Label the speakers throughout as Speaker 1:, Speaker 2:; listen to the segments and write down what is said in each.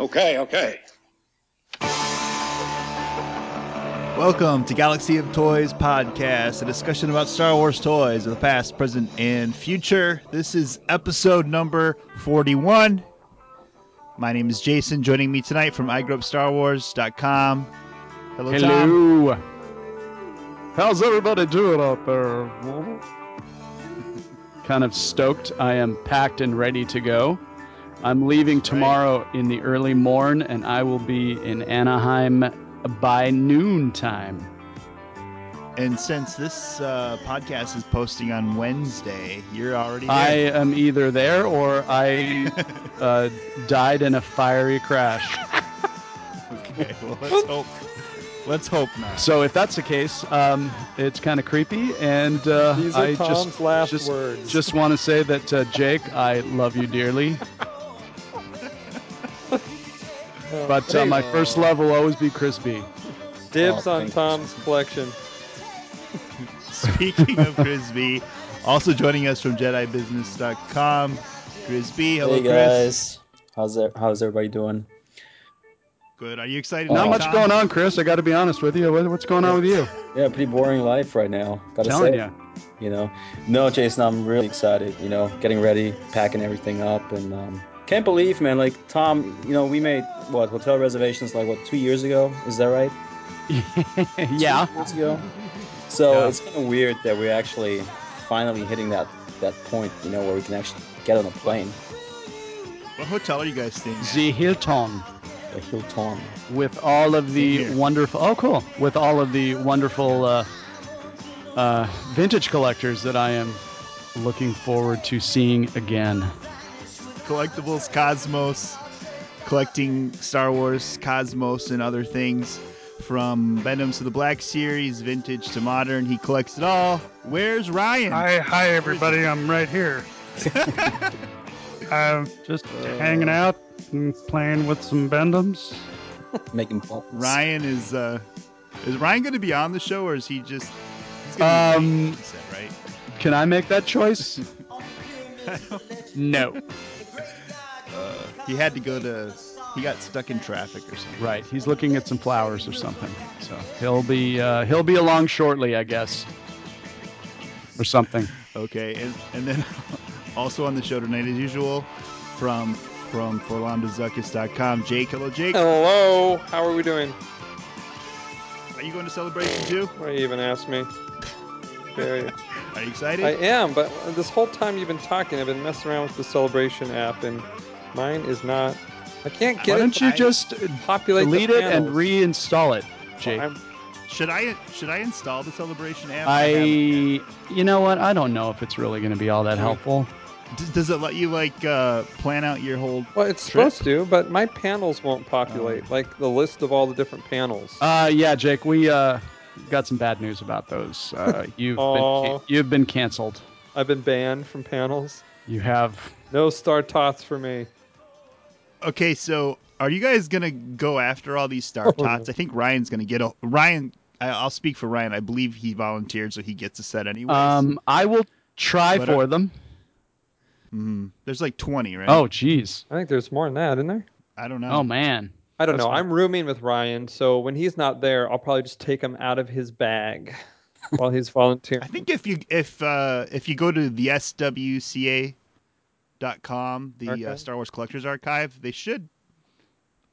Speaker 1: Okay, okay.
Speaker 2: Welcome to Galaxy of Toys podcast, a discussion about Star Wars toys of the past, present, and future. This is episode number 41. My name is Jason. Joining me tonight from igrowupstarwars.com. Hello, Tom.
Speaker 3: Hello. How's everybody doing out there? kind of stoked. I am packed and ready to go. I'm leaving tomorrow in the early morn, and I will be in Anaheim by noon time.
Speaker 2: And since this uh, podcast is posting on Wednesday, you're already there.
Speaker 3: I am either there or I uh, died in a fiery crash.
Speaker 2: okay, well, let's hope. Let's hope not.
Speaker 3: So if that's the case, um, it's kind of creepy, and uh,
Speaker 4: These are
Speaker 3: I
Speaker 4: Tom's
Speaker 3: just
Speaker 4: last
Speaker 3: just,
Speaker 4: words.
Speaker 3: just want to say that uh, Jake, I love you dearly, but uh, my first love will always be crispy.
Speaker 4: dibs
Speaker 1: Oh,
Speaker 4: on
Speaker 1: thank you.
Speaker 4: Tom's collection.
Speaker 2: Speaking of Grisby, also joining us from JediBusiness.com, Grisby. Hello,
Speaker 5: hey
Speaker 2: Chris.
Speaker 5: guys, how's it, how's everybody doing?
Speaker 2: Good. Are you excited?
Speaker 3: Not
Speaker 2: about
Speaker 3: much
Speaker 5: Oh.
Speaker 2: Tom?
Speaker 3: going on, Chris. I got to be honest with you. What- What's going on with you?
Speaker 5: Yeah, pretty boring life right now. Gotta
Speaker 3: telling
Speaker 5: say,
Speaker 3: you.
Speaker 5: you know. No, Jason, I'm really excited. You know, getting ready, packing everything up, and um, can't believe, man. Like Tom, you know, we made what hotel reservations like what two years ago? Is that right?
Speaker 3: yeah.
Speaker 5: Two years ago. So
Speaker 3: Yeah.
Speaker 5: it's kind of weird that we're actually finally hitting that that point, you know, where we can actually get on a plane.
Speaker 2: What hotel are you guys staying? at?
Speaker 3: The Hilton
Speaker 5: Like Hilton.
Speaker 3: with all of the
Speaker 2: Here.
Speaker 3: wonderful. Oh, cool! With all of the wonderful uh, uh, vintage collectors that I am looking forward to seeing again.
Speaker 2: Collectibles Cosmos, collecting Star Wars Cosmos and other things from Benhams to the Black Series, vintage to modern. He collects it all. Where's Ryan?
Speaker 6: Hi, hi, everybody. I'm right here. I'm
Speaker 3: Just uh,
Speaker 6: hanging out and playing with some Bendums.
Speaker 5: Making buttons.
Speaker 2: Ryan is uh, is Ryan going to be on the show or is he just? He's gonna be
Speaker 3: Um,
Speaker 2: he said, right?
Speaker 3: Can I make that choice? no.
Speaker 2: Uh, He had to go to. He got stuck in traffic or something.
Speaker 3: Right. He's looking at some flowers or something. So he'll be uh, he'll be along shortly, I guess, or something.
Speaker 2: Okay, and, and then also on the show tonight, as usual, from from forlandazukis.com, Jake. Hello, Jake.
Speaker 4: Hello, how are we doing?
Speaker 2: Are you going to celebration too?
Speaker 4: Why you even asked me? Dare you.
Speaker 2: Are you excited?
Speaker 4: I am, but this whole time you've been talking, I've been messing around with the celebration app, and mine is not. I can't
Speaker 3: Why
Speaker 4: get it.
Speaker 3: don't
Speaker 4: to
Speaker 3: you
Speaker 2: I-
Speaker 3: just
Speaker 4: Populate the
Speaker 3: delete it and
Speaker 4: panels.
Speaker 3: reinstall it, Jake?
Speaker 4: I'm-
Speaker 2: should I should I install the celebration app?
Speaker 3: I,
Speaker 2: haven't
Speaker 3: you know what? I don't know if it's really going to be all that helpful.
Speaker 2: yet. D- does it let you like uh, plan out your whole?
Speaker 4: Well, it's
Speaker 2: Trip?
Speaker 4: supposed to, but my panels won't populate. like the list of all the different panels.
Speaker 3: Oh. Uh, yeah, Jake, we uh, got some bad news about those. Uh, you've been
Speaker 4: Aw.
Speaker 3: you've been canceled.
Speaker 4: I've been banned from panels.
Speaker 3: You have.
Speaker 4: No star tots for me.
Speaker 2: Okay, so are you guys gonna go after all these star
Speaker 3: Oh,
Speaker 2: tots? I think Ryan's gonna get a Ryan. I, I'll speak for Ryan. I believe he volunteered, so he gets a set anyways.
Speaker 3: Um, I will try
Speaker 2: But, uh,
Speaker 3: for them.
Speaker 2: Mhm. There's like 20, right?
Speaker 3: Oh, jeez.
Speaker 4: I think there's more than that, isn't there?
Speaker 2: I don't know.
Speaker 3: Oh man.
Speaker 4: I don't
Speaker 3: That's
Speaker 4: know.
Speaker 3: fine.
Speaker 4: I'm rooming with Ryan, so when he's not there, I'll probably just take him out of his bag while he's volunteering.
Speaker 2: I think if you if uh, if you go to the swca dot com, the uh,
Speaker 4: Archive?
Speaker 2: Star Wars Collectors Archive, they should.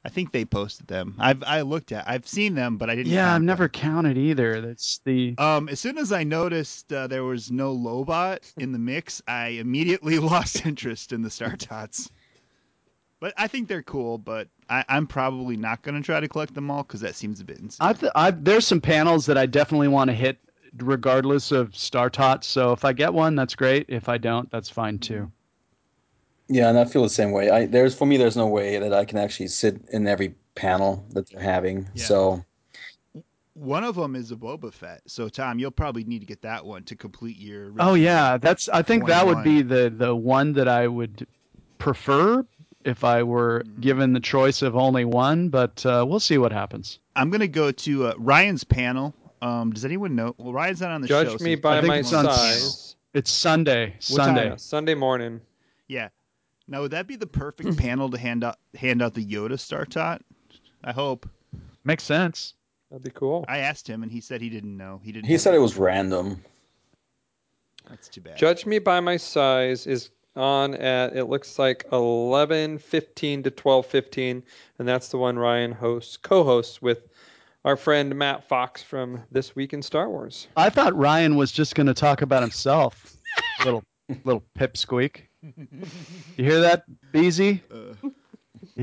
Speaker 2: I think they posted them. I've I looked at. I've seen them, but I didn't.
Speaker 3: Yeah,
Speaker 2: count
Speaker 3: I've
Speaker 2: them.
Speaker 3: never counted either. That's the
Speaker 2: Um, as soon as I noticed uh, there was no Lobot in the mix, I immediately lost interest in the Star Tots. But I think they're cool. But I, I'm probably not going to try to collect them all because that seems a bit insane.
Speaker 3: I th- I there's some panels that I definitely want to hit regardless of Star Tots. So if I get one, that's great. If I don't, that's fine too.
Speaker 5: Yeah, and I feel the same way. I there's for me, there's no way that I can actually sit in every panel that they're having.
Speaker 2: Yeah.
Speaker 5: So
Speaker 2: One of them is a Boba Fett. So Tom, you'll probably need to get that one to complete your.
Speaker 3: Oh yeah, that's I think that would
Speaker 2: 21.
Speaker 3: be the the one that I would prefer if I were
Speaker 2: Mm-hmm.
Speaker 3: given the choice of only one, but uh, we'll see what happens.
Speaker 2: I'm gonna go to uh, Ryan's panel. Um, does anyone know? Well, Ryan's not on the show.
Speaker 4: Judge
Speaker 2: so
Speaker 4: me
Speaker 2: he's
Speaker 4: by
Speaker 2: probably
Speaker 4: my
Speaker 3: it's
Speaker 2: not on
Speaker 3: on
Speaker 2: the
Speaker 3: Sunday.
Speaker 4: size.
Speaker 3: It's Sunday,
Speaker 2: time?
Speaker 3: Sunday.
Speaker 4: Yeah, Sunday morning.
Speaker 2: Yeah. Now, would that be the
Speaker 3: Mm-hmm.
Speaker 2: perfect panel to hand out hand out the Yoda Star Tot? I hope.
Speaker 1: Makes sense.
Speaker 4: That'd be cool.
Speaker 2: I asked him, and he said he didn't know. He didn't.
Speaker 5: He
Speaker 2: have
Speaker 5: said it was random.
Speaker 2: That's too bad.
Speaker 4: Judge Me by My Size is on at it looks like 11:15 to 12:15 and that's the one Ryan hosts co-hosts with our friend Matt Fox from This Week in Star Wars.
Speaker 3: I thought Ryan was just going to talk about himself. little little pipsqueak. You hear that, Beezy?
Speaker 2: Uh,
Speaker 3: You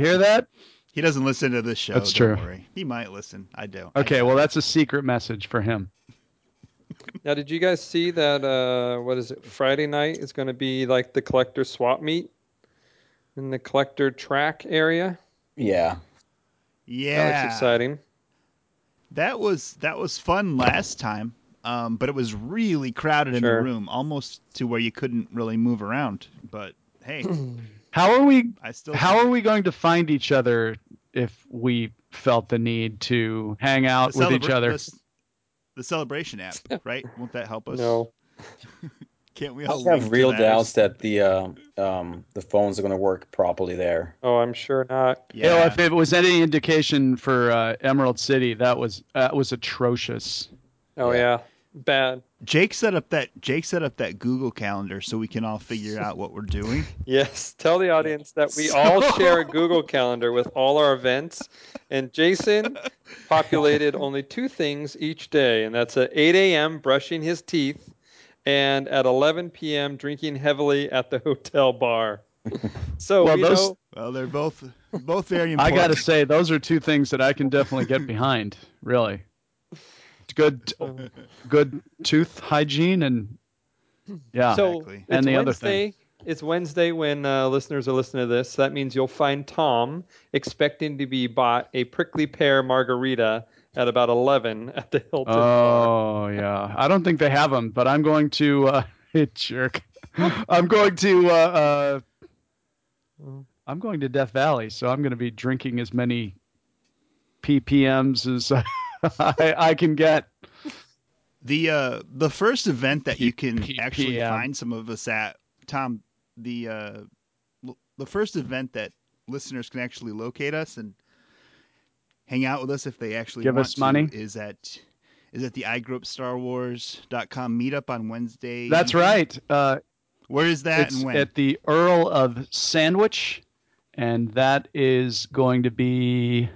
Speaker 3: hear that?
Speaker 2: he doesn't listen to this show.
Speaker 3: That's
Speaker 2: don't
Speaker 3: true.
Speaker 2: worry. He might listen. I don't.
Speaker 3: Okay, well that's a secret message for him.
Speaker 4: Now did you guys see that uh what is it? Friday night is going to be like the collector swap meet in the collector track area.
Speaker 5: Yeah.
Speaker 2: Yeah.
Speaker 4: That looks exciting.
Speaker 2: That was that was fun last time, um, but it was really crowded in the
Speaker 4: Sure.
Speaker 2: room, almost to where you couldn't really move around. But hey,
Speaker 3: How are we
Speaker 2: I still
Speaker 3: how are we going to find each other if we felt the need to hang
Speaker 2: the
Speaker 3: out with each
Speaker 2: celebra-
Speaker 3: other?
Speaker 2: The, s- the celebration app, right? Won't that help us?
Speaker 4: No.
Speaker 2: Can't we
Speaker 5: I
Speaker 2: all link
Speaker 5: have
Speaker 2: to
Speaker 5: real
Speaker 2: that?
Speaker 5: doubts that the uh, um, the phones are going to work properly there.
Speaker 4: Oh, I'm sure not.
Speaker 3: You know,
Speaker 2: Yeah.
Speaker 3: if it was any indication for uh, Emerald City, that was that was atrocious.
Speaker 4: Oh
Speaker 5: Yeah.
Speaker 4: yeah. Bad.
Speaker 2: Jake set up that Jake set up that Google calendar so we can all figure out what we're doing.
Speaker 4: Yes, tell the audience that we all
Speaker 2: So-
Speaker 4: share a Google Calendar with all our events, and Jason populated only two things each day, and that's at 8 a.m. brushing his teeth, and at 11 p.m. drinking heavily at the hotel bar. So
Speaker 3: Well,
Speaker 4: we
Speaker 3: those-
Speaker 4: know,
Speaker 2: Well, they're both both very
Speaker 3: I
Speaker 2: important.
Speaker 3: got to say, those are two things that I can definitely get behind. Really, good, good tooth hygiene and yeah.
Speaker 4: so
Speaker 2: Exactly.
Speaker 4: it's
Speaker 3: And the other
Speaker 4: Wednesday.
Speaker 3: thing.
Speaker 4: It's Wednesday when uh, listeners are listening to this. So that means you'll find Tom expecting to be bought a prickly pear margarita at about 11 at the Hilton. bar.
Speaker 3: oh yeah, I don't think they have them, but I'm going to uh, jerk. I'm going to. Uh, uh, I'm going to Death Valley, so I'm going to be drinking as many ppms as I, I can get.
Speaker 2: the uh the first event that you can
Speaker 3: P-
Speaker 2: actually
Speaker 3: PM.
Speaker 2: find some of us at tom the uh l- the first event that listeners can actually locate us and hang out with us if they actually
Speaker 3: Give
Speaker 2: want
Speaker 3: us
Speaker 2: to,
Speaker 3: money.
Speaker 2: is at is at the igroupstarwars.com meetup on wednesday
Speaker 3: That's
Speaker 2: evening.
Speaker 3: right. Uh,
Speaker 2: where is that
Speaker 3: it's
Speaker 2: and when
Speaker 3: at the Earl of Sandwich, and that is going to be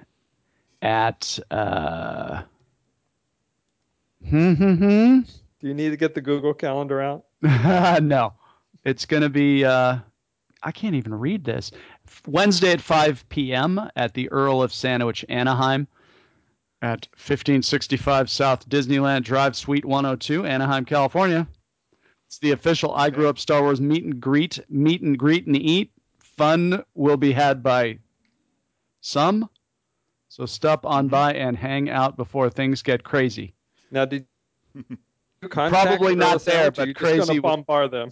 Speaker 3: at. Uh, hmm, hmm, hmm.
Speaker 4: Do you need to get the Google Calendar out?
Speaker 3: no, it's going to be. Uh, I can't even read this. Wednesday at 5 p.m. at the Earl of Sandwich, Anaheim, at 1565 South Disneyland Drive, Suite 102, Anaheim, California. It's the official I Grew Up Star Wars meet and greet, meet and greet and eat. Fun will be had by some. So stop on by and hang out before things get crazy.
Speaker 4: Now, did you contact
Speaker 3: Probably
Speaker 4: Earl
Speaker 3: not
Speaker 4: of Sandwich,
Speaker 3: there,
Speaker 4: or you
Speaker 3: but
Speaker 4: just gonna
Speaker 3: crazy with-
Speaker 4: bombard them.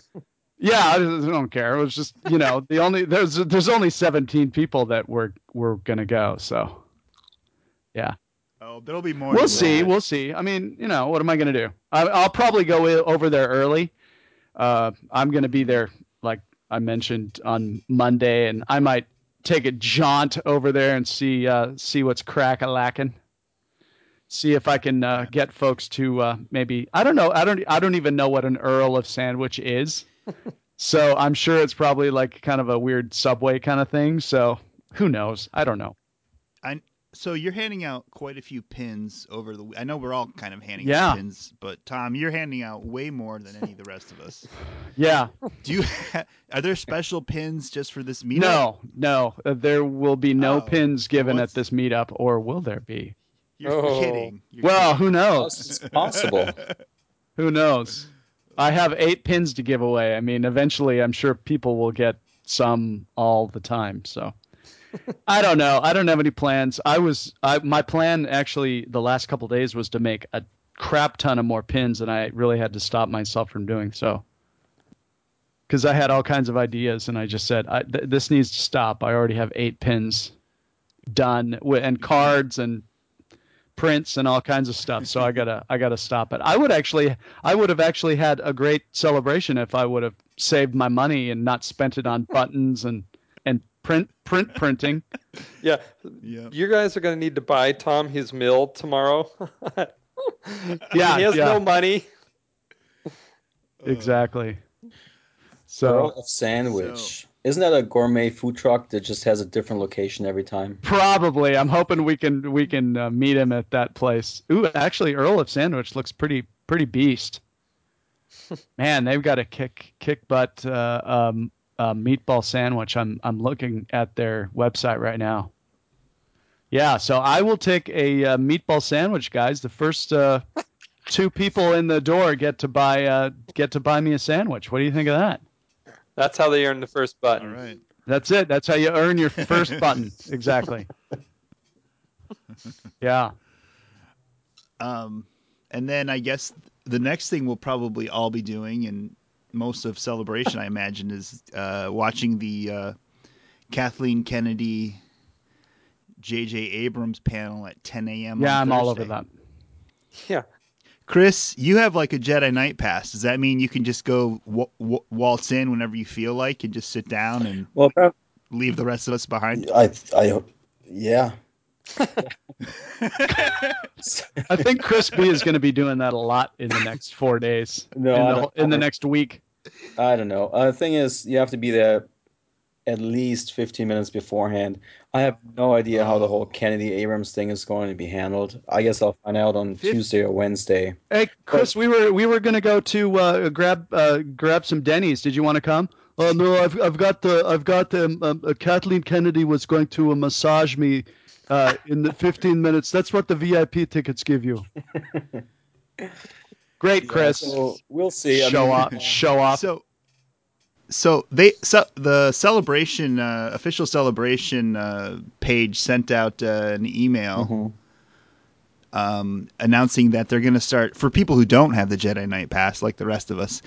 Speaker 3: Yeah, I just- I don't care. It was just you know the only there's there's only 17 people that were were gonna go, so
Speaker 2: oh there'll be more
Speaker 3: we'll
Speaker 2: than
Speaker 3: see.
Speaker 2: that.
Speaker 3: We'll see. I mean, you know, what am I gonna do? I, I'll probably go i- over there early. Uh, I'm gonna be there like I mentioned on Monday, and I might take a jaunt over there and see uh, see what's crack a lacking. See if I can uh, get folks to uh, maybe I don't know I don't I don't even know what an Earl of Sandwich is. So I'm sure it's probably like kind of a weird subway kind of thing. So who knows? I don't know.
Speaker 2: so you're handing out quite a few pins over the i know we're all kind of handing
Speaker 3: Yeah.
Speaker 2: out pins but tom you're handing out way more than any of the rest of us
Speaker 3: Yeah.
Speaker 2: Do you are there special pins just for this meetup?
Speaker 3: No, no. Uh, There will be no
Speaker 2: Oh,
Speaker 3: pins given
Speaker 2: what's-
Speaker 3: at this meetup, or will there be?
Speaker 2: you're
Speaker 4: Oh.
Speaker 2: kidding. You're
Speaker 3: Well, who
Speaker 2: Oh.
Speaker 3: knows?
Speaker 5: It's possible.
Speaker 3: Who knows? I have eight pins to give away. I mean, eventually, I'm sure people will get some all the time. So I don't know. I don't have any plans. I was I my plan actually the last couple days was to make a crap ton of more pins, and I really had to stop myself from doing so. Because I had all kinds of ideas, and I just said, I, th- "This needs to stop." I already have eight pins done, wi- and cards, and prints and all kinds of stuff. So I gotta I gotta stop it. I would actually I would have actually had a great celebration if I would have saved my money and not spent it on buttons and and print print printing.
Speaker 4: Yeah,
Speaker 2: Yeah.
Speaker 4: you guys are going to need to buy Tom his mill tomorrow.
Speaker 3: Yeah,
Speaker 4: he has
Speaker 3: yeah,
Speaker 4: no money.
Speaker 3: exactly.
Speaker 5: Earl
Speaker 3: So
Speaker 5: of Sandwich. Isn't that a gourmet food truck that just has a different location every time?
Speaker 3: probably I'm hoping we can we can uh, meet him at that place. Ooh, actually Earl of Sandwich looks pretty pretty beast. Man, they've got a kick kick butt uh, um, uh, meatball sandwich. I'm I'm looking at their website right now. Yeah, so I will take a uh, meatball sandwich, guys. The first uh, two people in the door get to buy uh, get to buy me a sandwich. What do you think of that?
Speaker 4: That's how they earn the first button.
Speaker 2: All right.
Speaker 3: That's it. That's how you earn your first button. Exactly. Yeah.
Speaker 2: Um, and then I guess the next thing we'll probably all be doing, and most of celebration, I imagine, is uh, watching the uh, Kathleen Kennedy, J.J. Abrams panel at 10 a.m.
Speaker 3: Yeah,
Speaker 2: on
Speaker 3: I'm all over
Speaker 2: Thursday.
Speaker 3: that.
Speaker 4: Yeah.
Speaker 2: Chris, you have like a Jedi Knight pass. Does that mean you can just go w- w- waltz in whenever you feel like and just sit down and
Speaker 5: Well,
Speaker 2: leave the rest of us behind?
Speaker 5: I, I, yeah.
Speaker 3: I think Chris B is going to be doing that a lot in the next four days.
Speaker 5: No,
Speaker 3: in
Speaker 5: I
Speaker 3: the,
Speaker 5: don't-
Speaker 3: whole- in the next week.
Speaker 5: I don't know. Uh, the thing is, you have to be there at least 15 minutes beforehand. I have no idea how the whole Kennedy Abrams thing is going to be handled. I guess I'll find out on
Speaker 2: Fif-
Speaker 5: Tuesday or Wednesday.
Speaker 3: Hey, Chris, we were we were going to go to uh, grab uh, grab some Denny's. Did you want to come? Oh no, I've I've got the I've got the um, um, uh, Kathleen Kennedy was going to uh, massage me uh, in the 15 minutes. That's what the VIP tickets give you. Great, Chris.
Speaker 5: So we'll see. I
Speaker 3: show
Speaker 5: mean,
Speaker 3: off, show off.
Speaker 2: So, so they so the celebration uh, official celebration uh, page sent out uh, an email
Speaker 3: Mm-hmm.
Speaker 5: Mhm.
Speaker 2: um, announcing that they're going to start for people who don't have the Jedi Knight Pass, like the rest of us.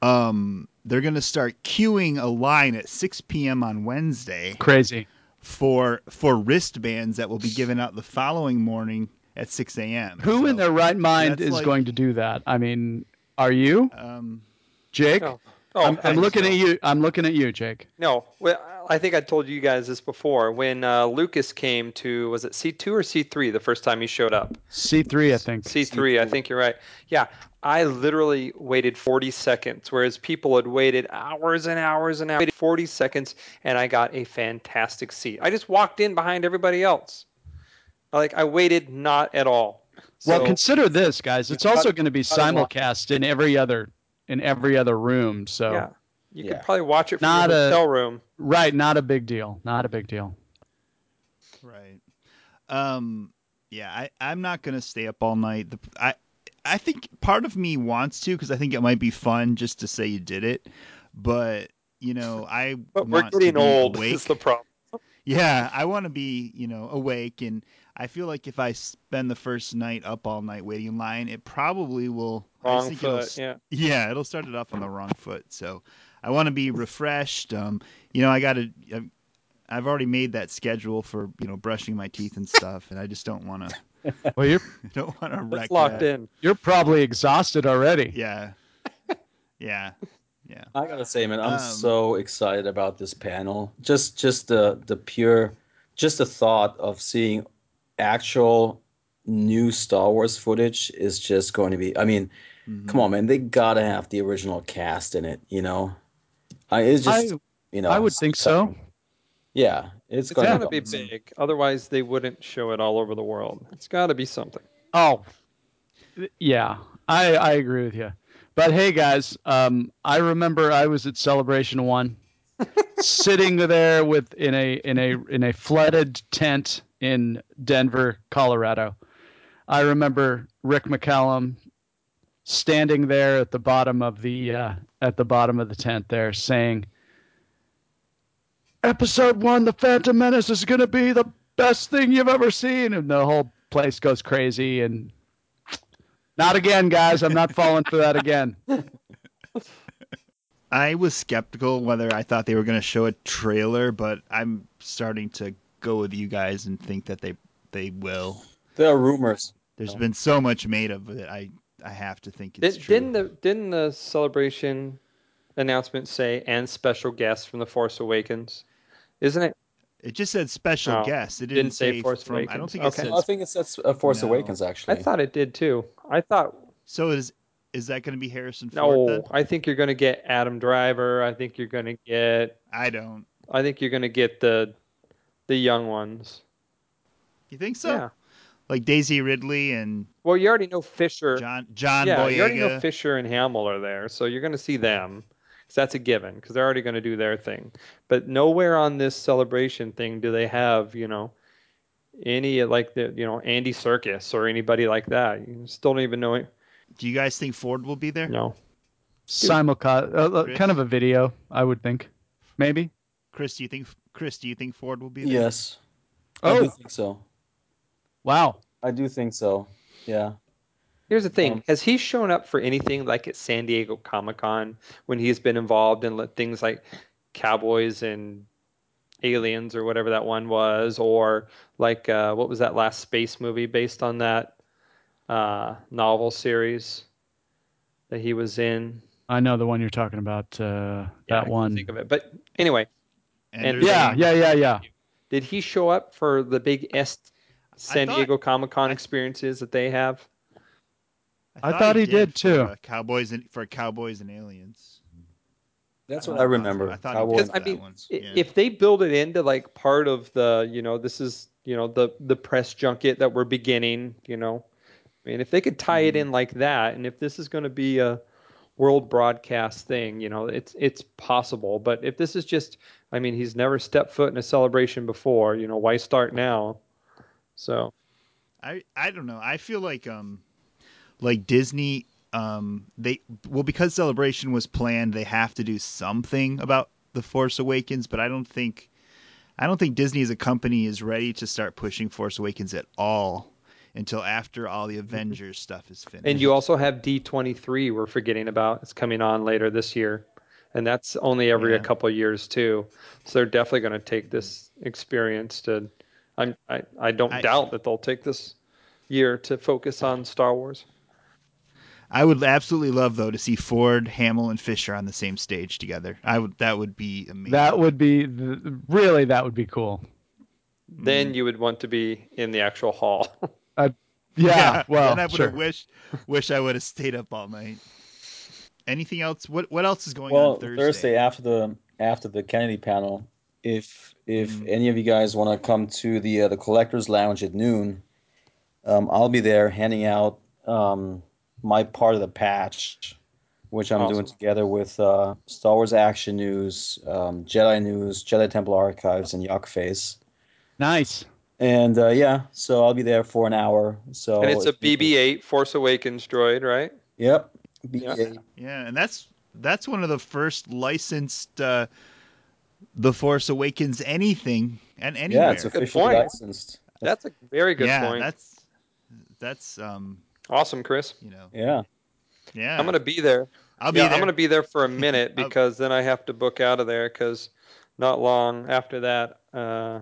Speaker 2: Um, they're going to start queuing a line at 6 p.m. on Wednesday
Speaker 3: Crazy.
Speaker 2: for for wristbands that will be given out the following morning at 6 a.m.
Speaker 3: Who in
Speaker 2: So,
Speaker 3: their right mind
Speaker 2: that's
Speaker 3: is
Speaker 2: like-
Speaker 3: going to do that? I mean, are you,
Speaker 2: Um,
Speaker 3: Jake?
Speaker 4: No.
Speaker 3: I'm, I'm
Speaker 4: heck
Speaker 3: looking
Speaker 4: no.
Speaker 3: at you. I'm looking at you, Jake.
Speaker 4: No, well, I think I told you guys this before. When uh, Lucas came to, was it C2 or C3 the first time he showed up?
Speaker 3: C3, I think.
Speaker 4: C3, I think you're right. Yeah, I literally waited 40 seconds, whereas people had waited hours and hours and hours. Waited 40 seconds, and I got a fantastic seat. I just walked in behind everybody else. Like I waited not at all.
Speaker 3: well,
Speaker 4: So-
Speaker 3: consider this, guys. It's also going to be simulcast in every other in every other room. So
Speaker 4: yeah, you
Speaker 5: Yeah.
Speaker 4: could probably watch it from
Speaker 3: Not
Speaker 4: your
Speaker 3: a-
Speaker 4: hotel room.
Speaker 3: right, not a big deal. Not a big deal.
Speaker 2: Right. Um. Yeah. I. I'm not gonna stay up all night. The, I. I think part of me wants to because I think it might be fun just to say you did it, but you know I.
Speaker 4: But we're
Speaker 2: want to
Speaker 4: getting
Speaker 2: be
Speaker 4: old.
Speaker 2: awake.
Speaker 4: Is the problem?
Speaker 2: Yeah, I want to be you know awake, and I feel like if I spend the first night up all night waiting in line, it probably will. I just
Speaker 4: Wrong
Speaker 2: think it'll
Speaker 4: foot.
Speaker 2: s-
Speaker 4: Yeah.
Speaker 2: yeah, it'll start it off on the wrong foot. So I want to be refreshed. Um, you know, I got to. I've- I've already made that schedule for you know brushing my teeth and stuff, and I just don't want to.
Speaker 3: Well, you're
Speaker 2: Don't want to wreck.
Speaker 4: It's locked
Speaker 2: that.
Speaker 4: in.
Speaker 3: you're probably exhausted already.
Speaker 2: Yeah. Yeah. Yeah.
Speaker 5: I gotta say, man, I'm
Speaker 2: Um,
Speaker 5: so excited about this panel. Just, just the the pure, just the thought of seeing actual new Star Wars footage is just going to be. I mean,
Speaker 2: Mhm.
Speaker 5: come on, man, they gotta have the original cast in it. You know, I it's just
Speaker 3: I
Speaker 5: you know.
Speaker 3: I would think so.
Speaker 5: Yeah, it's,
Speaker 4: It's
Speaker 5: gonna
Speaker 4: gotta be big. Otherwise, they wouldn't show it all over the world. It's gotta be something.
Speaker 3: Oh, yeah, I I agree with you. But hey, guys, um, I remember I was at Celebration One, sitting there with in a in a in a flooded tent in Denver, Colorado. I remember Rick McCallum standing there at the bottom of the uh, at the bottom of the tent there, saying, "Episode One: The Phantom Menace is going to be the best thing you've ever seen," and the whole place goes crazy and not again, guys. I'm not falling for that again.
Speaker 2: I was skeptical whether I thought they were going to show a trailer, but I'm starting to go with you guys and think that they they will.
Speaker 5: There are rumors.
Speaker 2: There's been so much made of it. I I have to think it's
Speaker 4: Oh. Did,
Speaker 2: true.
Speaker 4: didn't the didn't the celebration announcement say and special guests from the Force Awakens? Isn't it?
Speaker 2: It just said special
Speaker 4: No,
Speaker 2: guest. It didn't,
Speaker 4: Oh. didn't say Force
Speaker 2: from. I don't
Speaker 4: Awakens.
Speaker 2: think it
Speaker 4: Okay.
Speaker 2: said.
Speaker 5: I think it's that's uh, Force
Speaker 2: No.
Speaker 5: Awakens actually.
Speaker 4: I thought it did too. I thought
Speaker 2: So is is that going to be Harrison Ford?
Speaker 4: no.
Speaker 2: Then?
Speaker 4: I think you're gonna get Adam Driver. I think you're gonna get.
Speaker 2: I don't.
Speaker 4: I think you're gonna get the the young ones.
Speaker 2: You think so?
Speaker 4: yeah.
Speaker 2: Like Daisy Ridley and
Speaker 4: Well, you already know Fisher.
Speaker 2: John John
Speaker 4: yeah,
Speaker 2: Boyega.
Speaker 4: you already know Fisher and Hamill are there, so you're going to see them. 'cause that's a given, because they're already going to do their thing. But nowhere on this celebration thing do they have, you know, any like the, you know, Andy Circus or anybody like that. You still don't even know it.
Speaker 2: Do you guys think Ford will be there?
Speaker 4: No.
Speaker 3: Simulcast, uh, uh,
Speaker 2: Chris?
Speaker 3: kind of a video, I would think. Maybe.
Speaker 2: Chris, do you think Chris? Do you think Ford will be there?
Speaker 5: Yes. I do
Speaker 3: Oh,
Speaker 5: think so.
Speaker 3: wow.
Speaker 5: I do think so. Yeah.
Speaker 4: Here's the thing:
Speaker 5: Um,
Speaker 4: has he shown up for anything like at San Diego Comic Con when he's been involved in li- things like cowboys and aliens or whatever that one was, or like uh, what was that last space movie based on that uh, novel series that he was in?
Speaker 3: I know the one you're talking about. Uh,
Speaker 4: Yeah, I
Speaker 3: that
Speaker 4: can't
Speaker 3: one.
Speaker 4: Think of it, but anyway, And-
Speaker 2: there's
Speaker 3: Yeah,
Speaker 2: a-
Speaker 3: yeah, yeah, yeah.
Speaker 4: did he show up for the big est San
Speaker 2: thought-
Speaker 4: Diego Comic Con experiences that they have?
Speaker 3: I thought he did,
Speaker 2: for,
Speaker 3: too.
Speaker 2: uh, Cowboys and for Cowboys and Aliens.
Speaker 5: That's
Speaker 2: I
Speaker 5: what
Speaker 2: thought-
Speaker 5: I remember.
Speaker 2: I thought he
Speaker 5: Cowboy-
Speaker 2: did
Speaker 4: Because,
Speaker 2: for
Speaker 4: I
Speaker 2: that
Speaker 4: mean,
Speaker 2: one.
Speaker 4: I-
Speaker 2: Yeah.
Speaker 4: If they build it into like part of the, you know, this is, you know, the the press junket that we're beginning, you know, I mean, if they could tie it in like that, and if this is going to be a world broadcast thing, you know, it's it's possible. But if this is just, I mean, he's never stepped foot in a celebration before, you know, why start now? So
Speaker 2: I I don't know. I feel like um like Disney um they well because celebration was planned, they have to do something about the Force Awakens, but I don't think I don't think Disney as a company is ready to start pushing Force Awakens at all until after all
Speaker 5: Mm-hmm.
Speaker 2: the Avengers stuff is finished.
Speaker 4: And you also have D23 we're forgetting about. It's coming on later this year. And that's only every
Speaker 2: Yeah.
Speaker 4: a couple of years too. So they're definitely going to take this experience to I'm I, I don't
Speaker 2: I-
Speaker 4: doubt that they'll take this year to focus on Star Wars.
Speaker 2: I would absolutely love though to see Ford, Hamill, and Fisher on the same stage together. I would that would be amazing.
Speaker 3: That would be th- really that would be cool.
Speaker 2: Mm-hmm.
Speaker 4: Then you would want to be in the actual hall.
Speaker 2: Oh,
Speaker 3: Yeah. well,
Speaker 2: then I would
Speaker 3: sure.
Speaker 2: have wished wish I would have stayed up all night. Anything else? What what else is going
Speaker 5: well,
Speaker 2: on
Speaker 5: Thursday.
Speaker 2: Thursday?
Speaker 5: after the after the Kennedy panel, if if
Speaker 2: Mm.
Speaker 5: any of you guys want to come to the uh, the collectors lounge at noon, um, I'll be there handing out um, my part of the patch, which I'm doing
Speaker 4: Awesome.
Speaker 5: together with uh, Star Wars Action News, um, Jedi News, Jedi Temple Archives, and Yuck Face.
Speaker 3: Nice.
Speaker 5: And uh, yeah, so I'll be there for an hour. So
Speaker 4: and it's a
Speaker 5: if you-
Speaker 4: BB8 Force Awakens droid, right?
Speaker 5: Yep.
Speaker 4: Yeah.
Speaker 5: BB-8.
Speaker 2: Yeah, and that's that's one of the first licensed uh, The Force Awakens anything and anywhere.
Speaker 5: Yeah, it's officially
Speaker 4: point.
Speaker 5: licensed.
Speaker 4: That's a very good
Speaker 2: Yeah,
Speaker 4: point.
Speaker 2: that's that's um
Speaker 4: awesome, Chris.
Speaker 2: you know
Speaker 5: Yeah.
Speaker 2: yeah.
Speaker 4: I'm going to be there.
Speaker 2: I'll be
Speaker 4: yeah,
Speaker 2: there.
Speaker 4: I'm gonna be there for a minute
Speaker 2: I'll-
Speaker 4: because then I have to book out of there because not long after that, uh,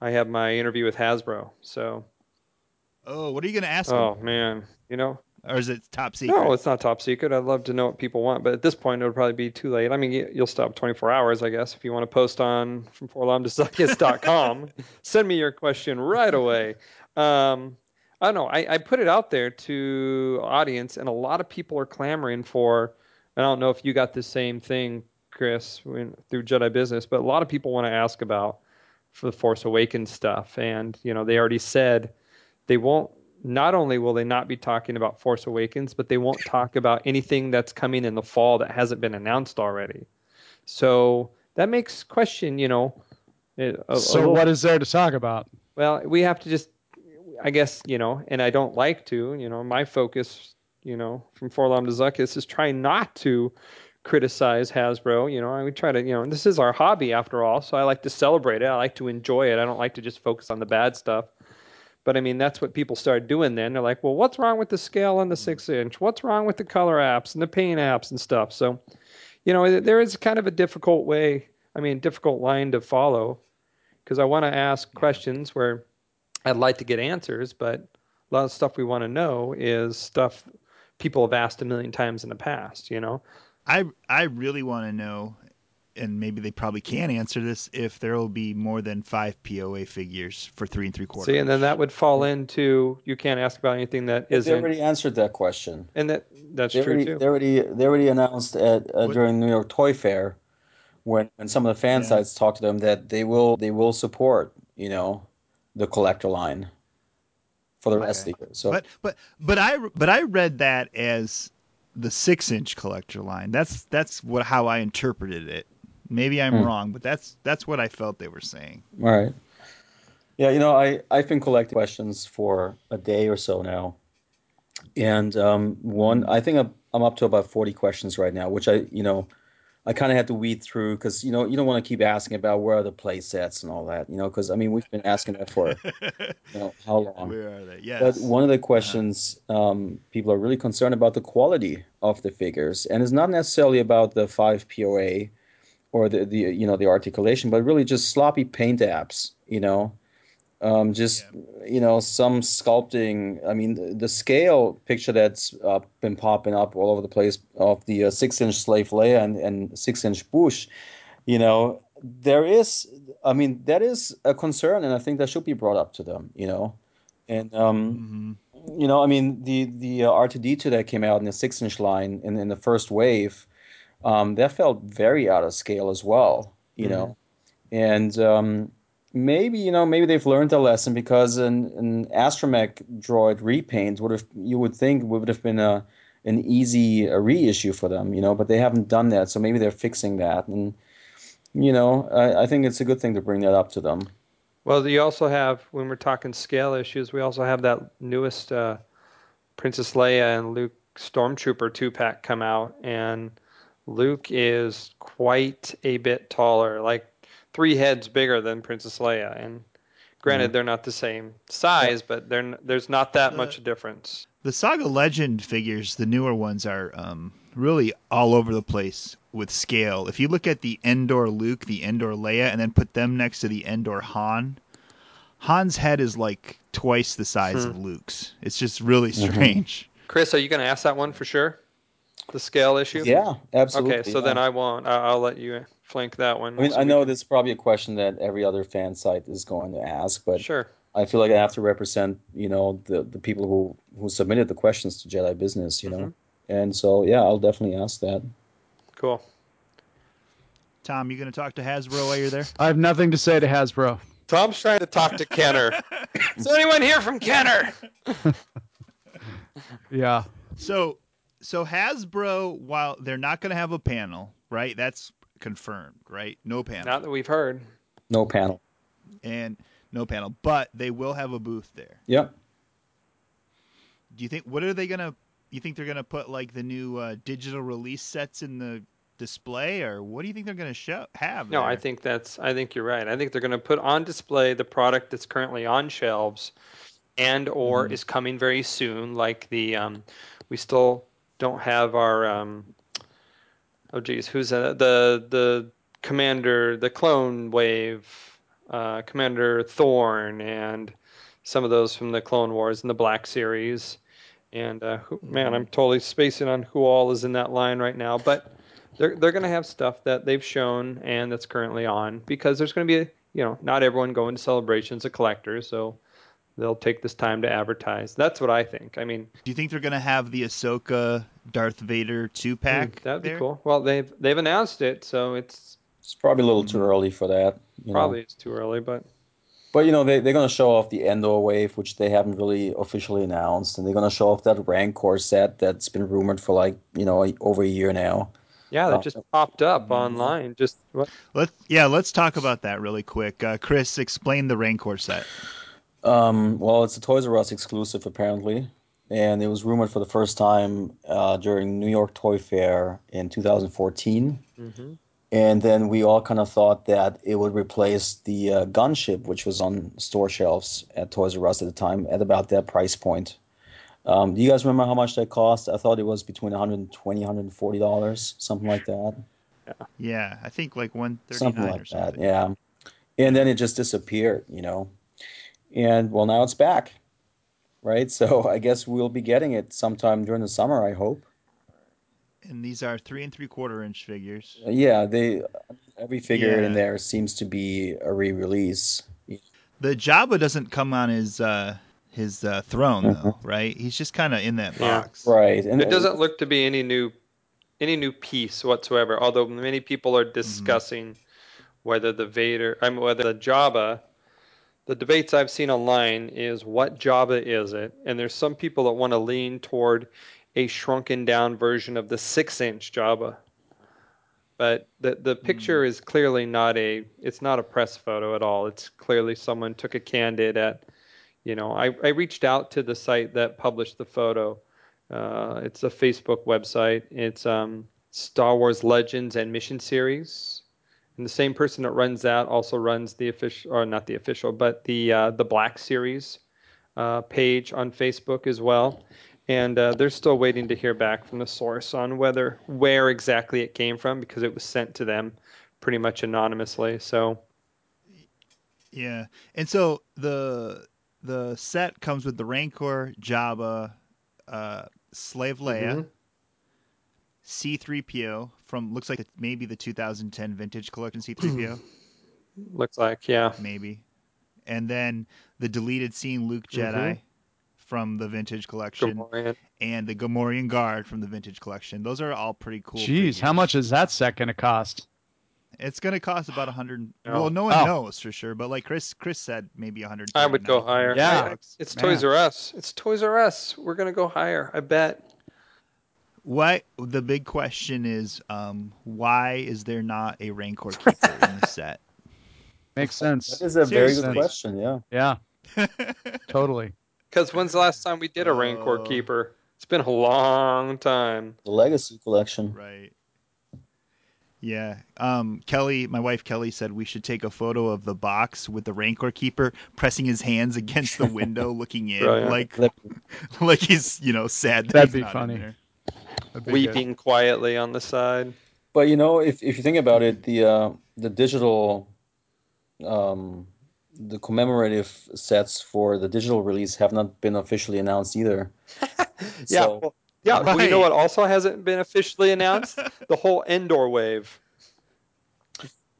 Speaker 4: I have my interview with Hasbro. So,
Speaker 2: Oh, what are you gonna ask? him?
Speaker 4: oh man, you know,
Speaker 2: Or is it top secret?
Speaker 4: no, it's not top secret. I'd love to know what people want, but at this point, it'll probably be too late. I mean, y- you'll stop 24 hours, I guess, if you want to post on from forlomdesuckus.com. Send me your question right away. Um, I don't know. I, I put it out there to audience, and a lot of people are clamoring for. I don't know if you got the same thing, Chris, when, through Jedi Business, but a lot of people want to ask about for the Force Awakens stuff, and you know, they already said they won't not only will they not be talking about Force Awakens, but they won't talk about anything that's coming in the fall that hasn't been announced already. So that makes question, you know. it- a- a
Speaker 3: so
Speaker 4: little-
Speaker 3: what is there to talk about?
Speaker 4: Well, we have to just, I guess, you know, and I don't like to, you know, my focus, you know, from Forlom to Zuckus is trying not to criticize Hasbro. You know, I would try to, you know, this is our hobby after all. So I like to celebrate it. I like to enjoy it. I don't like to just focus on the bad stuff. But I mean, that's what people started doing then. They're like, well, what's wrong with the scale on the six inch? What's wrong with the color apps and the paint apps and stuff? So, you know, there is kind of a difficult way, I mean, difficult line to follow because I want to ask questions where I'd like to get answers, but a lot of stuff we want to know is stuff people have asked a million times in the past, you know?
Speaker 2: I I really want to know, and maybe they probably can answer this if there will be more than five POA figures for three and three quarters.
Speaker 4: See, and then that would fall into you can't ask about anything that
Speaker 5: But They
Speaker 4: isn't.
Speaker 5: already answered that question.
Speaker 4: and that that's
Speaker 5: They
Speaker 4: true
Speaker 5: already,
Speaker 4: too.
Speaker 5: they already they already announced at uh,
Speaker 2: What-
Speaker 5: during New York Toy Fair when, when some of the fan
Speaker 2: Yeah.
Speaker 5: sites talked to them that they will they will support you know the collector line for the rest of the year. So
Speaker 2: but but but I but I read that as the six inch collector line. That's that's what how I interpreted it. Maybe I'm
Speaker 5: Hmm.
Speaker 2: wrong, but that's that's what I felt they were saying.
Speaker 5: All right. Yeah, you know, I, I've been collecting questions for a day or so now. And um, one, I think I'm, I'm up to about 40 questions right now, which I, you know, I kind of had to weed through because, you know, you don't want to keep asking about where are the play sets and all that, you know, because I mean, we've been asking that for, you know, how long?
Speaker 2: Where are they?
Speaker 5: But
Speaker 2: Yes.
Speaker 5: one of the questions um, people are really concerned about the quality of the figures, and it's not necessarily about the five POA or the, the you know the articulation, but really just sloppy paint apps. You know, um, just you know some sculpting. I mean, the, the scale picture that's uh, been popping up all over the place of the uh, six-inch slave Leia and, and six-inch Bush. You know, there is. I mean, that is a concern, and I think that should be brought up to them. You know, and um,
Speaker 2: hmm
Speaker 5: you know, I mean, the the uh, R2D2 that came out in the six inch line in, in the first wave, um, that felt very out of scale as well, you know, and um, maybe you know maybe they've learned a lesson because an an astromech droid repaint would have you would think would have been a an easy uh reissue for them, you know, but they haven't done that, so maybe they're fixing that, and you know, I, I think it's a good thing to bring that up to them.
Speaker 4: Well, you also have when we're talking scale issues, we also have that newest uh, Princess Leia and Luke Stormtrooper two pack come out, and Luke is quite a bit taller, like three heads bigger than Princess Leia. And granted, they're not the same size, but they're, n- there's not
Speaker 5: Uh,
Speaker 4: that much difference.
Speaker 2: The Saga Legend figures, the newer ones, are um, really all over the place with scale. If you look at the Endor Luke, the Endor Leia, and then put them next to the Endor Han, Han's head is like twice the size of Luke's. It's just really strange.
Speaker 4: Chris, are you going to ask that one for sure? The scale issue.
Speaker 5: Yeah, absolutely.
Speaker 4: Okay, so then I won't. I- I'll let you flank that one.
Speaker 5: I mean,
Speaker 4: so
Speaker 5: I
Speaker 4: we
Speaker 5: know
Speaker 4: can-
Speaker 5: this is probably a question that every other fan site is going to ask, but
Speaker 4: Sure.
Speaker 5: I feel like I have to represent, you know, the, the people who, who submitted the questions to Jedi Business, you know.
Speaker 4: Mm-hmm.
Speaker 5: And so, yeah, I'll definitely ask that.
Speaker 4: Cool.
Speaker 2: Tom, you going to talk to Hasbro while you're there?
Speaker 3: I have nothing to say to Hasbro.
Speaker 4: Tom's trying to talk to Kenner. Is anyone here from Kenner?
Speaker 3: Yeah.
Speaker 2: So, so Hasbro, while they're not going to have a panel, right? That's confirmed, right? No panel.
Speaker 4: Not that we've heard.
Speaker 5: No panel.
Speaker 2: and no panel, but they will have a booth there.
Speaker 5: Yep.
Speaker 2: Do you think? What are they gonna? You think they're gonna put like the new uh, digital release sets in the display, or what do you think they're gonna show? Have
Speaker 4: No, I
Speaker 2: there?
Speaker 4: think that's. I think you're right. I think they're going to put on display the product that's currently on shelves, and or
Speaker 2: Mm-hmm.
Speaker 4: is coming very soon. Like the, um, we still don't have our. Um, oh geez, who's that? the the commander, the clone wave, uh, Commander Thorn, and some of those from the Clone Wars and the Black series. And uh, who, man,
Speaker 2: Mm-hmm.
Speaker 4: I'm totally spacing on who all is in that line right now, but. they're they're going to have stuff that they've shown and that's currently on because there's going to be you know not everyone going to celebrations a collector so they'll take this time to advertise that's what i think i mean
Speaker 2: Do you think they're gonna have the Ahsoka Darth Vader two pack?
Speaker 4: that'd be
Speaker 2: there?
Speaker 4: cool well they've they've announced it so it's
Speaker 5: It's probably a little too early for that. You know.
Speaker 4: Mm-hmm. probably it's too early but
Speaker 5: But, you know, they, they're going to show off the Endor wave, which they haven't really officially announced. And they're going to show off that Rancor set that's been rumored for like, you know, over a year now.
Speaker 4: yeah that
Speaker 5: Oh.
Speaker 4: just popped up online just what
Speaker 2: Let's yeah, let's talk about that really quick. Uh, Chris, explain the Rancor set.
Speaker 5: Um, well, it's a Toys R Us exclusive, apparently. And it was rumored for the first time uh, during New York Toy Fair in 2014.
Speaker 4: Mhm.
Speaker 5: And then we all kind of thought that it would replace the uh, gunship, which was on store shelves at Toys R Us at the time, at about that price point. Um, do you guys remember how much that cost? I thought it was between $120, $140, something like that.
Speaker 2: Yeah, I think like one thirty
Speaker 5: something
Speaker 2: nine
Speaker 5: like
Speaker 2: or something.
Speaker 5: that. Yeah, and then it just disappeared, you know. and well, now it's back, right? So I guess we'll be getting it sometime during the summer. I hope.
Speaker 2: And these are three and three quarter inch figures.
Speaker 5: Yeah, they every figure in
Speaker 2: Yeah.
Speaker 5: there seems to be a re-release.
Speaker 2: The Jabba doesn't come on his uh, his uh, throne though, right? He's just kind of in that
Speaker 4: Yeah.
Speaker 2: box.
Speaker 5: Right, and
Speaker 4: There doesn't look to be any new any new piece whatsoever. Although many people
Speaker 5: Mm-hmm.
Speaker 4: are discussing whether the Vader, I mean, whether the Jabba. The debates I've seen online is what Jabba is it, and there's some people that want to lean toward a shrunken down version of the six-inch Jabba. But the the picture is clearly not a it's not a press photo at all. It's clearly someone took a candid at, you know. I, I reached out to the site that published the photo, uh, it's a Facebook website. It's um, Star Wars Legends and Mission Series, and the same person that runs that also runs the official, or not the official, but the uh, the Black Series uh, page on Facebook as well. And uh, they're still waiting to hear back from the source on whether where exactly it came from because it was sent to them pretty much anonymously. So
Speaker 2: Yeah, and so the the set comes with the Rancor, Jabba, uh, Slave Leia,
Speaker 3: Mm-hmm.
Speaker 4: Mhm.
Speaker 2: C-3PO from looks like it's maybe the 2010 vintage collection C-3PO,
Speaker 4: looks like yeah,
Speaker 2: maybe, and then the deleted scene Luke Jedi
Speaker 3: Mm-hmm.
Speaker 2: from the vintage collection,
Speaker 4: Gamorrean.
Speaker 2: and the Gamorrean Guard from the vintage collection. Those are all pretty cool.
Speaker 3: Jeez, how
Speaker 2: figures.
Speaker 3: much is that set going to cost?
Speaker 2: It's gonna cost about a hundred.
Speaker 4: Oh.
Speaker 2: Well, no one
Speaker 3: Oh.
Speaker 2: knows for sure, but like Chris, Chris said, maybe a hundred.
Speaker 4: I would go higher.
Speaker 3: Yeah.
Speaker 4: I- it's
Speaker 3: Man.
Speaker 4: Toys R Us. It's Toys R Us. We're gonna go higher. I bet.
Speaker 2: Why? The big question is, um, why is there not a Rancor keeper in the set?
Speaker 3: Makes sense.
Speaker 5: That is a very
Speaker 2: Seriously.
Speaker 5: good question. Yeah.
Speaker 3: Yeah, totally.
Speaker 4: Because when's the last time we did a Rancor
Speaker 2: Uh.
Speaker 4: Keeper? It's been a long time.
Speaker 5: The Legacy Collection.
Speaker 2: right. Yeah. Um, Kelly, my wife Kelly said we should take a photo of the box with the Rancor keeper pressing his hands against the window, looking in,
Speaker 4: Brilliant.
Speaker 2: like
Speaker 5: Let-
Speaker 2: like he's you know sad. That
Speaker 3: That'd
Speaker 2: he's
Speaker 3: be
Speaker 2: not in
Speaker 3: funny.
Speaker 2: there.
Speaker 3: That'd be good.
Speaker 4: Weeping quietly on the side.
Speaker 5: But you know, if, if you think about it, the uh, the digital, um, the commemorative sets for the digital release have not been officially announced either.
Speaker 4: Yeah.
Speaker 5: So-
Speaker 4: well, yeah. well, you
Speaker 2: Right.
Speaker 4: know what also hasn't been officially announced? the whole Endor wave.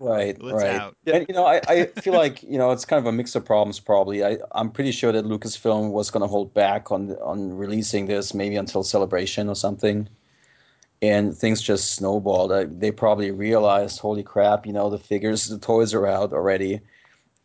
Speaker 5: Right,
Speaker 2: Let's
Speaker 5: right.
Speaker 2: out.
Speaker 4: Yeah.
Speaker 5: And you know, I, I feel like you know it's kind of a mix of problems. Probably, I I'm pretty sure that Lucasfilm was going to hold back on on releasing this maybe until Celebration or something, and things just snowballed. I, they probably realized, holy crap, you know, the figures, the toys are out already,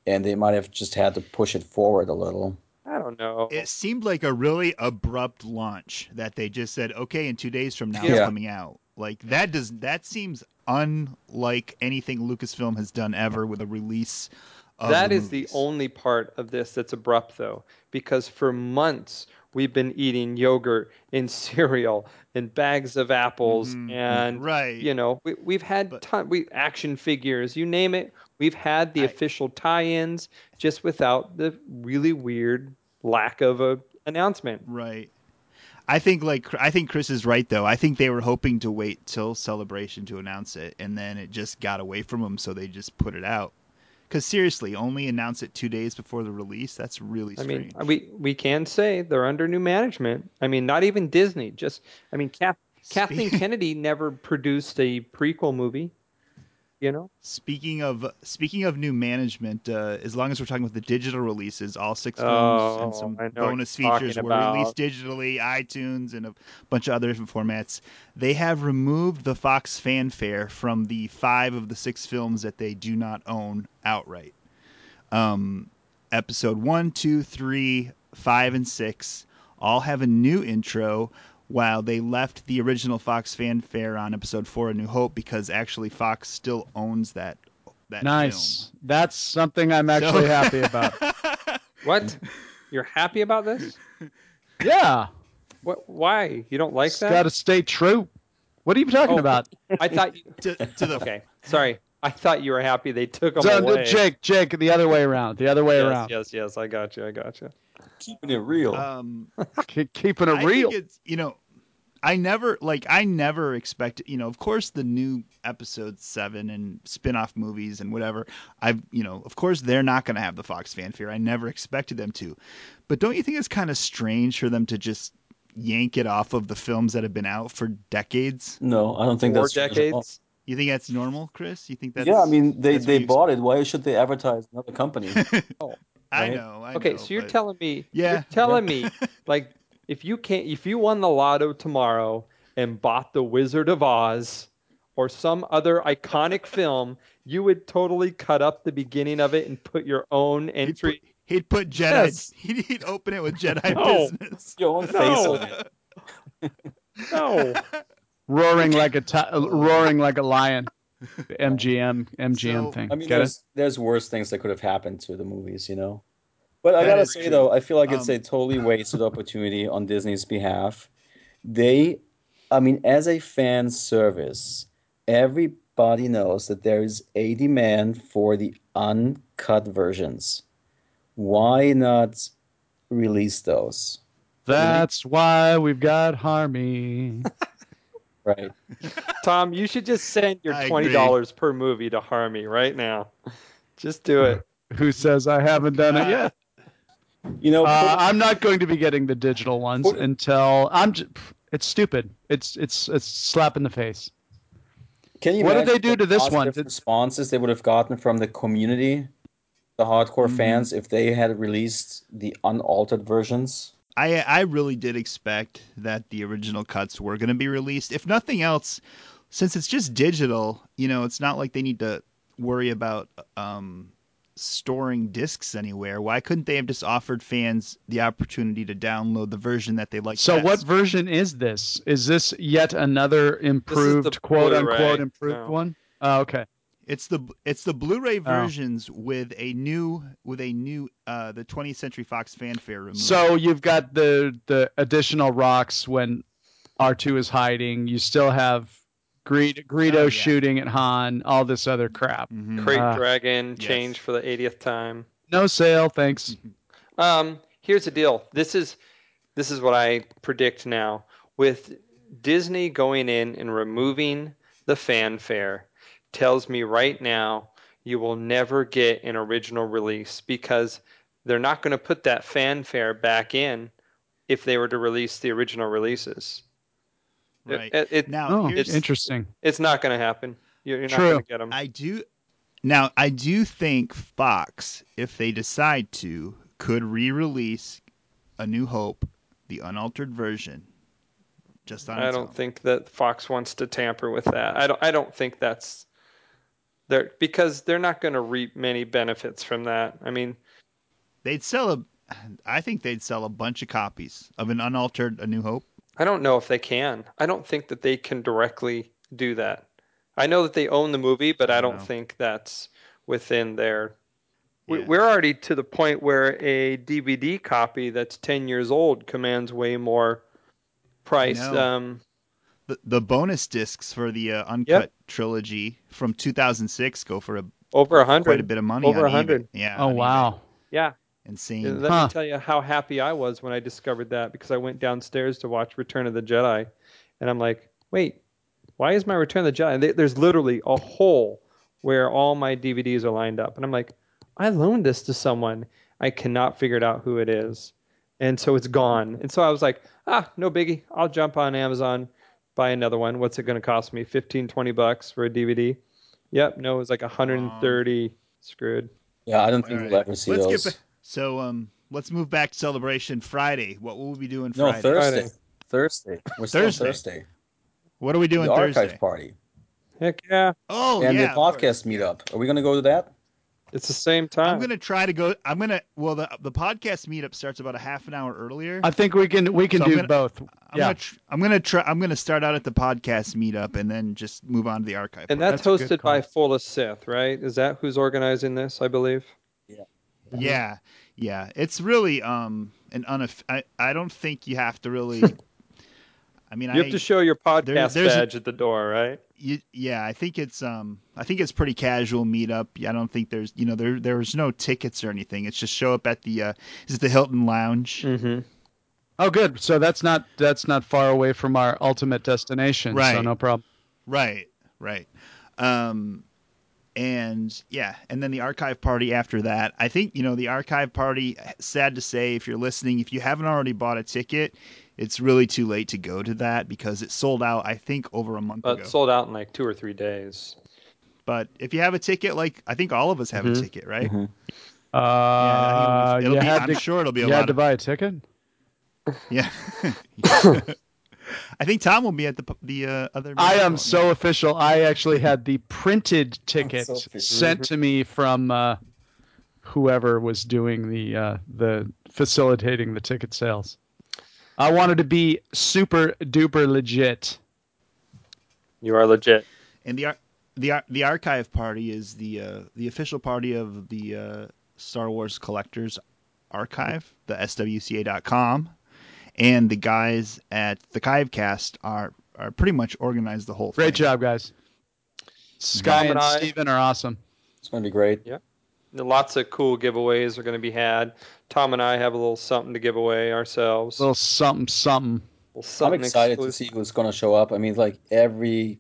Speaker 5: and they might have just had to push it forward a little.
Speaker 4: I don't know.
Speaker 2: It seemed like a really abrupt launch that they just said, "Okay, in two days from now, it's
Speaker 5: Yeah.
Speaker 2: coming out." Like that does that seems unlike anything Lucasfilm has done ever with a release. Of
Speaker 4: That
Speaker 2: the
Speaker 4: is the
Speaker 2: movies.
Speaker 4: only part of this that's abrupt, though, because for months we've been eating yogurt and cereal and bags of apples
Speaker 2: Mhm.
Speaker 4: and
Speaker 2: right.
Speaker 4: you know we, we've had
Speaker 2: But-
Speaker 4: ton, we action figures you name it we've had the
Speaker 2: I-
Speaker 4: official tie-ins just without the really weird lack of a announcement
Speaker 2: Right. I think like I think Chris is right though. I think they were hoping to wait till celebration to announce it, and then it just got away from them, so they just put it out. Because seriously, only announce it two days before the release. That's really
Speaker 4: i mean
Speaker 2: strange.
Speaker 4: we we can say they're under new management i mean not even disney just i mean Kath, kathleen kennedy never produced a prequel movie you know
Speaker 2: Speaking of speaking of new management, uh, as long as we're talking about the digital releases, all six films and
Speaker 4: Oh,
Speaker 2: some
Speaker 4: I know what
Speaker 2: bonus
Speaker 4: you're talking
Speaker 2: features were
Speaker 4: about.
Speaker 2: released digitally, iTunes, and a bunch of other different formats. They have removed the Fox fanfare from the five of the six films that they do not own outright. Um, episode one, two, three, five, and six all have a new intro while they left the original Fox fanfare on episode four, A New Hope, because actually Fox still owns that. that
Speaker 3: Nice. That's something I'm
Speaker 2: So-
Speaker 3: actually happy about.
Speaker 4: what you're happy about this
Speaker 3: Yeah.
Speaker 4: what why you don't like
Speaker 3: it's
Speaker 4: that
Speaker 3: Got to stay true. What are you talking
Speaker 4: Oh,
Speaker 3: about?
Speaker 4: i thought you
Speaker 2: Film. To, to the
Speaker 4: okay sorry i thought you were happy they took them
Speaker 3: Done to
Speaker 4: away
Speaker 3: Jake, Jake, the other way around. The other way
Speaker 4: yes,
Speaker 3: around.
Speaker 4: yes yes i got you i got you
Speaker 5: Keeping it real.
Speaker 4: Uh,
Speaker 2: um,
Speaker 3: Keep- Keeping it
Speaker 2: I
Speaker 3: real.
Speaker 2: Think it's, you know, I never like I never expected you know of course the new episode 7 and spin-off movies and whatever I've you know of course they're not going to have the Fox fanfare I never expected them to but don't you think it's kind of strange for them to just yank it off of the films that have been out for decades
Speaker 5: No, I don't think
Speaker 4: Four
Speaker 5: that's strange at all.
Speaker 4: decades.
Speaker 2: you think that's normal Chris you think that's
Speaker 5: yeah, I mean they,
Speaker 2: that's what
Speaker 5: they
Speaker 2: you
Speaker 5: bought it. Why should they advertise another company?
Speaker 2: I
Speaker 5: right?
Speaker 2: know I
Speaker 4: Okay,
Speaker 2: know,
Speaker 4: so you're
Speaker 2: but-
Speaker 4: telling me
Speaker 2: Yeah.
Speaker 4: you're telling me like if you can't if you won the lotto tomorrow and bought the Wizard of Oz or some other iconic film, you would totally cut up the beginning of it and put your own
Speaker 2: he'd
Speaker 4: entry.
Speaker 2: put, he'd put Jedi
Speaker 4: Yes.
Speaker 2: he'd, he'd open it with Jedi
Speaker 4: No.
Speaker 2: business
Speaker 5: Your own face
Speaker 4: No.
Speaker 5: on it.
Speaker 4: No.
Speaker 3: roaring like a ti- uh, roaring like a lion. The MGM MGM
Speaker 2: So,
Speaker 3: thing.
Speaker 5: I mean,
Speaker 3: Get it?
Speaker 5: there's there's worse things that could have happened to the movies, you know. But I
Speaker 2: That
Speaker 5: gotta
Speaker 2: is
Speaker 5: say
Speaker 2: true.
Speaker 5: though, I feel like it's
Speaker 2: Um,
Speaker 5: a totally wasted opportunity on Disney's behalf. They, I mean, as a fan service, everybody knows that there is a demand for the uncut versions. Why not release those?
Speaker 3: That's why we've got Harmy.
Speaker 5: Right.
Speaker 4: Tom, you should just send your
Speaker 2: I
Speaker 4: twenty
Speaker 2: agree.
Speaker 4: dollars per movie to Harmy right now. Just do it.
Speaker 3: Who says I haven't done it yet?
Speaker 5: You know,
Speaker 3: Uh, I'm not going to be getting the digital ones
Speaker 5: Put-
Speaker 3: until I'm. J- pff, it's stupid. It's it's it's slap in the face.
Speaker 5: Can you
Speaker 3: What did
Speaker 5: imagine
Speaker 3: they do
Speaker 5: the
Speaker 3: to this
Speaker 5: positive
Speaker 3: one? Did-
Speaker 5: responses they would have gotten from the community, the hardcore
Speaker 3: Mm-hmm.
Speaker 5: fans, if they had released the unaltered versions.
Speaker 2: I I really did expect that the original cuts were going to be released. If nothing else, since it's just digital, you know, it's not like they need to worry about um, storing discs anywhere. Why couldn't they have just offered fans the opportunity to download the version that they like?
Speaker 3: so
Speaker 2: best?
Speaker 3: what version is this? Is this yet another improved quote
Speaker 4: Blu-ray.
Speaker 3: unquote improved
Speaker 4: No.
Speaker 3: one? Oh, okay.
Speaker 2: It's the it's the Blu-ray
Speaker 3: Oh.
Speaker 2: versions with a new with a new uh, the 20th Century Fox fanfare removed.
Speaker 3: So you've got the the additional rocks when R2 is hiding. You still have Greed, Greedo
Speaker 2: Oh, yeah.
Speaker 3: shooting at Han. All this other crap.
Speaker 2: Mhm.
Speaker 4: Crate
Speaker 3: Ah.
Speaker 4: Dragon
Speaker 2: Yes.
Speaker 4: change for the 80th time.
Speaker 3: No sale, thanks.
Speaker 4: Um, here's the deal. This is this is what I predict now with Disney going in and removing the fanfare tells me right now you will never get an original release because they're not going to put that fanfare back in if they were to release the original releases. It-
Speaker 2: right
Speaker 4: It, it-
Speaker 2: now,
Speaker 3: Oh,
Speaker 2: Hmm. here's,
Speaker 4: it's-
Speaker 3: interesting.
Speaker 4: it's not going to happen. You're, you're not
Speaker 3: True.
Speaker 4: going to get them.
Speaker 2: I do now. I do think Fox, if they decide to, could re-release A New Hope, the unaltered version, just on
Speaker 4: I
Speaker 2: its
Speaker 4: don't
Speaker 2: own.
Speaker 4: think that Fox wants to tamper with that. I don't. I don't think that's there because they're not going to reap many benefits from that. I mean,
Speaker 2: They'd sell a. I think they'd sell a bunch of copies of an unaltered A New Hope.
Speaker 4: I don't know if they can. I don't think that they can directly do that. I know that they own the movie, but I don't
Speaker 2: No.
Speaker 4: think that's within their. We
Speaker 2: Yeah.
Speaker 4: We're already to the point where a DVD copy that's ten years old commands way more price.
Speaker 2: know.
Speaker 4: Um,
Speaker 2: The, the bonus discs for the uh, uncut trilogy from 2006 go for a,
Speaker 4: over a hundred.
Speaker 2: quite a bit of money.
Speaker 4: Over
Speaker 2: on
Speaker 4: a hundred.
Speaker 2: eBay. Yeah.
Speaker 3: Oh
Speaker 2: on eBay.
Speaker 3: wow.
Speaker 4: Yeah.
Speaker 2: Insane.
Speaker 4: Let
Speaker 3: Huh.
Speaker 4: me tell you how happy I was when I discovered that because I went downstairs to watch Return of the Jedi, and I'm like, wait, why is my Return of the Jedi? there- There's literally a hole where all my DVDs are lined up, and I'm like, I loaned this to someone. I cannot figure it out who it is, and so it's gone. And so I was like, ah, no biggie. I'll jump on Amazon, buy another one. What's it going to cost me? 15, 20 bucks for a DVD? Yep. No, it was like 130. Screwed.
Speaker 5: Yeah, I don't think
Speaker 2: All
Speaker 5: we'll
Speaker 2: right.
Speaker 5: ever see
Speaker 2: Let's get
Speaker 5: those.
Speaker 2: ba- so um, let's move back to celebration Friday. What will we be doing
Speaker 5: no,
Speaker 2: Friday?
Speaker 5: Thursday.
Speaker 4: Friday.
Speaker 5: Thursday. We're still
Speaker 2: Thursday.
Speaker 5: Thursday. Thursday.
Speaker 2: What are we doing
Speaker 5: the archive
Speaker 2: Thursday?
Speaker 5: party
Speaker 4: Heck yeah.
Speaker 2: Oh
Speaker 5: and
Speaker 2: yeah,
Speaker 5: the
Speaker 2: of course.
Speaker 5: podcast meetup. Are we gonna go to that?
Speaker 4: It's the same time.
Speaker 2: I'm gonna try to go. I'm gonna. Well, the the podcast meetup starts about a half an hour earlier.
Speaker 3: I think we can we can
Speaker 2: So I'm
Speaker 3: do
Speaker 2: gonna-
Speaker 3: both.
Speaker 2: I'm
Speaker 3: Uh, yeah.
Speaker 2: gonna. Tr- I'm gonna try. I'm gonna start out at the podcast meetup and then just move on to the archive.
Speaker 4: And
Speaker 2: part.
Speaker 4: that's,
Speaker 3: That's a good
Speaker 4: hosted by Fulla Sith, right? Is that who's organizing this? I believe.
Speaker 2: yeah, yeah. It's really um an unoff. I I don't think you have to really. I mean,
Speaker 4: you
Speaker 2: I
Speaker 4: have to show your podcast
Speaker 2: there's a-
Speaker 4: badge at the door, right?
Speaker 2: you, yeah, I think it's um I think it's pretty casual meetup. I don't think there's you know there there's no tickets or anything. It's just show up at the uh, is it the Hilton Lounge?
Speaker 4: Mm-hmm.
Speaker 3: Oh, good. So that's not that's not far away from our ultimate destination. So
Speaker 2: Right.
Speaker 3: no problem.
Speaker 2: Right, right. Um, and yeah, and then the archive party after that. I think, you know, the archive party, sad to say, if you're listening, if you haven't already bought a ticket, it's really too late to go to that because it sold out, I think, over a month
Speaker 4: but
Speaker 2: ago.
Speaker 4: sold out in like two or three days.
Speaker 2: but if you have a ticket, like I think all of us have
Speaker 3: Mm-hmm.
Speaker 2: a ticket, right?
Speaker 5: Mhm.
Speaker 2: Yeah,
Speaker 3: Uh,
Speaker 2: it'll
Speaker 3: you
Speaker 2: be,
Speaker 3: had
Speaker 2: I'm
Speaker 3: to,
Speaker 2: sure it'll be a
Speaker 3: you had
Speaker 2: lot
Speaker 3: to
Speaker 2: of
Speaker 3: buy a ticket.
Speaker 2: yeah. I think Tom will be at the p- the uh, other.
Speaker 3: I am
Speaker 2: meeting.
Speaker 3: so official. I actually had the printed ticket
Speaker 5: so official.
Speaker 3: sent to me from uh, whoever was doing the uh, the facilitating the ticket sales. I wanted to be super duper legit.
Speaker 4: You are legit.
Speaker 2: and the ar- the ar- the archive party is the uh, the official party of the uh, Star Wars collectors archive, the SWCA.com, and the guys at the Kivecast are are pretty much organized the whole
Speaker 3: Great
Speaker 2: thing.
Speaker 3: job, guys. Sky
Speaker 4: Tom
Speaker 3: and
Speaker 4: and I-
Speaker 3: Steven are awesome.
Speaker 5: It's going to be great.
Speaker 4: Lots of cool giveaways are going to be had. Tom and I have a little something to give away ourselves.
Speaker 3: little something something.
Speaker 4: Little something
Speaker 5: I'm excited
Speaker 4: exclusive.
Speaker 5: to see who's going to show up. I mean, like every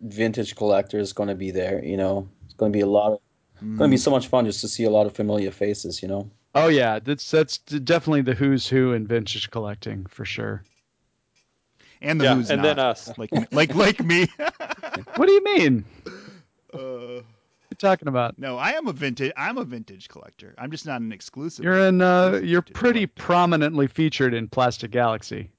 Speaker 5: vintage collector is going to be there. You know, it's going to be a lot. Of,
Speaker 2: Mm.
Speaker 5: Going to be so much fun just to see a lot of familiar faces. You know,
Speaker 3: Oh yeah, that's that's definitely the who's who in vintage collecting for sure.
Speaker 2: and the
Speaker 4: Yeah,
Speaker 2: who's
Speaker 4: and
Speaker 2: not
Speaker 4: then uh, us.
Speaker 2: like like like me.
Speaker 3: What do you mean?
Speaker 2: Uh,
Speaker 3: You're talking about
Speaker 2: no, I am a vintage. I'm a vintage collector. I'm just not an exclusive.
Speaker 3: You're in. Uh,
Speaker 2: Yes,
Speaker 3: you're
Speaker 2: dude,
Speaker 3: pretty
Speaker 2: like-
Speaker 3: prominently featured in Plastic Galaxy.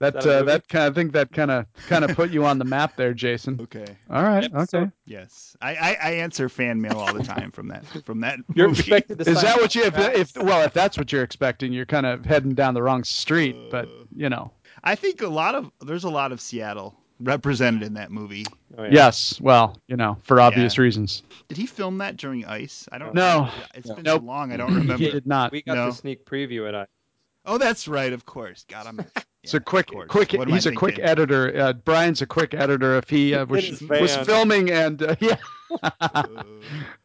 Speaker 3: That
Speaker 4: Is that a
Speaker 3: uh,
Speaker 4: movie?
Speaker 3: that kind. I think that kind of kind of put you on the map there, Jason.
Speaker 2: Okay.
Speaker 3: All right.
Speaker 4: Yep, so-
Speaker 3: Okay.
Speaker 2: Yes, I, I, I answer fan mail all the time from that from that.
Speaker 4: You're
Speaker 2: movie.
Speaker 4: expected to
Speaker 3: Is
Speaker 4: sign
Speaker 3: that what you? If,
Speaker 4: contracts.
Speaker 3: if well, if that's what you're expecting, you're kind of heading down the wrong street.
Speaker 2: Uh,
Speaker 3: But you know.
Speaker 2: I think a lot of there's a lot of Seattle represented in that movie.
Speaker 4: Oh,
Speaker 3: Yes. Well, you know, for obvious reasons.
Speaker 2: Did he film that during ice? I don't
Speaker 3: No.
Speaker 2: It's
Speaker 5: No.
Speaker 2: been
Speaker 3: Nope.
Speaker 2: so long I don't
Speaker 3: He
Speaker 2: remember.
Speaker 3: did not.
Speaker 4: We got
Speaker 2: No.
Speaker 4: the sneak preview at uh, I.
Speaker 2: oh, that's right, of course. God, I'm
Speaker 3: It's a
Speaker 2: yeah,
Speaker 3: quick,
Speaker 2: of course.
Speaker 3: quick.
Speaker 2: What am
Speaker 3: He's
Speaker 2: I
Speaker 3: a quick
Speaker 2: thinking?
Speaker 3: editor. Uh, Brian's a quick editor. If he uh, was,
Speaker 4: is,
Speaker 3: was
Speaker 4: man.
Speaker 3: filming and uh, yeah,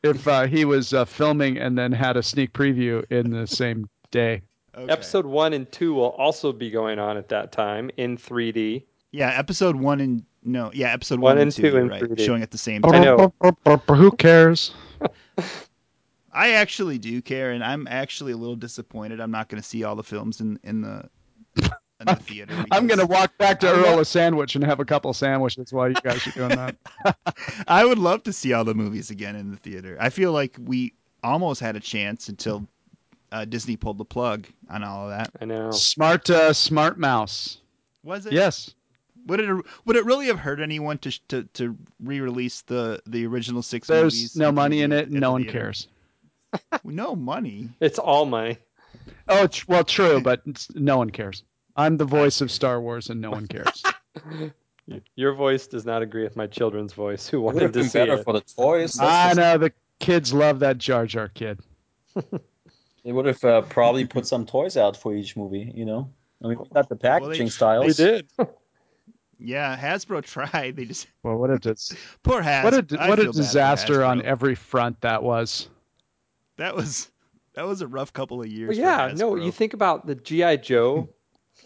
Speaker 3: if uh, he was uh, filming and then had a sneak preview in the same day.
Speaker 2: Uh, okay.
Speaker 4: Episode one and two will also be going on at that time in 3D.
Speaker 2: Yeah, episode one and no, yeah, episode
Speaker 4: One
Speaker 2: one,
Speaker 4: and two
Speaker 2: you're
Speaker 4: in
Speaker 2: right,
Speaker 4: 3D.
Speaker 2: showing at the same
Speaker 3: Oh.
Speaker 4: I
Speaker 2: time.
Speaker 4: know.
Speaker 3: Who cares?
Speaker 2: I actually do care, and I'm actually a little disappointed. I'm not going to see all the films in in the in the theater.
Speaker 3: I'm
Speaker 2: because-
Speaker 3: gonna walk back to
Speaker 2: I'm
Speaker 3: Earl
Speaker 2: not-
Speaker 3: a sandwich and have a couple sandwiches while you guys are doing that.
Speaker 2: I would love to see all the movies again in the theater. I feel like we almost had a chance until uh, Disney pulled the plug on all of that.
Speaker 4: I know.
Speaker 3: Smart, uh, smart mouse.
Speaker 2: Was it?
Speaker 3: Yes.
Speaker 2: Would it would it really have hurt anyone to sh- to, to re-release the the original six movies?
Speaker 3: There's no
Speaker 2: in
Speaker 3: money in
Speaker 2: 3D
Speaker 3: it.
Speaker 2: at
Speaker 3: and
Speaker 2: the
Speaker 3: No one
Speaker 2: theater?
Speaker 3: cares.
Speaker 2: No money.
Speaker 4: It's all my.
Speaker 3: Oh, tr- well, true, but it's- no one cares. I'm the voice of Star Wars, and no one cares.
Speaker 4: Your voice does not agree with my children's voice who
Speaker 5: would have
Speaker 4: wanted to
Speaker 5: been
Speaker 4: see
Speaker 5: better
Speaker 4: it.
Speaker 5: for the toys.
Speaker 3: I know the kids love that Jar Jar kid.
Speaker 5: They would have uh, probably put some toys out for each movie. You know, I mean, we got the
Speaker 2: Well, they-
Speaker 5: packaging styles.
Speaker 4: did.
Speaker 2: Yeah, Hasbro tried. They just
Speaker 3: Well, what a dis-
Speaker 2: poor Has.
Speaker 3: what a di-
Speaker 2: I
Speaker 3: what a
Speaker 2: feel bad for
Speaker 3: disaster on
Speaker 2: Hasbro.
Speaker 3: every front that was.
Speaker 2: That was that was a rough couple of years.
Speaker 4: Well,
Speaker 2: for
Speaker 4: yeah, no,
Speaker 2: Hasbro.
Speaker 4: you think about the G.I. Joe,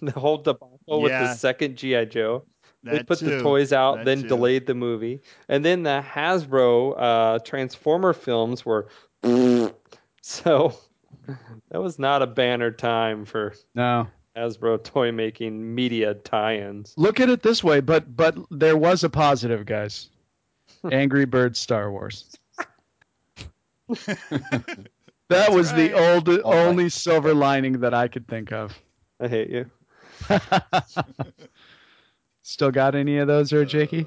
Speaker 4: the whole debacle with
Speaker 2: Yeah.
Speaker 4: the second G.I. Joe. They
Speaker 2: That
Speaker 4: put the
Speaker 2: too.
Speaker 4: toys out,
Speaker 2: That
Speaker 4: then
Speaker 2: too.
Speaker 4: delayed the movie. And then the Hasbro uh, Transformer films were. so that was not a banner time for
Speaker 3: No.
Speaker 4: Hasbro toy making media tie ins.
Speaker 3: Look at it this way, but but there was a positive, guys. Angry Birds Star Wars. That was the old
Speaker 5: Oh my
Speaker 3: only silver lining that I could think of.
Speaker 4: I hate you.
Speaker 3: Still got any of those there, Jakey?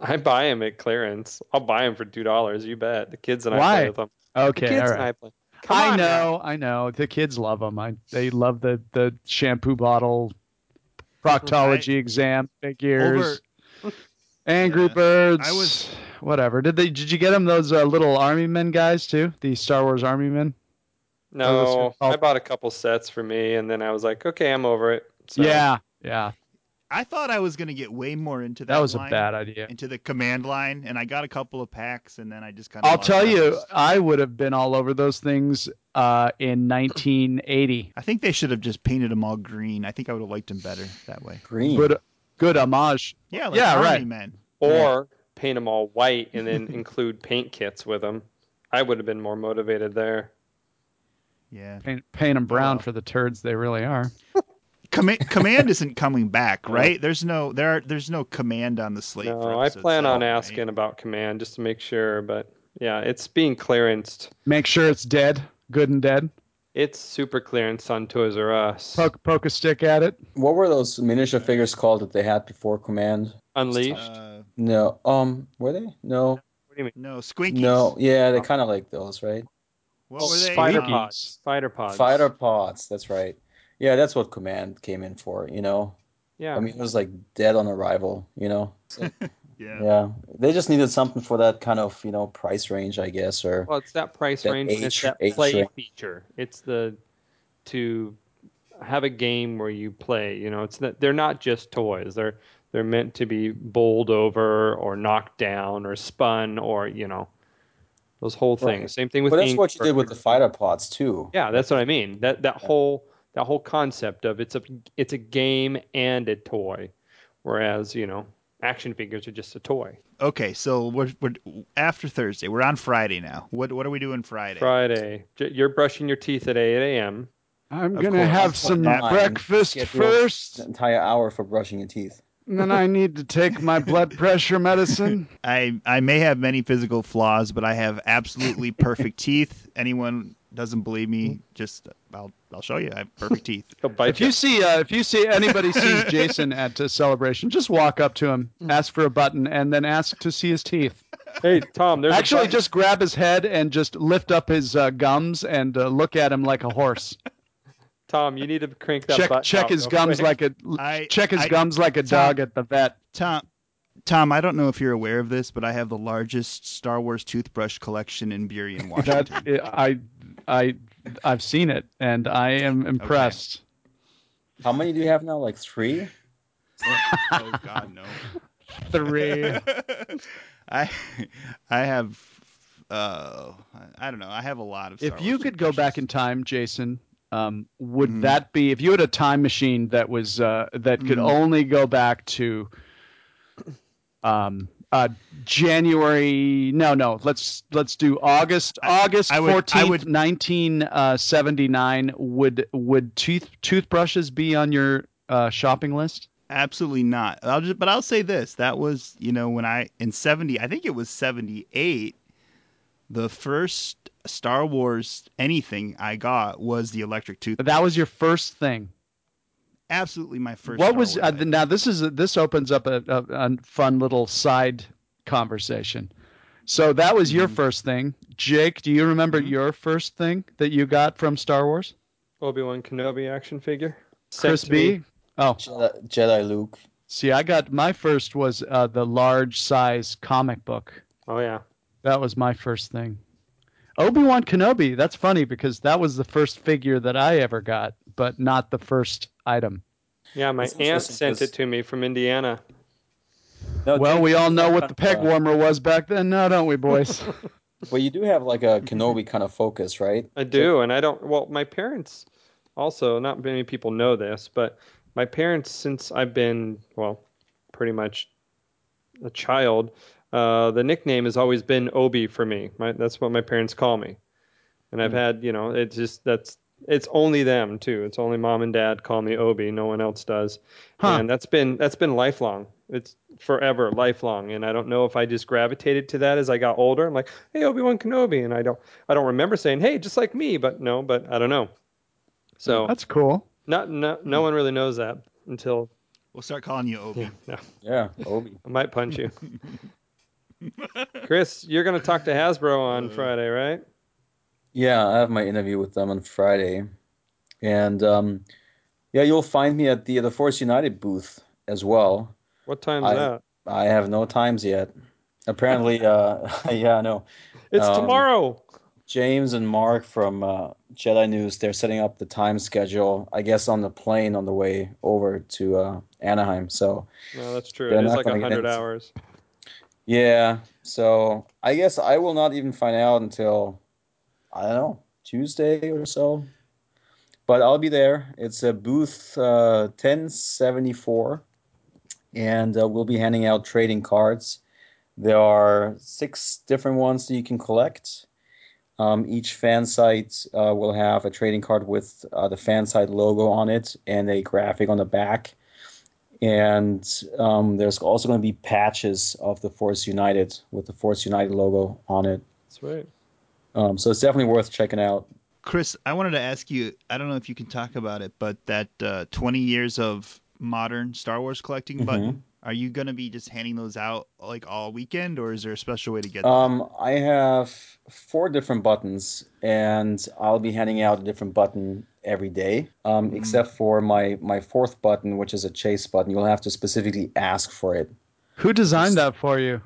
Speaker 4: I buy them at clearance. I'll buy them for $2. You bet. The kids and I
Speaker 3: Why?
Speaker 4: play with them.
Speaker 2: Uh,
Speaker 4: The
Speaker 3: Okay,
Speaker 4: kids
Speaker 3: all
Speaker 4: and I
Speaker 3: right.
Speaker 4: play. Come
Speaker 3: I
Speaker 4: on now.
Speaker 3: know, I know. The kids love them. I they love the the shampoo bottle, proctology exam figures,
Speaker 2: Over-
Speaker 3: Angry
Speaker 2: Yeah.
Speaker 3: Birds.
Speaker 2: I was-
Speaker 3: whatever. Did they? Did you get them those uh, little army men guys too? The Star Wars army men. Oh, that's your
Speaker 4: No,
Speaker 3: fault.
Speaker 4: I bought a couple sets for me, and then I was like, okay, I'm over it. So
Speaker 3: Yeah, yeah.
Speaker 2: I thought I was going to get way more into that.
Speaker 3: That was a
Speaker 2: line,
Speaker 3: bad idea.
Speaker 2: Into the command line, and I got a couple of packs, and then I just kind of.
Speaker 3: I'll tell you, I would have been all over those things uh, in 1980.
Speaker 2: I think they should have just painted them all green. I think I would have liked them better that way.
Speaker 5: Green.
Speaker 3: Good, good homage.
Speaker 2: Yeah, like
Speaker 3: Yeah,
Speaker 2: Army
Speaker 3: right.
Speaker 2: Men.
Speaker 4: Or paint them all white and then include paint kits with them. I would have been more motivated there.
Speaker 2: Yeah,
Speaker 3: Paint, paint them brown
Speaker 2: Wow.
Speaker 3: for the turds they really are.
Speaker 2: Com- command isn't coming back, right? There's no there. Are, there's no command on the slate. for
Speaker 4: No, I
Speaker 2: episode
Speaker 4: plan
Speaker 2: seven,
Speaker 4: on
Speaker 2: right?
Speaker 4: asking about command just to make sure, but yeah, it's being clearanced.
Speaker 3: Make sure it's dead, good and dead.
Speaker 4: It's super clearance on Toys R Us.
Speaker 3: Poke, poke a stick at it.
Speaker 5: What were those miniature figures called that they had before Command?
Speaker 4: Unleashed.
Speaker 2: Uh,
Speaker 5: No. Um. Were they? No.
Speaker 2: no, Squinkies.
Speaker 5: No. Yeah, they kind of like those, right?
Speaker 2: what were they?
Speaker 4: Spider
Speaker 2: Um,
Speaker 4: pods. Spider pods.
Speaker 5: Fighter pods. That's right. Yeah, that's what Command came in for. You know.
Speaker 4: Yeah.
Speaker 5: I mean, it was like dead on arrival. You know.
Speaker 2: Yeah.
Speaker 5: Yeah. They just needed something for that kind of you know price range, I guess, or
Speaker 4: well, it's that price
Speaker 5: that
Speaker 4: range. and it's
Speaker 5: age-
Speaker 4: that
Speaker 5: age
Speaker 4: play
Speaker 5: range.
Speaker 4: feature. It's the to have a game where you play. You know, it's that they're not just toys. They're they're meant to be bowled over or knocked down or spun or you know those whole
Speaker 5: Right.
Speaker 4: things. Same thing with.
Speaker 5: but that's
Speaker 4: Angry
Speaker 5: what you did with
Speaker 4: Birds.
Speaker 5: the fighter pods too.
Speaker 4: Yeah, that's what I mean. That that whole that whole concept of it's a it's a game and a toy, whereas you know action figures are just a toy.
Speaker 2: Okay, so we're, we're after Thursday. We're on Friday now. What what are we doing Friday?
Speaker 4: Friday, J- you're brushing your teeth at 8 a.m.
Speaker 3: I'm
Speaker 2: Of
Speaker 3: going to
Speaker 2: course.
Speaker 3: have
Speaker 5: That's
Speaker 3: some
Speaker 5: what mine
Speaker 3: breakfast
Speaker 5: scheduled
Speaker 3: first,
Speaker 5: An entire hour for brushing your teeth.
Speaker 3: and then I need to take my blood pressure medicine.
Speaker 2: I I may have many physical flaws, but I have absolutely perfect teeth. Anyone doesn't believe me, just I'll I'll show you. I have perfect teeth.
Speaker 4: He'll bite
Speaker 3: If you
Speaker 4: you.
Speaker 3: see, uh, if you see anybody sees Jason at a celebration, just walk up to him,
Speaker 2: Mm.
Speaker 3: ask for a button, and then ask to see his teeth.
Speaker 4: Hey Tom, there's a
Speaker 3: Actually,
Speaker 4: button.
Speaker 3: just grab his head and just lift up his uh, gums and uh, look at him like a horse.
Speaker 4: Tom, you need to crank that
Speaker 3: check
Speaker 4: button Oh,
Speaker 3: check
Speaker 4: out
Speaker 3: his
Speaker 4: real
Speaker 3: gums
Speaker 4: quick.
Speaker 3: like a
Speaker 2: I-
Speaker 3: check his
Speaker 2: I-
Speaker 3: gums like a dog at the vet.
Speaker 2: Tom Tom, I don't know if you're aware of this, but I have the largest Star Wars toothbrush collection in Burien,
Speaker 3: That
Speaker 2: Washington.
Speaker 3: I I I've seen it and I am impressed.
Speaker 5: How many do you have now? Like three.
Speaker 2: oh God, no.
Speaker 3: Three.
Speaker 2: I I have uh I don't know. I have a lot of. Star
Speaker 3: if you
Speaker 2: Wars
Speaker 3: could go back
Speaker 2: toothbrushes.
Speaker 3: in time, Jason, um, would
Speaker 2: Mm.
Speaker 3: that be if you had a time machine that was uh, that could
Speaker 2: Mm.
Speaker 3: only go back to um, uh, January? No, no. Let's let's do August
Speaker 2: I-
Speaker 3: August
Speaker 2: I would- I
Speaker 3: fourteenth,
Speaker 2: would-
Speaker 3: nineteen seventy nine. Would would tooth toothbrushes be on your uh, shopping list?
Speaker 2: Absolutely not. I'll just, but I'll say this: that was, you know, when I in seventy, I think it was seventy eight. The first Star Wars anything I got was the electric tooth.
Speaker 3: That was your first thing.
Speaker 2: Absolutely my first.
Speaker 3: what
Speaker 2: Star
Speaker 3: was
Speaker 2: Wars
Speaker 3: uh,
Speaker 2: item.
Speaker 3: now this is this opens up a, a, a fun little side conversation so that was your
Speaker 2: Mhm.
Speaker 3: first thing jake do you remember
Speaker 2: Mhm.
Speaker 3: your first thing that you got from star wars
Speaker 4: Obi-Wan Kenobi action figure. Sent
Speaker 3: chris
Speaker 4: to me.
Speaker 3: b oh
Speaker 5: Jedi, Jedi Luke.
Speaker 3: see i got my first was uh, the large size comic book
Speaker 4: Oh yeah.
Speaker 3: that was my first thing obi-wan kenobi that's funny because that was the first figure that i ever got but not the first item
Speaker 4: Yeah, my
Speaker 5: It's
Speaker 4: aunt
Speaker 5: interesting
Speaker 4: sent
Speaker 5: 'cause-
Speaker 4: it to me from Indiana.
Speaker 5: No,
Speaker 3: well we all know what the
Speaker 5: Oh, Uh,
Speaker 3: peg warmer was back then now don't we boys
Speaker 5: But you do have like a Kenobi kind of focus, right?
Speaker 4: I do, and I don't. Well, my parents also. Not many people know this, but my parents, since I've been well, pretty much a child, uh, the nickname has always been Obi for me. My, that's what my parents call me, and I've
Speaker 5: Hmm.
Speaker 4: had you know, it's just that's it's only them too. It's only mom and dad call me Obi. No one else does,
Speaker 3: Huh.
Speaker 4: and that's been that's been lifelong. It's forever lifelong, and I don't know if I just gravitated to that as I got older. I'm like, hey, Obi Wan Kenobi, and I don't. I don't remember saying, "Hey, just like me," but no, but I don't know. So
Speaker 3: that's cool
Speaker 4: not no, no one really knows that until
Speaker 2: We'll start calling you Obi.
Speaker 4: yeah, no,
Speaker 5: Yeah, Obi.
Speaker 4: I might punch you. Chris, you're going to talk to Hasbro on Friday, right?
Speaker 5: Yeah, I have my interview with them on Friday, and um, yeah, you'll find me at the the Force United booth as well.
Speaker 4: What time's
Speaker 5: I-
Speaker 4: that?
Speaker 5: I have no times yet. Apparently, uh, yeah, no.
Speaker 4: It's
Speaker 5: um,
Speaker 4: tomorrow.
Speaker 5: James and Mark from uh, Jedi News, they're setting up the time schedule, I guess, on the plane on the way over to uh, Anaheim. So,
Speaker 4: No, that's true.
Speaker 5: They're
Speaker 4: it is
Speaker 5: not
Speaker 4: like
Speaker 5: gonna get
Speaker 4: 100
Speaker 5: it.
Speaker 4: hours.
Speaker 5: yeah. So, I guess I will not even find out until, I don't know, Tuesday or so. But I'll be there. It's a booth uh, 1074, and uh, we'll be handing out trading cards. There are six different ones that you can collect. Um, each fan site uh, will have a trading card with uh, the fan site logo on it and a graphic on the back. And um, there's also going to be patches of the Force United with the Force United logo on it.
Speaker 4: That's right.
Speaker 5: Um, so it's definitely worth checking out.
Speaker 2: Chris, I wanted to ask you. I don't know if you can talk about it, but that uh, 20 years of modern Star Wars collecting
Speaker 4: Mm-hmm.
Speaker 5: Mhm.
Speaker 2: button. Are you going to be just handing those out like all weekend, or is there a special way to
Speaker 4: Uh,
Speaker 2: get?
Speaker 5: Um, I have four different buttons, and I'll be handing out a different button every day, um,
Speaker 3: Mm-hmm.
Speaker 2: Mhm.
Speaker 5: except for my, my fourth button, which is a chase button. You'll have to specifically ask for it.
Speaker 3: Who designed that for you?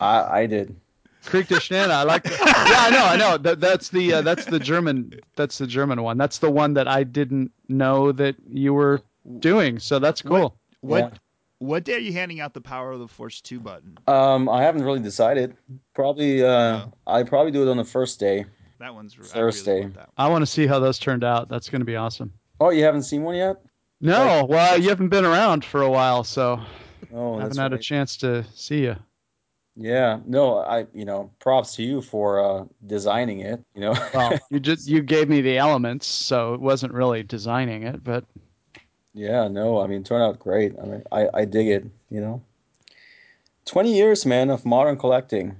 Speaker 5: I, I did.
Speaker 3: Krieg der Schneider. I like. yeah, I know, I know. That, that's the uh, that's the German that's the German one. That's the one that I didn't know that you were doing. So that's cool.
Speaker 2: What
Speaker 5: Yeah.
Speaker 2: What day are you handing out the Power of the Force two button?
Speaker 5: Um, I haven't really decided. Probably, uh,
Speaker 2: Oh.
Speaker 5: I probably do it on the first day.
Speaker 2: That one's I really
Speaker 5: Thursday.
Speaker 2: want that one.
Speaker 3: I want to see how those turned out. That's going to be awesome.
Speaker 5: Oh, you haven't seen one yet?
Speaker 3: No, well, you haven't been around for a while, so
Speaker 5: Oh,
Speaker 3: I
Speaker 5: that's
Speaker 3: haven't had a
Speaker 5: right.
Speaker 3: chance to see you.
Speaker 5: Yeah, no, I, you know, props to you for uh, designing it. You know,
Speaker 3: Well, you just you gave me the elements, so it wasn't really designing it, but
Speaker 5: yeah, no, I mean, it turned out great. I mean, I, I dig it. You know, twenty years, man, of modern collecting.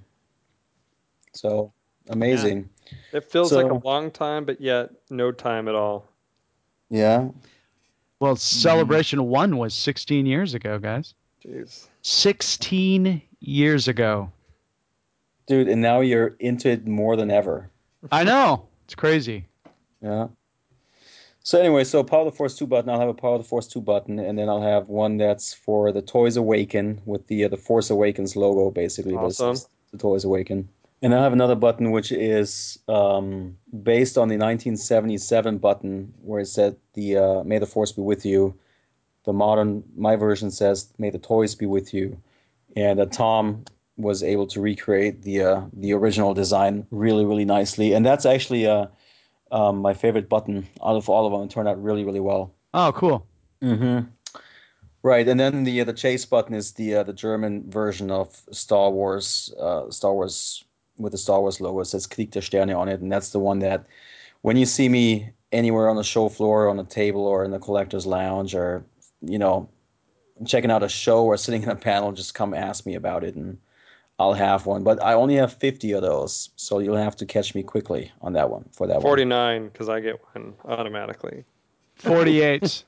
Speaker 5: So amazing.
Speaker 4: It feels like
Speaker 5: So-
Speaker 4: a long time, but yet no time at all.
Speaker 5: Yeah.
Speaker 3: well,
Speaker 5: Mm.
Speaker 3: Celebration One was 16 years ago, guys.
Speaker 4: Jeez.
Speaker 3: 16 years ago.
Speaker 5: dude, and now you're into it more than ever.
Speaker 3: I know it's crazy.
Speaker 5: Yeah. So anyway, so Power of the Force two button. I'll have a Power of the Force two button, and then I'll have one that's for the Toys Awaken with the uh, the Force Awakens logo, basically. but it's
Speaker 4: Awesome.
Speaker 5: just The Toys Awaken, and I'll have another button which is um, based on the 1977 button where it said the uh, May the Force be with you. The modern my version says May the toys be with you, and uh, Tom was able to recreate the uh, the original design really really nicely, and that's actually uh um, my favorite button out of all of them and turned out really, really well.
Speaker 3: Oh, cool.
Speaker 5: Mm-hmm. Right, and then the uh, the chase button is the uh, the German version of Star Wars, uh, Star Wars with the Star Wars logo. It says "Krieg der Sterne" on it, and that's the one that when you see me anywhere on the show floor, on a table, or in the collector's lounge, or you know, checking out a show or sitting in a panel, just come ask me about it, and I'll have one. But I only have fifty of those, so you'll have to catch me quickly on that one for that one.
Speaker 4: 49, because I get one automatically.
Speaker 3: 48.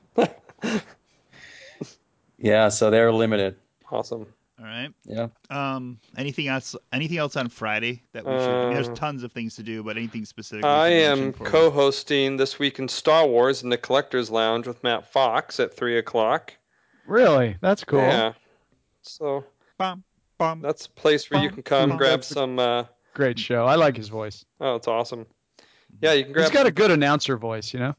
Speaker 5: Yeah, so they're limited.
Speaker 4: Awesome.
Speaker 2: All right.
Speaker 5: Yeah.
Speaker 2: Um. Anything else? Anything else on Friday that we should? I mean,
Speaker 4: Uh,
Speaker 2: there's tons of things to do, but anything specific? we
Speaker 4: I
Speaker 2: should
Speaker 4: am
Speaker 2: mention for-
Speaker 4: co hosting This Week in Star Wars in the Collector's Lounge with Matt Fox at 3 o'clock.
Speaker 3: really? That's cool.
Speaker 4: Yeah. So
Speaker 2: Bum, bum.
Speaker 4: that's a place where you can come
Speaker 2: Bum.
Speaker 4: grab some. Uh,
Speaker 3: Great show. I like his voice.
Speaker 4: oh, it's awesome. Yeah, you can grab.
Speaker 3: He's got a good announcer voice, you know.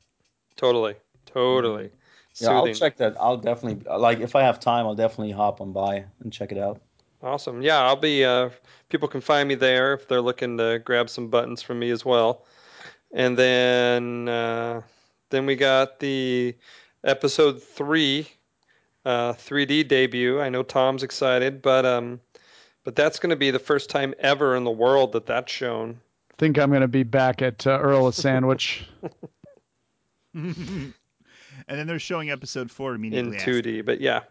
Speaker 4: Totally. Totally.
Speaker 5: Yeah, I'll
Speaker 4: Soothing.
Speaker 5: check that. I'll definitely like if I have time, I'll definitely hop on by and check it out.
Speaker 4: Awesome. Yeah, I'll be. Uh, people can find me there if they're looking to grab some buttons from me as well. And then, uh, then we got the episode three, uh, 3D debut. I know Tom's excited, but um, but that's going to be the first time ever in the world that that's shown.
Speaker 3: Think I'm going to be back at uh, Earl of Sandwich.
Speaker 2: and then they're showing episode four
Speaker 4: in
Speaker 2: immediately. after.
Speaker 4: 2D. But yeah,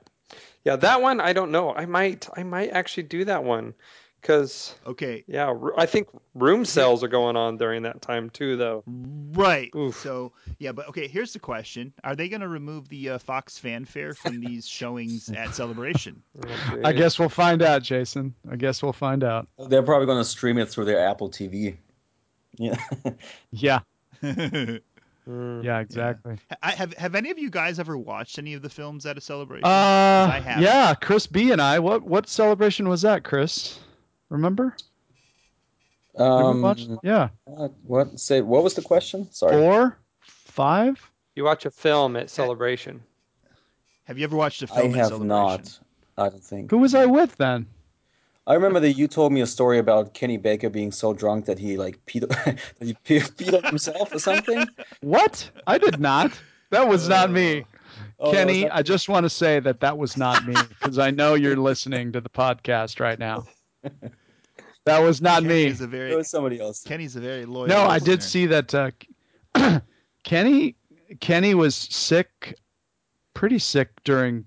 Speaker 4: yeah, that one I don't know. I might, I might actually do that one, because
Speaker 2: Okay.
Speaker 4: yeah, r- I think room sales are going on during that time too, though.
Speaker 2: Right.
Speaker 4: Oof.
Speaker 2: So yeah, but okay. Here's the question: Are they going to remove the uh, Fox fanfare from these showings at Celebration?
Speaker 4: Oh,
Speaker 3: I
Speaker 4: geez.
Speaker 3: guess we'll find out, Jason. I guess we'll find out.
Speaker 5: They're probably going to stream it through their Apple TV. Yeah.
Speaker 3: Yeah.
Speaker 2: I,
Speaker 4: Mm.
Speaker 3: Yeah, exactly.
Speaker 2: have Have any of you guys ever watched any of the films at a Celebration?
Speaker 3: Uh,
Speaker 2: I haven't.
Speaker 3: yeah, Chris B and I. What what celebration was that, Chris? Remember? Did
Speaker 5: Um,
Speaker 3: we watch? Yeah,
Speaker 5: what, what say? What was the question? Sorry.
Speaker 3: four, five.
Speaker 4: You watch a film at Celebration.
Speaker 2: Have you ever watched a
Speaker 5: I
Speaker 2: film? at
Speaker 5: have
Speaker 2: Celebration?
Speaker 5: not. I don't think.
Speaker 3: Who was I with then?
Speaker 5: I remember that you told me a story about Kenny Baker being so drunk that he like peed, that he pe- peed on himself or something.
Speaker 3: What? I did not. That was not me.
Speaker 5: Oh, that was
Speaker 3: Kenny,
Speaker 5: not-
Speaker 3: I just want to say that that was not me because I know you're listening to the podcast right now. That was not
Speaker 2: Kenny
Speaker 3: me.
Speaker 2: is a very
Speaker 5: it was somebody else.
Speaker 2: Kenny's a very loyal.
Speaker 3: No, I did
Speaker 2: listener.
Speaker 3: see that uh, Kenny Kenny was sick, pretty sick during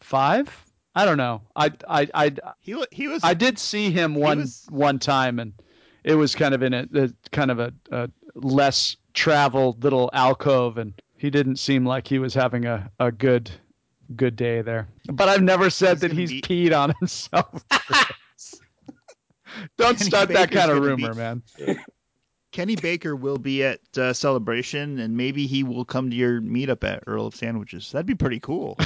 Speaker 3: five. I don't know. I I I,
Speaker 2: He wa- he was
Speaker 3: I did see him one
Speaker 2: was-
Speaker 3: one time, and it was kind of in a, a kind of a, a less traveled little alcove, and he didn't seem like he was having a, a good good day there. But I've never said
Speaker 2: He's
Speaker 3: that
Speaker 2: gonna
Speaker 3: he's
Speaker 2: beat-
Speaker 3: peed on himself. Don't
Speaker 2: Kenny
Speaker 3: start that
Speaker 2: Baker's
Speaker 3: kind of
Speaker 2: gonna
Speaker 3: rumor,
Speaker 2: beat-
Speaker 3: man.
Speaker 2: Kenny Baker will be at uh, Celebration, and maybe he will come to your meetup at Earl of Sandwiches. That'd be pretty cool,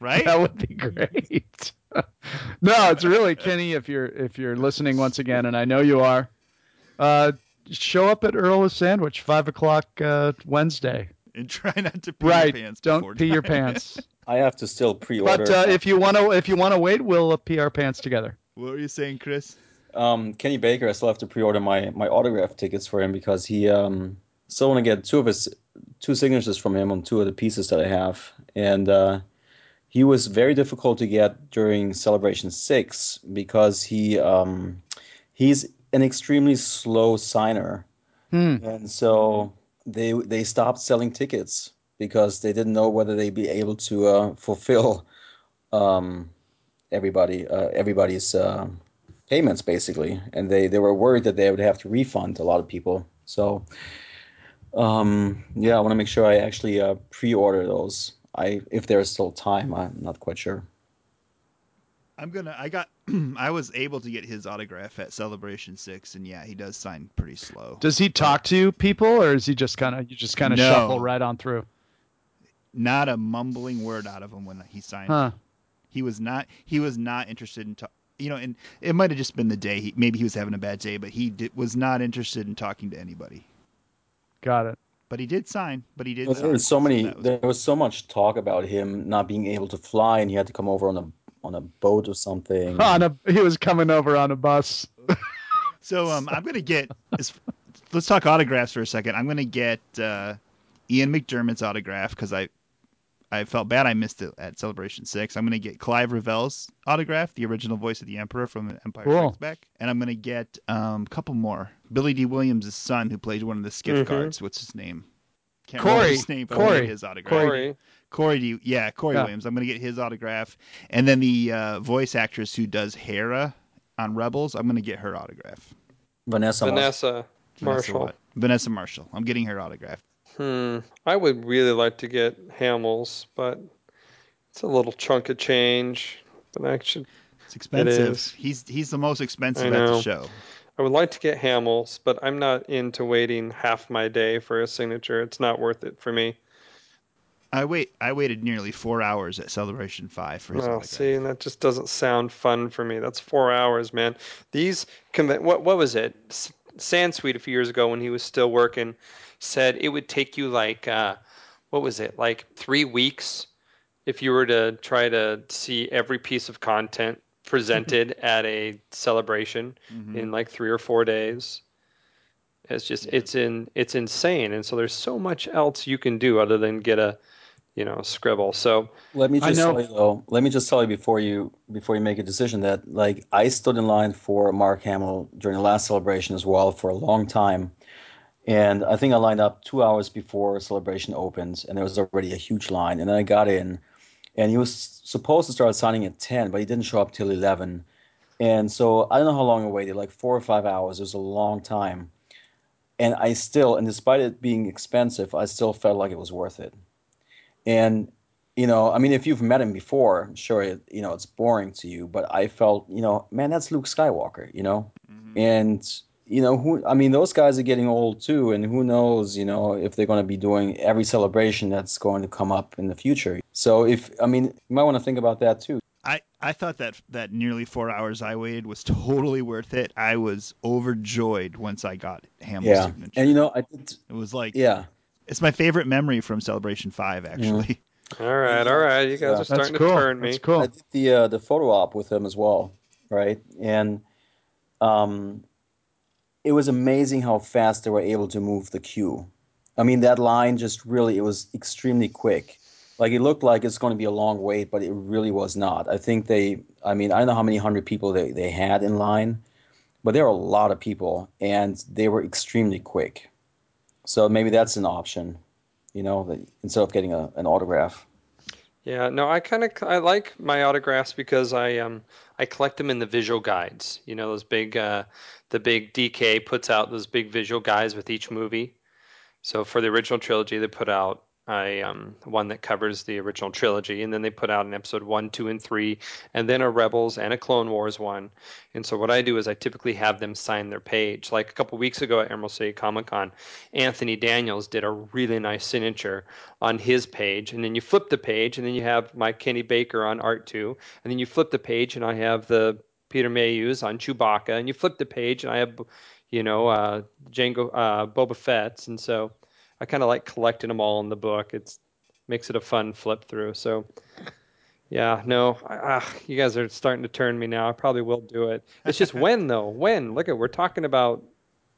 Speaker 2: right?
Speaker 3: That would be great. no, it's really Kenny. If you're if you're listening once again, and I know you are, uh, show up at Earl of Sandwich five o'clock uh, Wednesday.
Speaker 2: and try not to pee
Speaker 3: Right.
Speaker 2: your pants. before
Speaker 3: Don't pee your
Speaker 2: driving.
Speaker 3: pants.
Speaker 5: I have to still pre-order.
Speaker 3: but uh, if you want to if you want to wait, we'll uh, pee our pants together.
Speaker 2: What were you saying, Chris?
Speaker 5: um, Kenny Baker, I still have to pre-order my my autograph tickets for him because he um, still want to get two of his two signatures from him on two of the pieces that I have, and uh, he was very difficult to get during Celebration Six because he um, he's an extremely slow signer,
Speaker 3: Hmm.
Speaker 5: and so they they stopped selling tickets because they didn't know whether they'd be able to uh, fulfill um, everybody uh, everybody's uh, payments basically, and they they were worried that they would have to refund a lot of people. So um, yeah, I want to make sure I actually uh, pre-order those. I if there's still time, I'm not quite sure.
Speaker 2: I'm gonna. I got. I was able to get his autograph at Celebration Six, and yeah, he does sign pretty slow.
Speaker 3: Does he talk to people, or is he just kind of you just kind of
Speaker 2: No.
Speaker 3: shuffle right on through?
Speaker 2: Not a mumbling word out of him when he signed.
Speaker 3: Huh.
Speaker 2: He was not. He was not interested in. Ta- you know, and it might have just been the day. He, maybe he was having a bad day, but he did, was not interested in talking to anybody.
Speaker 3: Got it.
Speaker 2: But he did sign. But he did.
Speaker 5: Well,
Speaker 2: sign.
Speaker 5: there was so many.
Speaker 2: that was-
Speaker 5: there was so much talk about him not being able to fly, and he had to come over on a on a boat or something.
Speaker 3: On a he was coming over on a bus.
Speaker 2: So um, I'm gonna get. As, let's talk autographs for a second. I'm gonna get uh, Ian McDermott's autograph because I, I felt bad I missed it at Celebration Six. I'm gonna get Clive Revel's autograph, the original voice of the Emperor from Empire
Speaker 3: Cool.
Speaker 2: Strikes Back, and I'm gonna get um, a couple more. Billy D. Williams' son, who played one of the skiff
Speaker 4: Mhm.
Speaker 2: cards. What's his name? Can't remember
Speaker 3: Mm-hmm. Corey.
Speaker 2: His name. but
Speaker 3: Corey.
Speaker 2: I'll get His autograph.
Speaker 4: Corey.
Speaker 2: Corey, do you, yeah, Corey
Speaker 3: Yeah.
Speaker 2: Williams. I'm gonna get his autograph, and then the uh, voice actress who does Hera on Rebels. I'm gonna get her autograph.
Speaker 5: Vanessa. Mar-
Speaker 4: Vanessa
Speaker 2: Vanessa
Speaker 4: Marshall.
Speaker 2: Wa- Vanessa Marshall. I'm getting her autograph.
Speaker 4: Hmm. I would really like to get Hamels, but it's a little chunk of change. But I should.
Speaker 2: It's expensive.
Speaker 4: is.
Speaker 2: He's he's the most expensive
Speaker 4: I
Speaker 2: at the
Speaker 4: know.
Speaker 2: show.
Speaker 4: I would like to get Hamels, but I'm not into waiting half my day for a signature. It's not worth it for me.
Speaker 2: I wait. I waited nearly four hours at Celebration Five for his
Speaker 4: Oh,
Speaker 2: autograph.
Speaker 4: see, and that just doesn't sound fun for me. That's four hours, man. These conven- what what was it? S- Sansweet a few years ago when he was still working said it would take you like uh, what was it like three weeks if you were to try to see every piece of content presented at a celebration
Speaker 2: Mhm.
Speaker 4: in like three or four days. It's just it's in it's insane, and so there's so much else you can do other than get a you know scribble. So
Speaker 5: Let me
Speaker 3: I
Speaker 5: just
Speaker 3: know-
Speaker 5: tell you though. Let me just tell you before you before you make a decision that like I stood in line for Mark Hamill during the last celebration as well for a long time, and I think I lined up two hours before celebration opened, and there was already a huge line, and then I got in, and he was supposed to start signing at ten, but he didn't show up till eleven, and so I don't know how long I waited, like four or five hours. It was a long time, and I still, and despite it being expensive, I still felt like it was worth it, and you know, I mean, if you've met him before, sure, it, you know, it's boring to you, but I felt, you know, man, that's Luke Skywalker, you know,
Speaker 2: Mhm.
Speaker 5: and you know who i mean those guys are getting old too and who knows you know if they're going to be doing every celebration that's going to come up in the future so if i mean you might want to think about that too
Speaker 2: I I thought that that nearly four hours I waited was totally worth it. I was overjoyed once I got Hamill's
Speaker 5: yeah,
Speaker 2: signature.
Speaker 5: and you know, I did.
Speaker 2: it was like
Speaker 5: Yeah,
Speaker 2: it's my favorite memory from Celebration Five, actually.
Speaker 4: All right, all right. You guys
Speaker 5: Yeah.
Speaker 4: are
Speaker 3: That's
Speaker 4: starting
Speaker 3: cool.
Speaker 4: to turn me.
Speaker 3: That's cool.
Speaker 5: I did the uh, the photo op with him as well, right? And um, it was amazing how fast they were able to move the queue. I mean, that line just really it was extremely quick. Like it looked like it's going to be a long wait, but it really was not. I think they, I mean, I don't know how many hundred people they, they had in line, but there were a lot of people, and they were extremely quick. So maybe that's an option, you know, that instead of getting a, an autograph.
Speaker 4: Yeah, no, I kind of I like my autographs because I um I collect them in the visual guides. You know those big uh the big DK puts out those big visual guides with each movie. So for the original trilogy, they put out I um one that covers the original trilogy, and then they put out an episode one, two, and three, and then a Rebels and a Clone Wars one. And so what I do is I typically have them sign their page. Like a couple weeks ago at Emerald City Comic Con, Anthony Daniels did a really nice signature on his page, and then you flip the page, and then you have my Kenny Baker on Art Two, and then you flip the page, and I have the Peter Mayhews on Chewbacca, and you flip the page, and I have, you know, uh, Django uh, Boba Fett's, and so I kind of like collecting them all in the book. It's makes it a fun flip through. So. Yeah, no, ah, you guys are starting to turn me now. I probably will do it. It's just when though. When? Look at we're talking about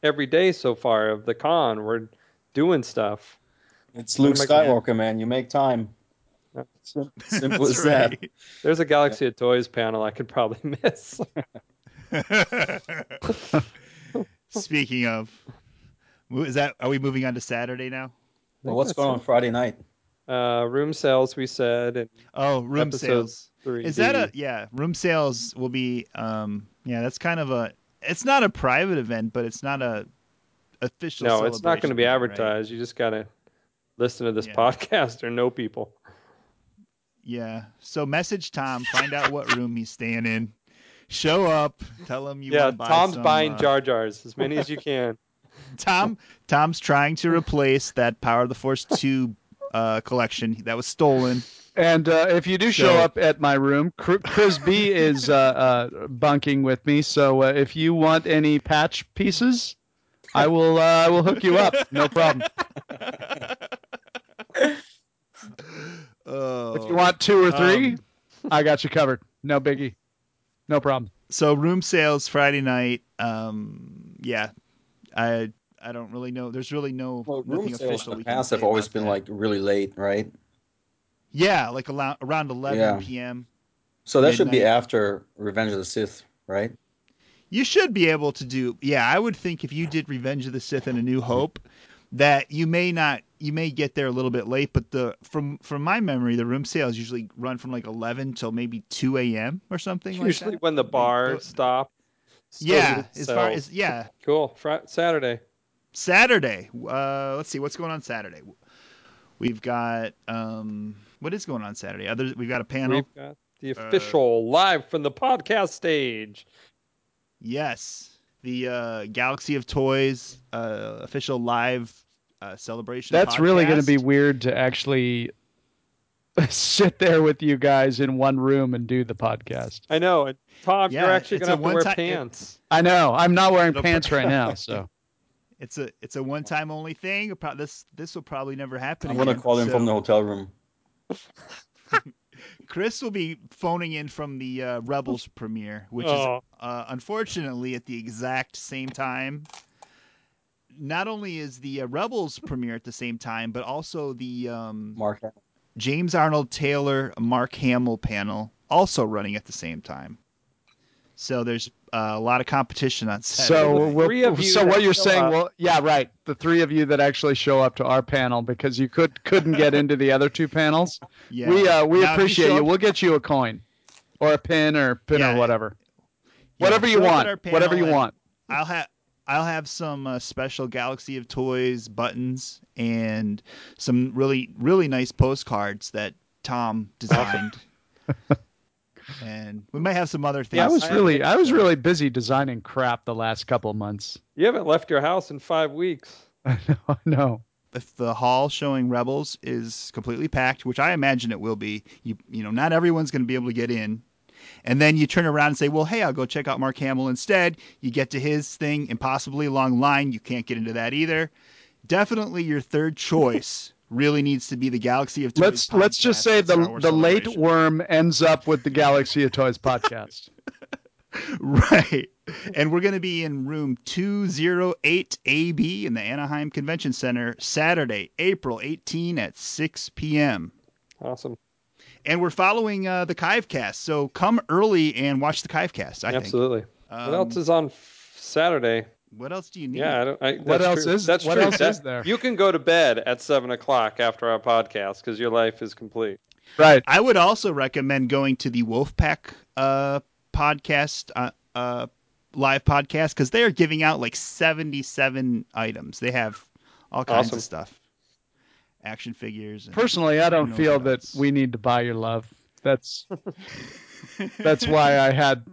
Speaker 4: every day so far of the con. We're doing stuff.
Speaker 5: It's Luke
Speaker 4: Gotta
Speaker 2: make-
Speaker 5: Skywalker, man. You make time.
Speaker 4: Yeah.
Speaker 5: Sim- Simple
Speaker 2: That's
Speaker 5: as that.
Speaker 2: right.
Speaker 4: There's a Galaxy of Toys panel I could probably miss.
Speaker 2: Speaking of, mo- is that are we moving on to Saturday now?
Speaker 5: Well, what's going on Friday night?
Speaker 4: Uh, room sales, we said, and
Speaker 2: Oh, room
Speaker 4: episode
Speaker 2: sales.
Speaker 4: three.
Speaker 2: Is that a yeah? Room sales will be um yeah. That's kind of a. It's not a private event, but it's not a official.
Speaker 4: no? It's not going
Speaker 2: celebration
Speaker 4: to be
Speaker 2: event, right?
Speaker 4: advertised. You just gotta listen to this
Speaker 2: Yeah.
Speaker 4: podcast or know people.
Speaker 2: Yeah. So message Tom, find out what room he's staying in. Show up, tell him you
Speaker 4: yeah,
Speaker 2: want to buy
Speaker 4: Tom's
Speaker 2: some,
Speaker 4: buying
Speaker 2: uh,
Speaker 4: Jar Jars as many as you can.
Speaker 2: Tom Tom's trying to replace that Power of the Force 2 uh, collection that was stolen.
Speaker 3: And uh, if you do show
Speaker 2: So-
Speaker 3: up at my room, Cr- Chris B is uh, uh, bunking with me. So uh, if you want any patch pieces, I will. Uh, I will hook you up. No problem.
Speaker 2: Oh.
Speaker 3: If you want two or three,
Speaker 2: Um,
Speaker 3: I got you covered. No biggie. No problem.
Speaker 2: so room sales Friday night. Um, yeah, I I don't really know. There's really no
Speaker 5: Well, room
Speaker 2: nothing
Speaker 5: sales
Speaker 2: official.
Speaker 5: in
Speaker 2: we
Speaker 5: the
Speaker 2: can
Speaker 5: past
Speaker 2: say
Speaker 5: have always
Speaker 2: about
Speaker 5: been
Speaker 2: that.
Speaker 5: like really late, right?
Speaker 2: yeah, like alou- around 11
Speaker 5: Yeah.
Speaker 2: p.m.
Speaker 5: So that should be
Speaker 2: Midnight.
Speaker 5: after Revenge of the Sith, right?
Speaker 2: You should be able to do. Yeah, I would think if you did Revenge of the Sith and A New Hope, that you may not, you may get there a little bit late. But the from from my memory, the room sales usually run from like eleven till maybe two a.m. or something. like
Speaker 4: Usually
Speaker 2: that.
Speaker 4: when the bar
Speaker 2: Like,
Speaker 4: stops.
Speaker 2: yeah,
Speaker 4: So
Speaker 2: as far
Speaker 4: sells.
Speaker 2: as yeah,
Speaker 4: cool. Fri Saturday.
Speaker 2: Saturday. Uh, let's see what's going on Saturday. We've got um, what is going on Saturday? Other we've got a panel. Uh,
Speaker 4: We've got the official live from the podcast stage.
Speaker 2: Yes, the uh, Galaxy of Toys uh, official live uh, celebration.
Speaker 3: That's really going to be
Speaker 2: podcast.
Speaker 3: weird to actually sit there with you guys in one room and do the podcast.
Speaker 4: I know. And Tom,
Speaker 2: Yeah,
Speaker 4: you're actually
Speaker 2: it's
Speaker 4: gonna
Speaker 2: a
Speaker 4: have to wear
Speaker 2: one-time- it-
Speaker 4: pants.
Speaker 3: I know. I'm not wearing
Speaker 2: It'll-
Speaker 3: pants right now, so
Speaker 2: It's a it's a one time only thing. Pro- This this will probably never happen.
Speaker 5: I'm gonna
Speaker 2: again.
Speaker 5: call in
Speaker 2: So
Speaker 5: from the hotel room.
Speaker 2: Chris will be phoning in from the uh, Rebels premiere, which
Speaker 4: Oh.
Speaker 2: is uh, unfortunately at the exact same time. Not only is the uh, Rebels premiere at the same time, but also the um,
Speaker 5: Mark,
Speaker 2: James Arnold Taylor Mark Hamill panel also running at the same time. So the's uh, a lot of competition on Saturday.
Speaker 3: so
Speaker 2: night.
Speaker 3: we'll-
Speaker 4: three of you
Speaker 3: so
Speaker 4: that
Speaker 3: what you're
Speaker 4: show
Speaker 3: saying?
Speaker 4: up.
Speaker 3: Well, yeah, right. The three of you that actually show up to our panel because you could couldn't get into the other two panels.
Speaker 2: yeah.
Speaker 3: We uh, we
Speaker 2: Now, if you
Speaker 3: appreciate
Speaker 2: show
Speaker 3: you.
Speaker 2: up-
Speaker 3: We'll get you a coin or a pin or pin
Speaker 2: Yeah,
Speaker 3: or whatever.
Speaker 2: yeah,
Speaker 3: whatever you
Speaker 2: show up at
Speaker 3: want.
Speaker 2: our panel
Speaker 3: Whatever you
Speaker 2: and-
Speaker 3: want.
Speaker 2: I'll have I'll have some uh, special Galaxy of Toys buttons and some really really nice postcards that Tom designed. and we might have some other things.
Speaker 4: Yeah,
Speaker 3: I was
Speaker 4: I-
Speaker 3: really I was really busy designing crap the last couple months.
Speaker 4: You haven't left your house in five weeks.
Speaker 3: I know. I know.
Speaker 2: if the hall showing Rebels is completely packed, which I imagine it will be. You you know, not everyone's going to be able to get in. and then you turn around and say, well, hey, I'll go check out Mark Hamill instead. You get to his thing, impossibly long line. You can't get into that either. Definitely your third choice really needs to be the Galaxy of Toys.
Speaker 3: Let's let's
Speaker 2: podcast
Speaker 3: just say
Speaker 2: at Star
Speaker 3: the
Speaker 2: Wars
Speaker 3: the late
Speaker 2: Celebration.
Speaker 3: worm ends up with the Galaxy of Toys podcast.
Speaker 2: Right. And we're going to be in room 208AB in the Anaheim Convention Center Saturday, April 18 at 6 p.m.
Speaker 4: Awesome.
Speaker 2: And we're following uh, the Kivecast. So come early and watch the Kivecast, I think.
Speaker 4: Absolutely.
Speaker 2: Um,
Speaker 4: what else is on f- Saturday?
Speaker 2: what else do you need?
Speaker 4: Yeah, I don't, I, that's
Speaker 3: What else
Speaker 4: true.
Speaker 3: is-
Speaker 4: that's
Speaker 3: what
Speaker 4: true.
Speaker 3: else
Speaker 4: That-
Speaker 3: is there?
Speaker 4: You can go to bed at seven o'clock after our podcast because your life is complete.
Speaker 3: right.
Speaker 2: I would also recommend going to the Wolfpack uh, podcast, uh, uh, live podcast, because they are giving out like 77 items. They have all kinds
Speaker 4: Awesome.
Speaker 2: of stuff action figures. And-
Speaker 3: Personally, I don't
Speaker 2: No
Speaker 3: feel that
Speaker 2: offense.
Speaker 3: we need to buy your love. That's that's why I had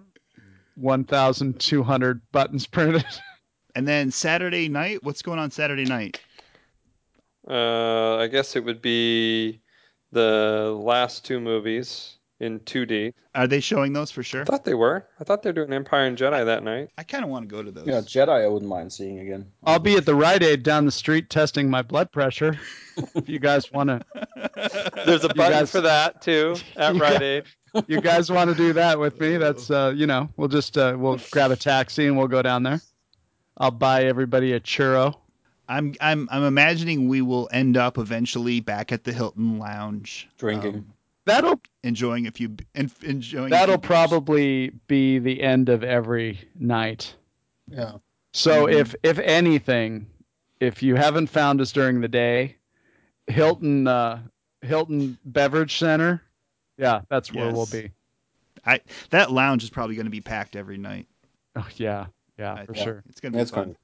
Speaker 3: 1,200 buttons printed.
Speaker 2: And then Saturday night, what's going on Saturday night?
Speaker 4: Uh, I guess it would be the last two movies in 2D.
Speaker 2: Are they showing those for sure?
Speaker 4: I thought they were. I thought they were doing Empire and Jedi that night.
Speaker 2: I kind of want to go to those.
Speaker 5: Yeah, Jedi, I wouldn't mind seeing again.
Speaker 3: I'll be at the Rite Aid down the street testing my blood pressure. If you guys want to,
Speaker 4: There's a button
Speaker 3: guys-
Speaker 4: for that too at
Speaker 3: You
Speaker 4: Rite
Speaker 3: guys-
Speaker 4: Aid.
Speaker 3: you guys want to do that with me? That's uh, you know, we'll just uh, we'll grab a taxi and we'll go down there. I'll buy everybody a churro.
Speaker 2: I'm I'm I'm imagining we will end up eventually back at the Hilton Lounge
Speaker 5: Drinking.
Speaker 2: um,
Speaker 3: That'll
Speaker 2: enjoying a few b- en- enjoying. a
Speaker 3: that'll
Speaker 2: few beers.
Speaker 3: probably be the end of every night.
Speaker 5: yeah.
Speaker 3: So if if anything, if you haven't found us during the day, Hilton uh, Hilton Beverage Center, yeah, that's where we'll
Speaker 2: Yes.
Speaker 3: be.
Speaker 2: that lounge is probably going to be packed every night.
Speaker 3: Oh yeah, yeah,
Speaker 2: I
Speaker 3: for
Speaker 2: think.
Speaker 3: sure.
Speaker 2: It's going to be
Speaker 5: That's
Speaker 2: fun.
Speaker 5: fun.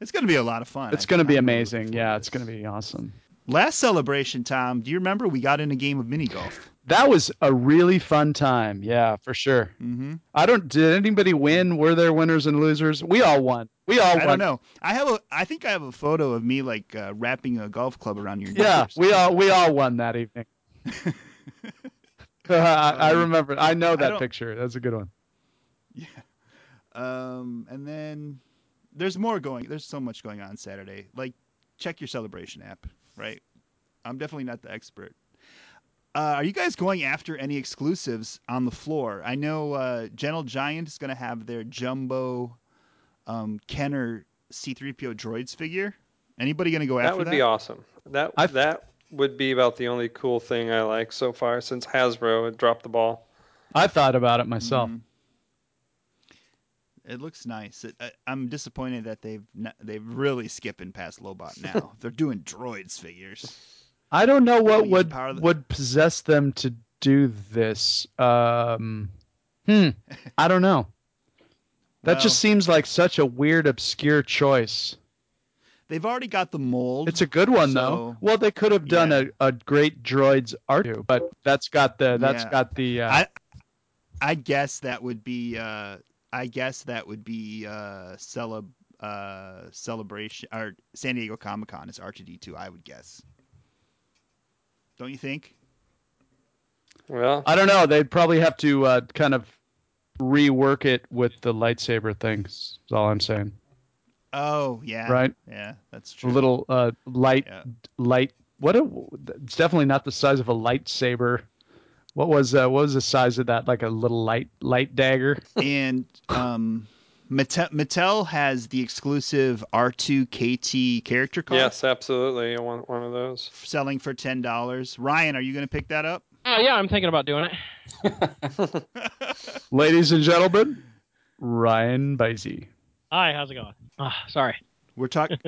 Speaker 2: It's going to be a lot of fun.
Speaker 3: It's
Speaker 2: I-
Speaker 3: going to be
Speaker 2: I'm really looking
Speaker 3: amazing.
Speaker 2: forward
Speaker 3: Yeah,
Speaker 2: to
Speaker 3: it's
Speaker 2: this.
Speaker 3: going to be awesome.
Speaker 2: Last celebration, Tom. Do you remember we got in a game of mini golf?
Speaker 3: That was a really fun time. Yeah, for sure.
Speaker 2: Mm-hmm.
Speaker 3: I don't. Did anybody win? Were there winners and losers? We all won. We all
Speaker 2: I
Speaker 3: won.
Speaker 2: don't know. I have a. I think I have a photo of me like uh, wrapping a golf club around your. neck
Speaker 3: Yeah,
Speaker 2: or
Speaker 3: we
Speaker 2: something.
Speaker 3: all we all won that evening. I, I remember. I know that
Speaker 2: don't-
Speaker 3: picture. That's a good one.
Speaker 2: Um, and then there's more going. There's so much going on Saturday. Like, check your celebration app, right? I'm definitely not the expert. Uh, are you guys going after any exclusives on the floor? I know uh, Gentle Giant is going to have their jumbo um, Kenner C3PO droids figure. Anybody going to go
Speaker 4: That
Speaker 2: after
Speaker 4: would
Speaker 2: that?
Speaker 4: be awesome. That
Speaker 3: I've-
Speaker 4: that would be about the only cool thing I like so far since Hasbro had dropped the ball.
Speaker 3: I thought about it myself.
Speaker 2: Mhm. It looks nice. It, I, I'm disappointed that they've not, they've really skipping past Lobot now. They're doing droids figures.
Speaker 3: I don't know what
Speaker 2: Use
Speaker 3: would
Speaker 2: power of the-
Speaker 3: would possess them to do this. Um, hmm. I don't know. That
Speaker 2: Well-
Speaker 3: just seems like such a weird, obscure choice.
Speaker 2: They've already got the mold.
Speaker 3: It's a good one
Speaker 2: So-
Speaker 3: though. Well, they could have done
Speaker 2: Yeah.
Speaker 3: a, a great droids R2, but that's got the that's
Speaker 2: Yeah.
Speaker 3: got the uh,
Speaker 2: I- I guess that would be. Uh, I guess that would be uh, celeb uh, celebration or San Diego Comic Con is R2D2. I would guess. Don't you think?
Speaker 4: Well,
Speaker 3: I don't know. They'd probably have to uh, kind of rework it with the lightsaber things. Is all I'm saying.
Speaker 2: Oh yeah.
Speaker 3: Right?
Speaker 2: Yeah, that's true.
Speaker 3: A little uh, light
Speaker 2: Yeah.
Speaker 3: light. What? A, it's definitely not the size of a lightsaber. What was uh, what was the size of that? Like a little light light dagger.
Speaker 2: and um, Mattel, Mattel has the exclusive R2KT character card
Speaker 4: yes, absolutely. I want one of those.
Speaker 2: selling for ten dollars. Ryan, are you going to pick that up?
Speaker 1: Oh yeah, I'm thinking about doing it.
Speaker 3: Ladies and gentlemen, Ryan Beisey.
Speaker 1: Hi, how's it going? Ah, sorry.
Speaker 2: We're talking.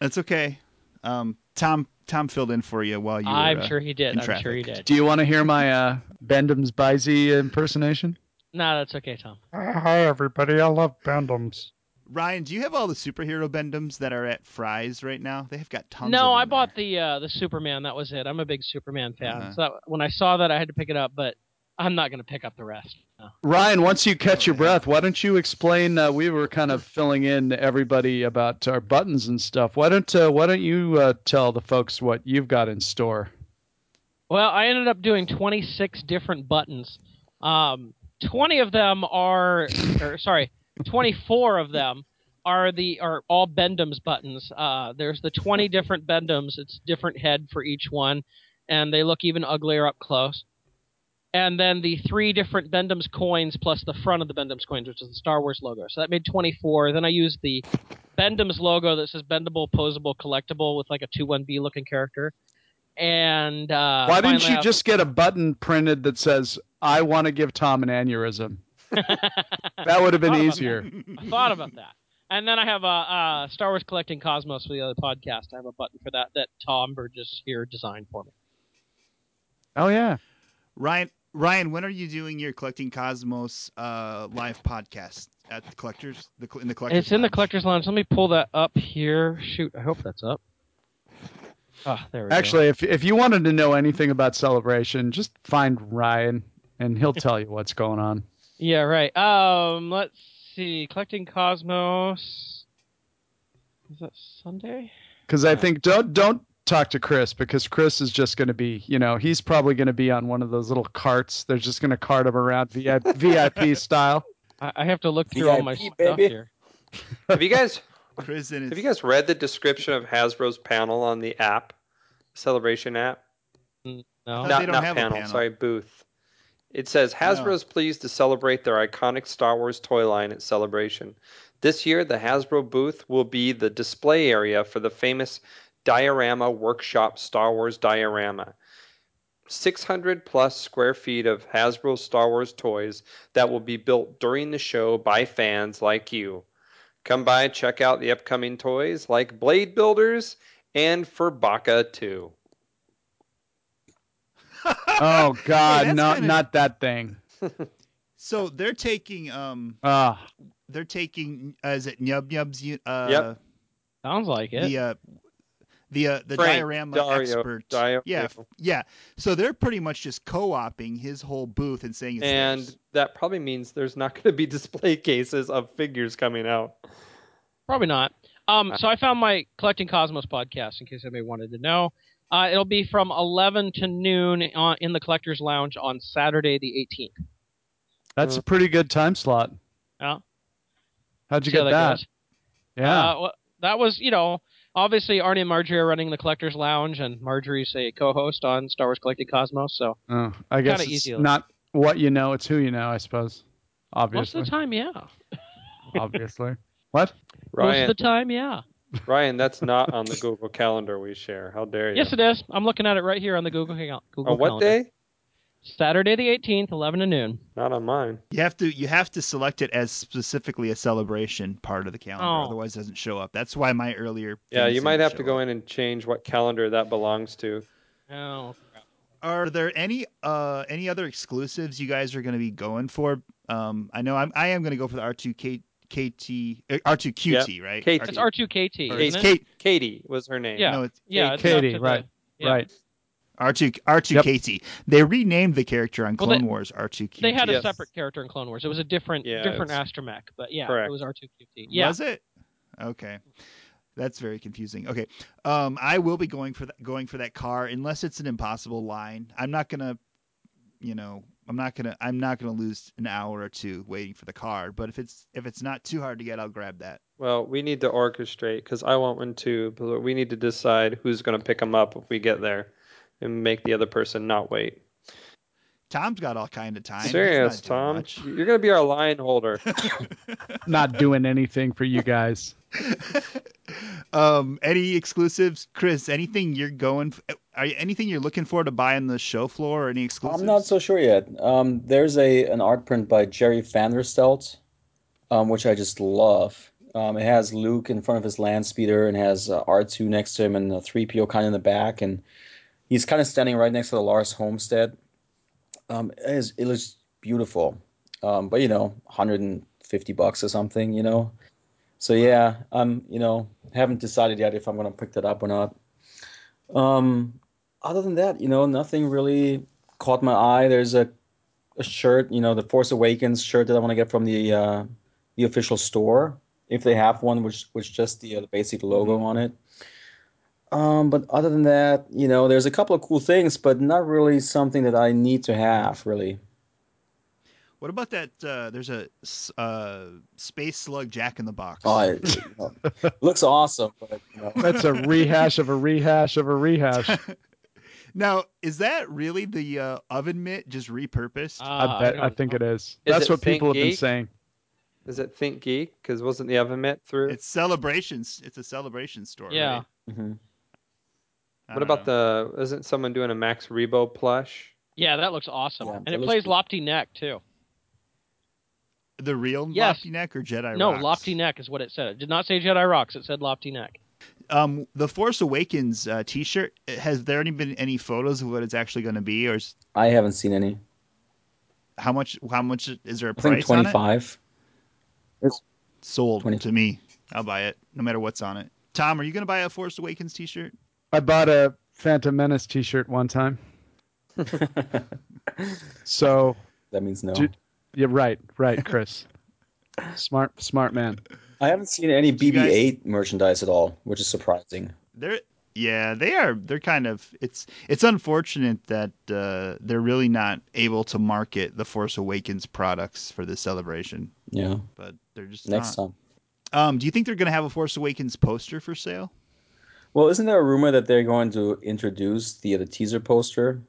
Speaker 2: that's okay. Um, Tom Tom filled in for you while you.
Speaker 1: I'm
Speaker 2: were, uh,
Speaker 1: sure he did.
Speaker 2: in
Speaker 1: I'm sure he
Speaker 2: traffic.
Speaker 1: did.
Speaker 3: Do you want to hear my uh, Bendham's Beisey impersonation?
Speaker 1: No, that's okay, Tom.
Speaker 6: Hi, everybody. I love Bendems.
Speaker 2: Ryan, do you have all the superhero Bendums that are at Fry's right now? They have got tons.
Speaker 1: No,
Speaker 2: of
Speaker 1: I
Speaker 2: them
Speaker 1: bought
Speaker 2: there.
Speaker 1: the uh, the Superman. That was it. I'm a big Superman fan.
Speaker 2: Uh-huh.
Speaker 1: So that, when I saw that, I had to pick it up, but I'm not going to pick up the rest. No.
Speaker 3: Ryan, once you catch
Speaker 2: Oh,
Speaker 3: your
Speaker 2: yeah.
Speaker 3: breath, why don't you explain? Uh, we were kind of filling in everybody about our buttons and stuff. Why don't uh, Why don't you uh, tell the folks what you've got in store?
Speaker 1: Well, I ended up doing 26 different buttons. Um, 20 of them are, or sorry, 24 of them are the are all Bendham's buttons. Uh, there's the 20 different Bendham's. It's different head for each one, and they look even uglier up close. And then the three different Bendham's coins plus the front of the Bendham's coins, which is the Star Wars logo. So that made 24. Then I used the Bendham's logo that says bendable, posable, collectible with like a 2-1-B looking character. And uh,
Speaker 3: Why didn't
Speaker 1: finally
Speaker 3: you
Speaker 1: I-
Speaker 3: just get a button printed that says, I want to give Tom an aneurysm? That would have been
Speaker 2: Oh.
Speaker 1: Thought about
Speaker 3: easier.
Speaker 1: I thought about that. And then I have a uh, uh, Star Wars Collecting Cosmos for the other podcast. I have a button for that that Tom Burgess here designed for me.
Speaker 3: Oh, yeah.
Speaker 2: Ryan, Ryan, when are you doing your collecting Cosmos uh, live podcast at the collectors? The cl- in the collectors.
Speaker 1: It's in the
Speaker 2: lounge?
Speaker 1: collector's lounge. Let me pull that up here. Shoot, I hope that's up. Ah, there we go.
Speaker 3: Actually, if, if you wanted to know anything about Celebration, just find Ryan and he'll tell you what's going on.
Speaker 1: yeah, right. Um, let's see. Collecting Cosmos. Is that Sunday?
Speaker 3: Because I think don't don't talk to Chris because Chris is just going to be, you know, he's probably going to be on one of those little carts. They're just going to cart him around VIP, VIP style.
Speaker 1: I, I have to look through all my
Speaker 5: VIP,
Speaker 1: stuff
Speaker 5: baby.
Speaker 1: here.
Speaker 4: Have you guys
Speaker 2: Chris and
Speaker 4: have
Speaker 2: his
Speaker 4: you guys read the description of Hasbro's panel on the app, Celebration app?
Speaker 1: No.
Speaker 2: But they
Speaker 4: not
Speaker 2: don't
Speaker 4: not
Speaker 2: have a
Speaker 4: panel,
Speaker 2: panel.
Speaker 4: sorry, booth. It says Hasbro's pleased to celebrate their iconic Star Wars toy line at Celebration. This year, the Hasbro booth will be the display area for the famous Diorama Workshop Star Wars Diorama. 600 plus square feet of Hasbro Star Wars toys that will be built during the show by fans like you. Come by, check out the upcoming toys like Blade Builders and Furbaka 2.
Speaker 3: Oh God,
Speaker 2: that's
Speaker 3: no,
Speaker 2: kinda-
Speaker 3: not that thing.
Speaker 2: So they're taking um
Speaker 3: Ah,
Speaker 2: they're taking uh, is it Nyub Nyub's u- uh
Speaker 4: Yep.
Speaker 1: Sounds like it.
Speaker 2: the uh the uh, the
Speaker 4: Frank
Speaker 2: diorama
Speaker 4: Dario-
Speaker 2: expert.
Speaker 4: Dario-
Speaker 2: yeah, f- yeah. So they're pretty much just co-opting his whole booth and saying it's
Speaker 4: and
Speaker 2: theirs.
Speaker 4: that probably means there's not going to be display cases of figures coming out.
Speaker 1: Probably not. Um, so I found my Collecting Cosmos podcast in case anybody wanted to know. Uh, it'll be from 11 to noon on, in the Collector's Lounge on Saturday the 18th.
Speaker 3: that's a pretty good time slot.
Speaker 1: Yeah.
Speaker 3: How'd you
Speaker 1: See how
Speaker 3: get that?
Speaker 1: goes?
Speaker 3: Yeah.
Speaker 1: Uh, well, that was, you know, obviously Arnie and Marjorie are running the Collector's Lounge, and Marjorie's a co-host on Star Wars Collecting Cosmos. So
Speaker 3: oh, I guess
Speaker 1: kinda
Speaker 3: it's
Speaker 1: easy, like-
Speaker 3: not what you know, it's who you know, I suppose.
Speaker 1: most
Speaker 3: Obviously.
Speaker 1: of the time, yeah.
Speaker 3: obviously. What?
Speaker 1: Most
Speaker 4: Ryan,
Speaker 1: of the time, yeah.
Speaker 4: Ryan, that's not on the Google Calendar we share. How dare you?
Speaker 1: Yes, it is. I'm looking at it right here on the Google Hangout. Google
Speaker 4: on what
Speaker 1: calendar.
Speaker 4: day?
Speaker 1: Saturday the 18th, 11 to noon.
Speaker 4: Not on mine.
Speaker 2: You have to you have to select it as specifically a celebration part of the calendar,
Speaker 1: Oh.
Speaker 2: otherwise it doesn't show up. That's why my earlier
Speaker 4: Yeah,
Speaker 2: things
Speaker 4: you might
Speaker 2: didn't
Speaker 4: have to
Speaker 2: show
Speaker 4: go
Speaker 2: up.
Speaker 4: in and change what calendar that belongs to.
Speaker 1: Oh,
Speaker 2: Are there any uh any other exclusives you guys are going to be going for? Um, I know I'm I am going to go for the R two K KT R two QT right?
Speaker 4: KT.
Speaker 1: it's R2KT.
Speaker 2: Or
Speaker 1: isn't
Speaker 2: it's
Speaker 1: it?
Speaker 2: Kate.
Speaker 4: Katie was her name.
Speaker 1: Yeah.
Speaker 2: No, it's
Speaker 1: Yeah, it's
Speaker 3: Katie,
Speaker 1: up to the-
Speaker 3: right.
Speaker 1: yeah.
Speaker 3: Right.
Speaker 2: R2 R2KT. They renamed the character on
Speaker 1: Well,
Speaker 2: Clone Wars R2KT.
Speaker 1: They had a
Speaker 4: Yes.
Speaker 1: separach character in Clone Wars. It was a different
Speaker 4: Yeah,
Speaker 1: different
Speaker 4: it's-
Speaker 1: astromech, but yeah,
Speaker 4: Correct.
Speaker 1: it was R2QT. Yeah.
Speaker 2: Was it? Okay. That's very confusing. Okay. Um I will be going for that going for that car unless it's an impossible line. I'm not going to you know, I'm not going to I'm not going to lose an hour or two waiting for the car, but if it's if it's not too hard to get, I'll grab that.
Speaker 4: Well, we need to orchestrate because I want one too, but we need to decide who's going to pick them up if we get there and make the other person not wait.
Speaker 2: Tom's got all kind of time. He's not
Speaker 4: Serious,
Speaker 2: doing
Speaker 4: Tom.
Speaker 2: much.
Speaker 4: You're going to be our line holder.
Speaker 3: Not doing anything for you guys.
Speaker 2: um, any exclusives, Chris? Anything you're going? f- eh, Are you- anything you're looking for to buy on the show floor? Or any exclusives?
Speaker 5: I'm not so sure yet. Um, there's a an art print by Jerry Vanderstelt, um, which I just love. Um, it has Luke in front of his land speeder and has uh, R2 next to him and uh, 3PO kind of in the back, and he's kind of standing right next to the Lars Homestead. Um, it, is, it looks beautiful, um, but you know, 150 bucks or something, you know. So yeah, I'm you know haven't decided yet if I'm gonna pick that up or not. Um, other than that, you know, nothing really caught my eye. There's a, a shirt, you know, the Force Awakens shirt that I want to get from the uh, the official store if they have one, which which just the, uh, the basic logo
Speaker 2: Mm-hmm.
Speaker 5: on it. Um, but other than that, you know, there's a couple of cool things, but not really something that I need to have, really.
Speaker 2: What about that? Uh, there's a s- uh, space slug Jack in the Box.
Speaker 5: Oh, it, you know, looks awesome, but you know,
Speaker 3: That's a rehash of a rehash of a rehash.
Speaker 2: now, is that really the uh, oven mitt just
Speaker 1: uh,
Speaker 2: repurposed?
Speaker 1: Ah,
Speaker 3: I bet. I think it is.
Speaker 4: Is
Speaker 3: That's
Speaker 4: it
Speaker 3: what people have been
Speaker 4: ThinkGeek?
Speaker 3: saying.
Speaker 4: Is it Think Geek? Because wasn't the oven mitt through?
Speaker 2: it's celebrations. It's a celebration store.
Speaker 1: Yeah.
Speaker 2: right? Uh,
Speaker 5: mhm.
Speaker 2: I
Speaker 4: what
Speaker 2: don't
Speaker 4: about
Speaker 2: know.
Speaker 4: the? Isn't someone doing a Max Rebo plush?
Speaker 1: Yeah, that looks awesome,
Speaker 5: Yeah,
Speaker 1: and
Speaker 5: that
Speaker 1: it
Speaker 5: looks
Speaker 1: plays
Speaker 5: cool.
Speaker 1: Lopty Neck too.
Speaker 2: the real
Speaker 1: Yes.
Speaker 2: Lofty Neck or Jedi?
Speaker 1: no,
Speaker 2: Rocks?
Speaker 1: Lofty Neck is what it said. It did not say Jedi Rocks. It said Lofty Neck.
Speaker 2: Um, the Force Awakens uh, T-shirt. Has there any been any photos of what it's actually going to be, or is,
Speaker 5: I haven't seen any.
Speaker 2: how much? How much is there a
Speaker 5: I think
Speaker 2: price on it?
Speaker 5: 25.
Speaker 2: Sold
Speaker 5: 20.
Speaker 2: to me. I'll buy it, no matter what's on it. Tom, are you going to buy a Force Awakens T-shirt?
Speaker 3: I bought a Phantom Menace T-shirt one time. So
Speaker 5: That means no.
Speaker 3: Dude. yeah, right, right, Chris. smart, smart man.
Speaker 5: I haven't seen any
Speaker 2: Do you guys-
Speaker 5: BB-8 merchandise at all, which is surprising.
Speaker 2: They're yeah, they are. They're kind of. It's it's unfortunate that uh, they're really not able to market the Force Awakens products for this celebration,
Speaker 5: Yeah.
Speaker 2: but they're just
Speaker 5: Next
Speaker 2: not.
Speaker 5: time.
Speaker 2: Um, do you think they're going to have a Force Awakens poster for sale?
Speaker 5: Well, isn't there a rumor that they're going to introduce the the teaser poster?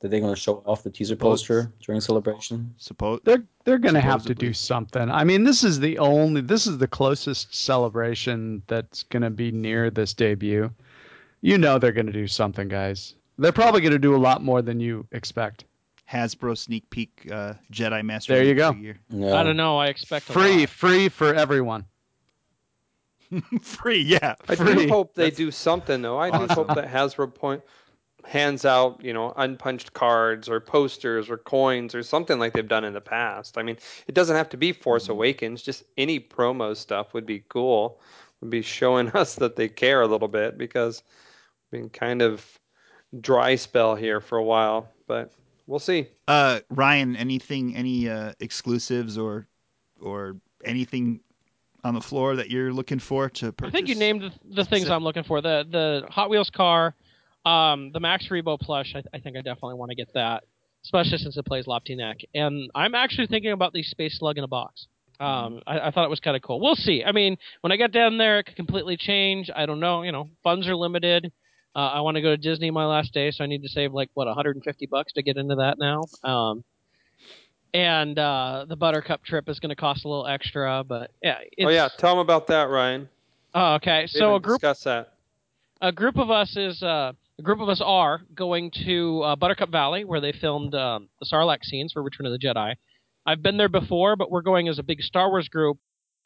Speaker 5: That they're going to show off the teaser
Speaker 2: Both.
Speaker 5: poster during celebration?
Speaker 2: Suppose
Speaker 3: They're they're gonna have to
Speaker 2: Supposedly.
Speaker 3: do something. I mean, this is the only this is the closest celebration that's gonna be near this debut. You know they're gonna do something, guys. They're probably gonna do a lot more than you expect.
Speaker 2: Hasbro sneak peek uh, Jedi Master.
Speaker 3: There you
Speaker 2: Luke
Speaker 3: go.
Speaker 2: figure.
Speaker 5: No.
Speaker 1: I don't know. I expect a
Speaker 3: Free,
Speaker 1: lot.
Speaker 3: free for everyone.
Speaker 2: Free, yeah.
Speaker 4: I
Speaker 3: Free.
Speaker 4: do hope they do something though. I do hope that Hasbro point hands out, you know, unpunched cards or posters or coins or something like they've done in the past. I mean, it doesn't have to be
Speaker 2: Mm-hmm.
Speaker 4: Force Awakens. Just any promo stuff would be cool. Would be showing us that they care a little bit because we've been kind of dry spell here for a while, but we'll see. Oh,
Speaker 2: Uh, Ryan, anything, any uh, exclusives or or anything on the floor that you're looking for to
Speaker 1: I
Speaker 2: purchase?
Speaker 1: think you named the, the things I'm looking for. The the Hot Wheels car, um, the Max Rebo plush. I, I think I definitely want to get that, especially since it plays Lopty Neck. And I'm actually thinking about the Space Slug in a box.
Speaker 4: Mm-hmm.
Speaker 1: Um, I, I thought it was kind of cool. We'll see. I mean, when I get down there, it could completely change. I don't know. You know, funds are limited. Uh, I want to go to Disney my last day, so I need to save like what 150 bucks to get into that now. Um, and uh, the Buttercup trip is going to cost a little extra, but yeah. It's,
Speaker 4: oh yeah, tell them about that, Ryan.
Speaker 1: Oh, okay.
Speaker 4: We
Speaker 1: So a
Speaker 4: haven't
Speaker 1: group
Speaker 4: discussed that.
Speaker 1: a group of us is uh, a group of us are going to uh, Buttercup Valley where they filmed um, the Sarlacc scenes for Return of the Jedi. I've been there before, but we're going as a big Star Wars group.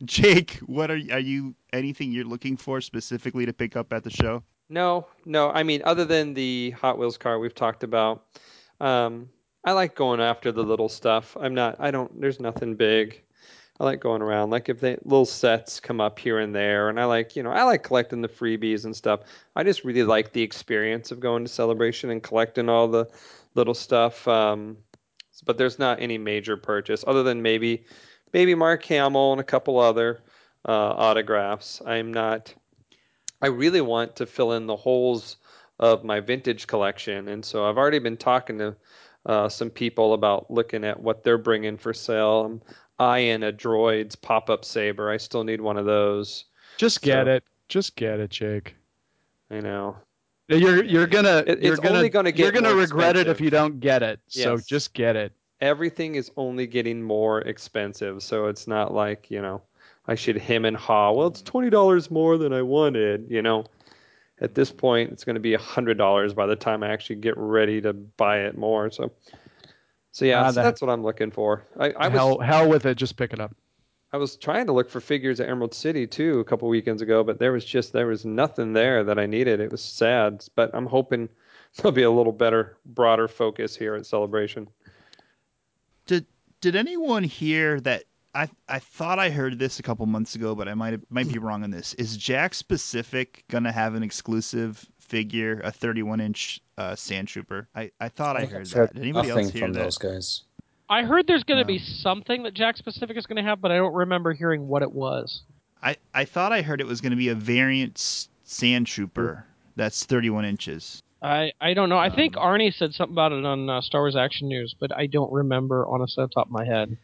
Speaker 2: Jake, what are you, are you anything you're looking for specifically to pick up at the show?
Speaker 4: No, no. I mean, other than the Hot Wheels car we've talked about, um, I like going after the little stuff. I'm not. I don't. There's nothing big. I like going around. Like if they little sets come up here and there, and I like you know I like collecting the freebies and stuff. I just really like the experience of going to Celebration and collecting all the little stuff. Um, s- but there's not any major purchase other than maybe maybe Mark Hamill and a couple other uh, autographs. I'm not. I really want to fill in the holes of my vintage collection, and so I've already been talking to uh, some people about looking at what they're bringing for sale. I'm eyeing a droid's pop-up saber. I still need one of those.
Speaker 3: Just get
Speaker 4: So-
Speaker 3: it. Just get it, Jake.
Speaker 4: You know,
Speaker 3: You're you're gonna
Speaker 4: It-
Speaker 3: you're
Speaker 4: it's
Speaker 3: gonna,
Speaker 4: only gonna get
Speaker 3: you're gonna
Speaker 4: more
Speaker 3: regret it if
Speaker 4: expensive.
Speaker 3: you don't get it. So
Speaker 4: Yes.
Speaker 3: just get it.
Speaker 4: everything is only getting more expensive, so it's not like you know I should hem and haw. Well, it's twenty dollars more than I wanted. You know, at this point, it's going to be hundred dollars by the time I actually get ready to buy it more. So. So yeah,
Speaker 3: Ah,
Speaker 4: so
Speaker 3: that-
Speaker 4: that's what I'm looking for. I, I was
Speaker 3: hell hell with it. Just pick it up.
Speaker 4: I was trying to look for figures at Emerald City too a couple weekends ago, but there was just there was nothing there that I needed. It was sad, but I'm hoping there'll be a little better, broader focus here at Celebration.
Speaker 2: Did did anyone hear that? I I thought I heard this a couple months ago, but I might have, might be wrong on this. Is Jack specific gonna have an exclusive figure, a 31 inch uh, sand trooper? I, I thought I heard that. Did anybody
Speaker 5: Nothing
Speaker 2: else hear
Speaker 5: from
Speaker 2: that?
Speaker 5: those guys.
Speaker 1: I heard there's going to
Speaker 2: Yeah.
Speaker 1: be something that Jack Specific is going to have, but I don't remember hearing what it was.
Speaker 2: I
Speaker 5: Hmm.
Speaker 2: I thought I heard it was gonna be a variant s- sand trooper that's 31 inches.
Speaker 1: I, I don't know.
Speaker 2: Um,
Speaker 1: I think Arnie said something about it on uh, Star Wars Action News, but I don't remember honestly off the top of my head.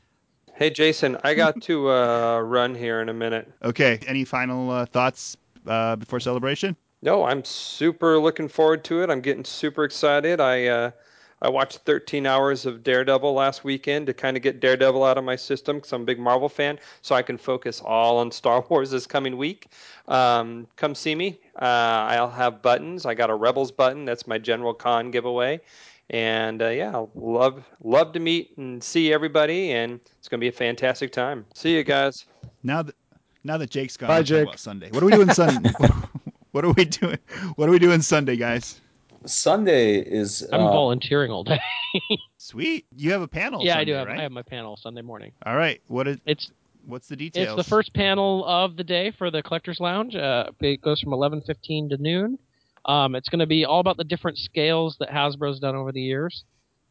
Speaker 4: Hey, Jason, I got to uh, run here in a minute.
Speaker 2: Okay. Any final uh, thoughts uh, before celebration?
Speaker 4: No, I'm super looking forward to it. I'm getting super excited. I uh, I watched 13 hours of Daredevil last weekend to kind of get Daredevil out of my system because I'm a big Marvel fan, so I can focus all on Star Wars this coming week. Um, come see me. Uh, I'll have buttons. I got a Rebels button. That's my General Con giveaway. And uh, yeah, I'll love love to meet and see everybody, and it's gonna be a fantastic time. See you guys.
Speaker 2: Now that now that Jake's gone,
Speaker 3: Bye,
Speaker 2: I'll tell you
Speaker 3: Jake.
Speaker 2: about Sunday. What are we doing Sunday? what are we doing? What are we doing Sunday, guys?
Speaker 5: Sunday is
Speaker 1: I'm
Speaker 5: uh,
Speaker 1: volunteering all day.
Speaker 2: Sweet. You have a panel.
Speaker 1: yeah, I
Speaker 2: oh, Sunday,
Speaker 1: do. Have,
Speaker 2: Right?
Speaker 1: I have my panel Sunday morning.
Speaker 2: All right. What is?
Speaker 1: It's
Speaker 2: What's the
Speaker 1: it's
Speaker 2: details?
Speaker 1: the first panel of the day for the Collectors Lounge. Uh, it goes from 11:15 to noon. Um, it's going to be all about the different scales that Hasbro's done over the years.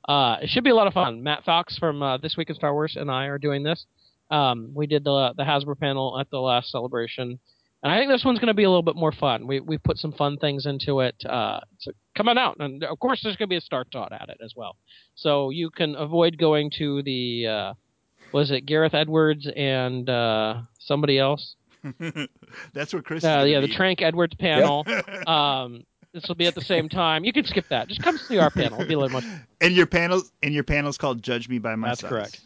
Speaker 1: Uh, it should be a lot of fun. Matt Fox from uh, This Week in Star Wars and I are doing this. Um, we did the the Hasbro panel at the last celebration, and I think this one's going to be a little bit more fun. We we put some fun things into it. Uh, so come on out, and of course there's going to be a start dot at it as well, so you can avoid going to the uh, was it Gareth Edwards and uh, somebody else?
Speaker 2: That's what Chris.
Speaker 1: Uh,
Speaker 2: is
Speaker 1: yeah,
Speaker 2: gonna
Speaker 1: the Trank Edwards panel. um, this will be at the same time. You can skip that. Just come see our panel. It'll be a little much.
Speaker 2: be. And your panel and your panel's called "Judge Me by My
Speaker 1: That's
Speaker 2: Size."
Speaker 1: correct.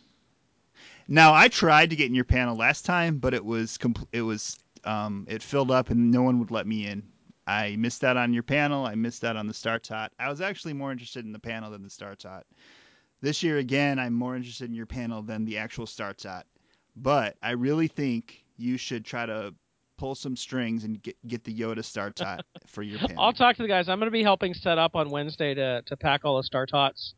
Speaker 2: Now I tried to get in your panel last time, but it was compl- it was um, it filled up and no one would let me in. I missed out on your panel. I missed out on the Star Tot. I was actually more interested in the panel than the Star Tot. This year again, I'm more interested in your panel than the actual Star Tot. But I really think you should try to pull some strings and get get the Yoda Star Tot for your panel.
Speaker 1: I'll talk to the guys. I'm going to be helping set up on Wednesday to, to pack all the Star Tots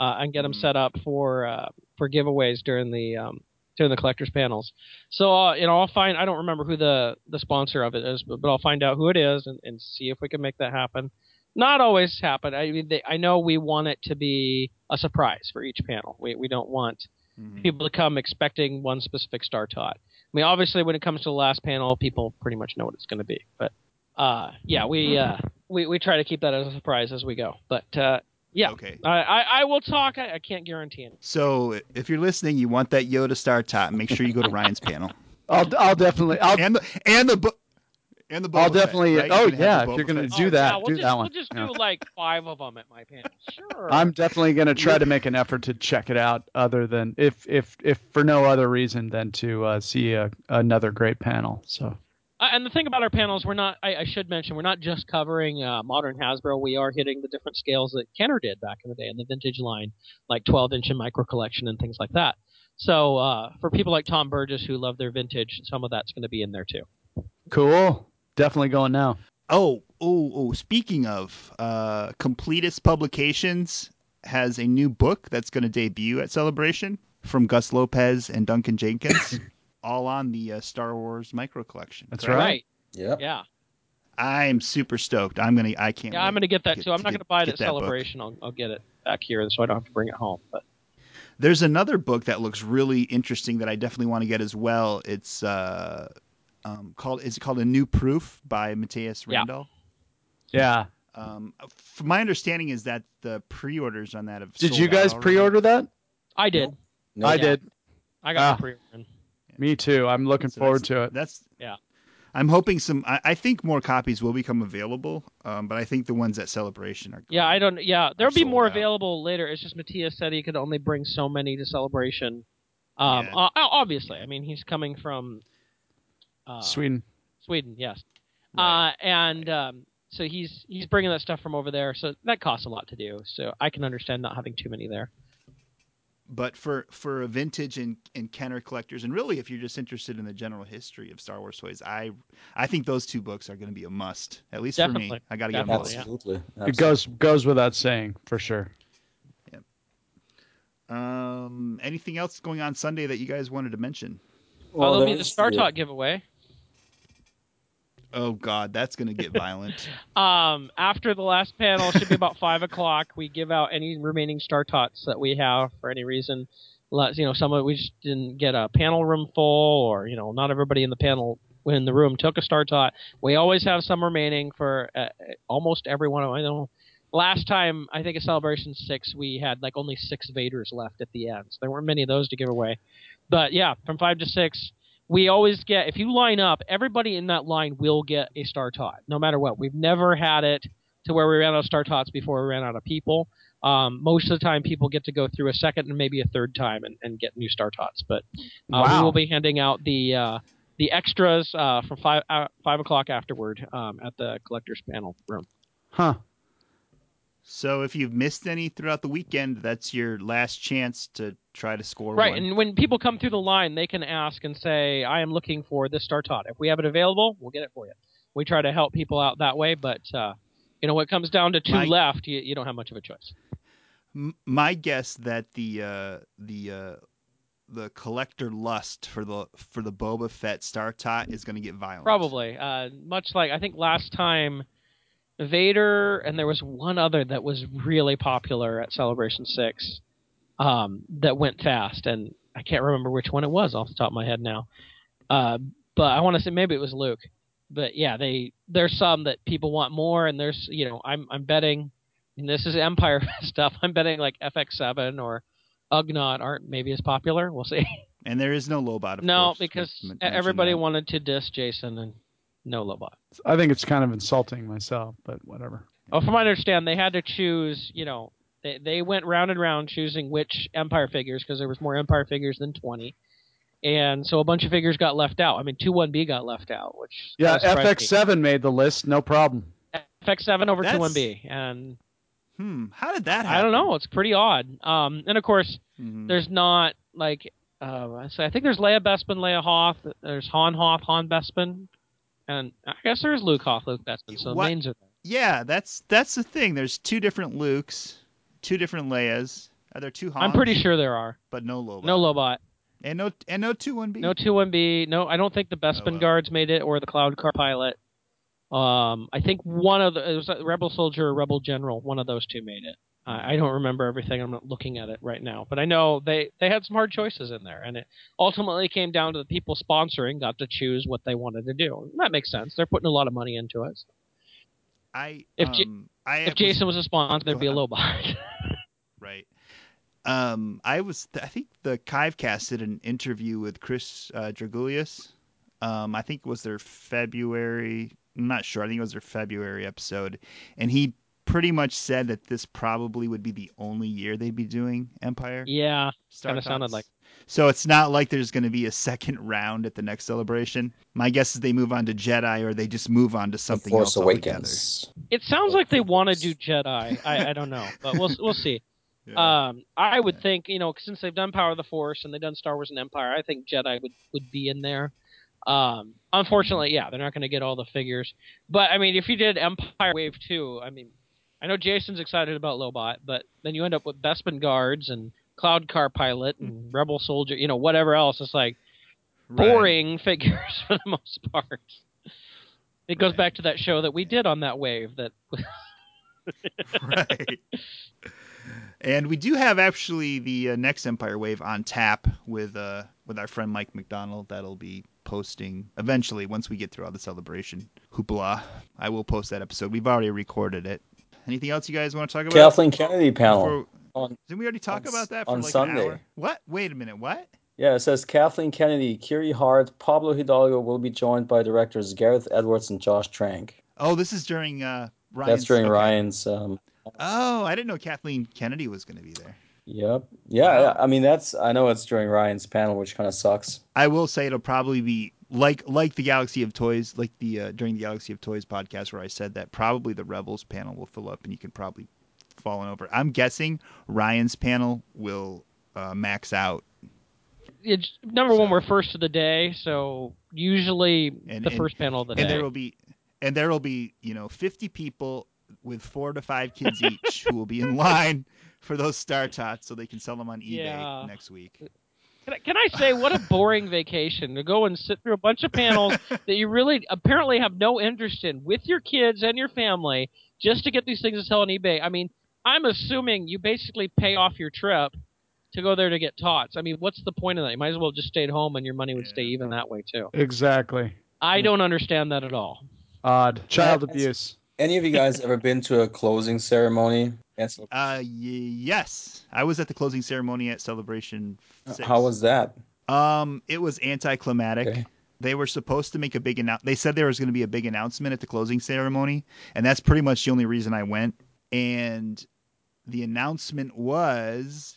Speaker 1: uh, and get them
Speaker 2: Mhm.
Speaker 1: set up for uh, for giveaways during the um, during the collectors panels. So uh, you know, I'll find I don't remember who the the sponsor of it is, but, but I'll find out who it is and, and see if we can make that happen. Not always happen. I mean, they, I know we want it to be a surprise for each panel. We we don't want
Speaker 2: Mhm.
Speaker 1: people to come expecting one specific star tot. I mean, obviously, when it comes to the last panel, people pretty much know what it's going to be. But uh, yeah, we, uh, we we try to keep that as a surprise as we go. But uh, yeah,
Speaker 2: Okay.
Speaker 1: I, I, I will talk. I, I can't guarantee anything.
Speaker 2: So if you're listening, you want that Yoda Star Tot, make sure you go to Ryan's panel.
Speaker 3: I'll I'll definitely I'll
Speaker 2: and the and the bo- and the Boba
Speaker 3: I'll
Speaker 2: Fett,
Speaker 3: definitely-
Speaker 2: right?
Speaker 3: oh,
Speaker 2: You can have
Speaker 3: yeah,
Speaker 2: the
Speaker 3: if
Speaker 2: Boba
Speaker 3: you're gonna
Speaker 2: Fett.
Speaker 3: Do that.
Speaker 1: Oh, Yeah, we'll
Speaker 3: Do
Speaker 1: just,
Speaker 3: that one.
Speaker 1: We'll just
Speaker 3: Yeah.
Speaker 1: do like five of them at my panel. Sure.
Speaker 3: I'm definitely going to try to make an effort to check it out, other than if if if for no other reason than to uh, see a, another great panel. So
Speaker 1: Uh, and the thing about our panels, we're not, I, I should mention, we're not just covering uh, modern Hasbro. We are hitting the different scales that Kenner did back in the day in the vintage line, like 12 inch and micro collection and things like that. So uh, for people like Tom Burgess who love their vintage, some of that's going to be in there too.
Speaker 3: cool, definitely going now.
Speaker 2: Oh, oh, oh! Speaking of, uh, Completist Publications has a new book that's going to debut at Celebration from Gus Lopez and Duncan Jenkins, all on the uh, Star Wars micro collection.
Speaker 3: That's
Speaker 2: correct?
Speaker 3: right.
Speaker 5: yeah.
Speaker 1: Yeah.
Speaker 2: I'm super stoked. I'm gonna. I can't.
Speaker 1: Yeah,
Speaker 2: wait.
Speaker 1: I'm going to get that
Speaker 2: Get-
Speaker 1: too. I'm not
Speaker 2: get-
Speaker 1: going to buy it
Speaker 2: get
Speaker 1: at
Speaker 2: that book.
Speaker 1: Celebration. I'll, I'll get it back here so I don't have to bring it home. But
Speaker 2: There's another book that looks really interesting that I definitely want to get as well. It's uh, um, called is it called A New Proof by Matthias
Speaker 1: Yeah.
Speaker 2: Randall?
Speaker 3: Yeah.
Speaker 2: Um, from my understanding is that the pre-orders on that have.
Speaker 3: Did
Speaker 2: sold
Speaker 3: you
Speaker 2: out
Speaker 3: guys
Speaker 2: already.
Speaker 3: pre-order that?
Speaker 1: I did.
Speaker 5: No,
Speaker 3: I
Speaker 1: yeah.
Speaker 3: did.
Speaker 1: I got
Speaker 3: Ah.
Speaker 1: it pre
Speaker 3: Me too. I'm looking
Speaker 2: So
Speaker 3: forward
Speaker 2: that's-
Speaker 3: to it.
Speaker 2: That's
Speaker 1: Yeah.
Speaker 2: I'm hoping some. I, I think more copies will become available, um, but I think the ones at Celebration are.
Speaker 1: Yeah, I don't. Yeah, there'll
Speaker 2: I've
Speaker 1: be
Speaker 2: sold
Speaker 1: more
Speaker 2: out.
Speaker 1: available later. It's just Matias said he could only bring so many to celebration. Um,
Speaker 2: Yeah.
Speaker 1: o- obviously, I mean he's coming from
Speaker 4: Ah.
Speaker 1: uh,
Speaker 3: Sweden.
Speaker 1: Sweden, yes.
Speaker 2: Right.
Speaker 1: Uh, and um, so he's he's bringing that stuff from over there. So that costs a lot to do. So I can understand not having too many there.
Speaker 2: But for for a vintage and, and Kenner collectors, and really if you're just interested in the general history of Star Wars toys, I I think those two books are going to be a must. At least for me,
Speaker 1: Definitely.
Speaker 2: I got to get them all.
Speaker 1: Definitely.
Speaker 5: Absolutely.
Speaker 3: It
Speaker 5: Absolutely.
Speaker 3: goes goes without saying for sure.
Speaker 2: Um, anything else going on Sunday that you guys wanted to mention?
Speaker 1: Well, there'll be the
Speaker 5: there's
Speaker 1: Star Talk giveaway.
Speaker 2: Oh God, that's going to get violent.
Speaker 1: Um, after the last panel, should be about five o'clock. We give out any remaining star tots that we have for any reason. Let- You know, some of we just didn't get a panel room full, or you know, not everybody in the panel in the room took a star tot. We always have some remaining for uh, almost everyone. I know last time I think at Celebration Six we had like only six Vaders left at the end. So there weren't many of those to give away. But yeah, from five to six, we always get if you line up, everybody in that line will get a Star Tot, no matter what. We've never had it to where we ran out of Star Tots before we ran out of people. Um, most of the time, people get to go through a second and maybe a third time and, and get new Star Tots. But uh, we
Speaker 3: Wow.
Speaker 1: will be handing out the uh, the extras uh, from five uh, five o'clock afterward um, at the collectors panel room.
Speaker 3: Huh.
Speaker 2: So if you've missed any throughout the weekend, that's your last chance to try to score
Speaker 1: Right,
Speaker 2: one.
Speaker 1: and when people come through the line, they can ask and say, "I am looking for this star tot. If we have it available, we'll get it for you." We try to help people out that way, but uh, you know, when it comes down to two
Speaker 2: Mike.
Speaker 1: left, you, you don't have much of a choice.
Speaker 2: M- my guess that the uh, the uh, the collector lust for the for the Boba Fett Star Tot is going to get violent.
Speaker 1: Probably, uh, much like I think last time, Vader, and there was one other that was really popular at Celebration Six, um, that went fast, and I can't remember which one it was off the top of my head now. Uh, but I want to say maybe it was Luke. But yeah, they there's some that people want more, and there's you know I'm I'm betting, and this is Empire stuff. I'm betting like FX7 or Ugnaught aren't maybe as popular. We'll see.
Speaker 2: And there is no Lobot. Of
Speaker 1: No,
Speaker 2: course.
Speaker 1: because e-,
Speaker 2: I mentioned
Speaker 1: everybody
Speaker 2: that.
Speaker 1: wanted to diss Jason and no Lobot.
Speaker 3: I think it's kind of insulting myself, but whatever.
Speaker 1: Oh, from what I understand, they had to choose. You know, they they went round and round choosing which Empire figures because there was more Empire figures than twenty, and so a bunch of figures got left out. I mean, two one B got left out, which
Speaker 3: Yeah,
Speaker 1: kinda surprised me.
Speaker 3: FX7 made the list, no problem.
Speaker 1: FX seven over
Speaker 2: That's-
Speaker 1: two one B, and
Speaker 2: Hmm. How did that happen?
Speaker 1: I don't know, it's pretty odd. Um, and of course,
Speaker 2: Mhm.
Speaker 1: there's not like uh, so I think there's Leia Bespin, Leia Hoth, there's Han Hoth, Han Bespin, and I guess there's Luke Hoth, Luke Bespin. So the
Speaker 2: What-
Speaker 1: names are there.
Speaker 2: Yeah, that's that's the thing. There's two different Lukes, two different Leias. Are there two Hans?
Speaker 1: I'm pretty sure there are
Speaker 2: but no Lobot.
Speaker 1: no Lobot.
Speaker 2: and no and no two one B.
Speaker 1: No two one B. No, I don't think the Bespin
Speaker 2: well.
Speaker 1: guards made it or the Cloud Car pilot. Um, I think one of the it was a Rebel Soldier or Rebel General. One of those two made it. I I don't remember everything. I'm not looking at it right now, but I know they they had some hard choices in there, and it ultimately came down to the people sponsoring got to choose what they wanted to do. And that makes sense. They're putting a lot of money into it.
Speaker 2: I
Speaker 1: If
Speaker 2: um,
Speaker 1: J-
Speaker 2: I
Speaker 1: If
Speaker 2: was-
Speaker 1: Jason was a sponsor, there'd
Speaker 2: Go
Speaker 1: be a
Speaker 2: ahead.
Speaker 1: Lobot.
Speaker 2: Right. Um, I was. I think the Kivecast did an interview with Chris uh, Dragulius. Um, I think it was their February. I'm not sure. I think it was their February episode, and he pretty much said that this probably would be the only year they'd be doing Empire.
Speaker 1: yeah,
Speaker 2: Star
Speaker 1: kinda sounded
Speaker 2: Tots.
Speaker 1: like-
Speaker 2: So it's not like there's going to be a second round at the next celebration. My guess is they move on to Jedi, or they just move on to something
Speaker 5: Force
Speaker 2: else altogether.
Speaker 5: Awakens.
Speaker 1: it sounds like they want to do Jedi. I, I don't know, but we'll we'll see.
Speaker 2: Yeah.
Speaker 1: Um, I would think, you know, since they've done Power of the Force and they've done Star Wars and Empire, I think Jedi would, would be in there. Um, unfortunately, yeah, they're not going to get all the figures. But, I mean, if you did Empire Wave 2, I mean, I know Jason's excited about Lobot, but then you end up with Bespin Guards and Cloud Car Pilot and Rebel Soldier, you know, whatever else. It's like
Speaker 2: Mm-hmm. Right.
Speaker 1: boring figures for the most part. It goes
Speaker 2: Right.
Speaker 1: back to that show that we did on that wave that
Speaker 2: right. And we do have actually the uh, next Empire Wave on tap with uh with our friend Mike McDonald. That'll be posting eventually once we get through all the celebration hoopla. I will post that episode. We've already recorded it. Anything else you guys want to talk about?
Speaker 5: Kathleen Kennedy panel.
Speaker 2: Before-
Speaker 5: on-
Speaker 2: Didn't we already talk
Speaker 5: on s-
Speaker 2: about that for
Speaker 5: on
Speaker 2: like
Speaker 5: Sunday.
Speaker 2: an hour? What? Wait a minute. What?
Speaker 5: Yeah, it says Kathleen Kennedy, Kiri Hart, Pablo Hidalgo will be joined by directors Gareth Edwards and Josh Trank.
Speaker 2: Oh, this is during uh Ryan's.
Speaker 5: That's during
Speaker 2: okay.
Speaker 5: Ryan's. Um,
Speaker 2: Oh, I didn't know Kathleen Kennedy was going to be there.
Speaker 5: yep. Yeah, yeah. I mean, that's. I know it's during Ryan's panel, which kind of sucks.
Speaker 2: I will say it'll probably be like like the Galaxy of Toys, like the uh, during the Galaxy of Toys podcast where I said that probably the Rebels panel will fill up and you can probably fall over. I'm guessing Ryan's panel will uh, max out.
Speaker 1: it's number one we're first of the day so usually
Speaker 2: And-
Speaker 1: the
Speaker 2: and-
Speaker 1: first panel of the
Speaker 2: and
Speaker 1: day
Speaker 2: there will be and there will be you know 50 people with four to five kids each who will be in line for those star tots so they can sell them on eBay
Speaker 1: Yeah.
Speaker 2: next week.
Speaker 1: can, I, can i say what a boring vacation to go and sit through a bunch of panels that you really apparently have no interest in with your kids and your family just to get these things to sell on ebay i mean i'm assuming you basically pay off your trip to go there to get tots i mean what's the point of that you might as well just stay at home and your money would stay
Speaker 2: Yeah.
Speaker 1: even that way too
Speaker 3: Exactly.
Speaker 1: i don't understand that at all
Speaker 3: Odd. Child
Speaker 5: That's-
Speaker 3: abuse.
Speaker 5: Any of you guys ever been to a closing ceremony? That's,
Speaker 2: Uh, y- yes, I was at the closing ceremony at Celebration. Six.
Speaker 5: Uh, how was that?
Speaker 2: Um, it was anticlimactic.
Speaker 5: Okay.
Speaker 2: They were supposed to make a big announcement. They said there was going to be a big announcement at the closing ceremony, and that's pretty much the only reason I went. And the announcement was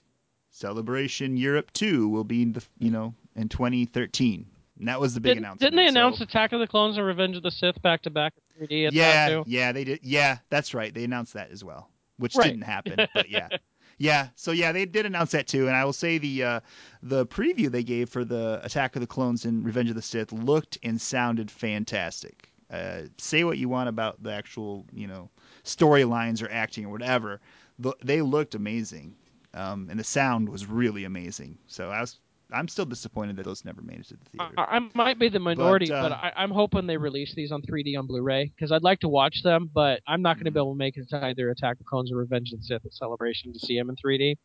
Speaker 2: Celebration Europe Two will be in the you know in 2013. And that was the big
Speaker 1: Didn't-
Speaker 2: announcement.
Speaker 1: Didn't they announce
Speaker 2: so-
Speaker 1: Attack of the Clones and Revenge of the Sith back to back in 3D at that
Speaker 2: Yeah,
Speaker 1: too?
Speaker 2: yeah, they did. Yeah, that's right. They announced that as well, which
Speaker 1: Right.
Speaker 2: didn't happen. But yeah, yeah. So yeah, they did announce that too. And I will say the uh, the preview they gave for the Attack of the Clones and Revenge of the Sith looked and sounded fantastic. Uh, say what you want about the actual, you know, storylines or acting or whatever. The, they looked amazing, um, and the sound was really amazing. So I was, I'm still disappointed that those never made it to the theater.
Speaker 1: I, I might be the minority, but,
Speaker 2: uh,
Speaker 1: I, I'm hoping they release these on 3D on Blu-ray because I'd like to watch them, but I'm not going
Speaker 2: Mm-hmm.
Speaker 1: to be able to make it to either Attack of the Clones or Revenge of the Sith at Celebration to see them in 3D.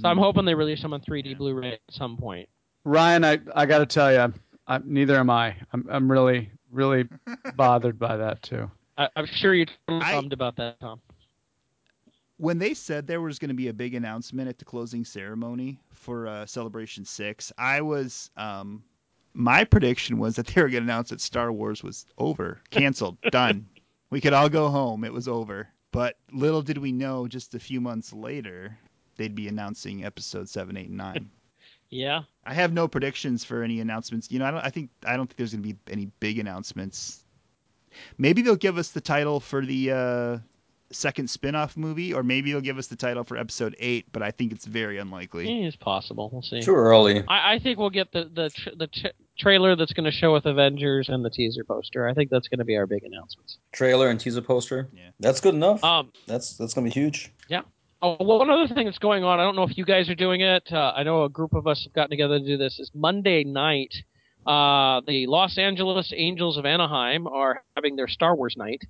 Speaker 1: So I'm
Speaker 2: Mhm.
Speaker 1: hoping they release them on 3D Blu-ray at some point.
Speaker 3: Ryan, I, I got to tell you, I'm, I'm, neither am I. I'm, I'm really, really bothered by that too.
Speaker 1: I, I'm sure you're
Speaker 2: I-
Speaker 1: bummed about that, Tom.
Speaker 2: when they said there was going to be a big announcement at the closing ceremony for uh, Celebration Six, I was um, my prediction was that they were going to announce that Star Wars was over, canceled, done. We could all go home. It was over. But little did we know, just a few months later, they'd be announcing Episode Seven, Eight, and Nine.
Speaker 1: Yeah.
Speaker 2: I have no predictions for any announcements. You know, I don't. I think I don't think there's going to be any big announcements. Maybe they'll give us the title for the uh, second spin-off movie, or maybe they'll give us the title for episode eight. But I think it's very unlikely.
Speaker 1: It is possible. We'll see.
Speaker 5: Too early.
Speaker 1: I, I think we'll get the the tr- the tr- trailer that's going to show with Avengers and the teaser poster. I think that's going to be our big announcements.
Speaker 5: Trailer and teaser poster.
Speaker 2: Yeah.
Speaker 5: That's good enough.
Speaker 1: Um,
Speaker 5: that's that's gonna be huge.
Speaker 1: Oh, well, one other thing that's going on, I don't know if you guys are doing it. Uh, I know a group of us have gotten together to do this. Is Monday night, uh, the Los Angeles Angels of Anaheim are having their Star Wars night,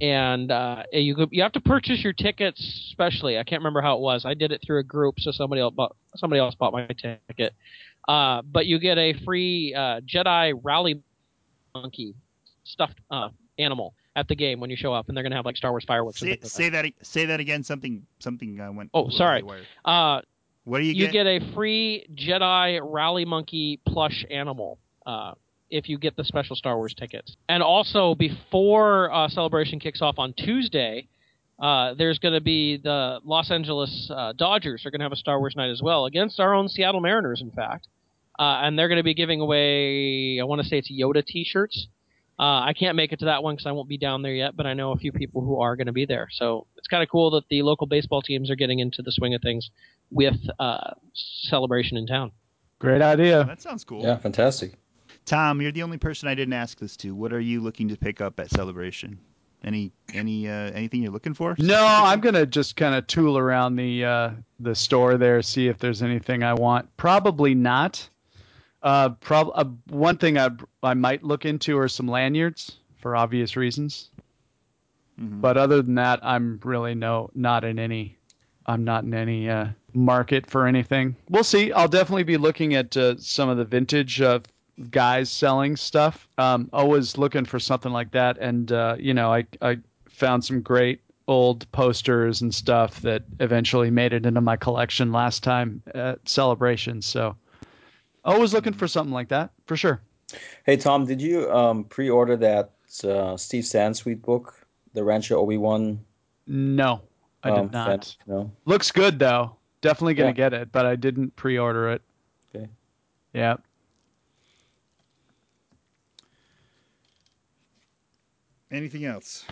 Speaker 1: and uh, you go, you have to purchase your tickets. Especially, I can't remember how it was. I did it through a group, so somebody else bought, somebody else bought my ticket. Uh, but you get a free uh, Jedi rally monkey stuffed uh, animal at the game when you show up, and they're gonna have like Star Wars fireworks. and
Speaker 2: Say,
Speaker 1: things like that.
Speaker 2: say that. Say that again. Something. Something uh, went.
Speaker 1: Oh,
Speaker 2: over the
Speaker 1: sorry.
Speaker 2: wire.
Speaker 1: Uh,
Speaker 2: What do you,
Speaker 1: you, get, a free Jedi Rally Monkey plush animal uh, if you get the special Star Wars tickets. And also, before uh, Celebration kicks off on Tuesday, uh, there's going to be the Los Angeles uh, Dodgers are going to have a Star Wars night as well against our own Seattle Mariners, in fact. Uh, and they're going to be giving away, I want to say it's Yoda T-shirts. Uh, I can't make it to that one because I won't be down there yet, but I know a few people who are going to be there. So it's kind of cool that the local baseball teams are getting into the swing of things with uh, celebration in town.
Speaker 3: Great idea.
Speaker 2: Oh, That sounds cool.
Speaker 5: Yeah, fantastic.
Speaker 2: Tom, you're the only person I didn't ask this to. What are you looking to pick up at Celebration? Any any uh, anything you're looking for?
Speaker 3: No, I'm gonna just kind of tool around the uh, the store there, see if there's anything I want. Probably not. Uh, prob- uh, one thing I I might look into are some lanyards for obvious reasons.
Speaker 2: Mhm.
Speaker 3: But other than that, I'm really no not in any. I'm not in any uh, market for anything. We'll see. I'll definitely be looking at uh, some of the vintage uh, guys selling stuff. Um, always looking for something like that, and uh, you know, I I found some great old posters and stuff that eventually made it into my collection last time at celebration. So always looking for something like that for sure.
Speaker 5: Hey Tom, did you um, pre-order that uh, Steve Sansweet book, The Rancher Obi Wan?
Speaker 3: No, I did not.
Speaker 5: no.
Speaker 3: Looks good though. Definitely gonna
Speaker 5: Yeah.
Speaker 3: get it, but I didn't pre-order it.
Speaker 5: Okay.
Speaker 3: Yeah.
Speaker 2: Anything else?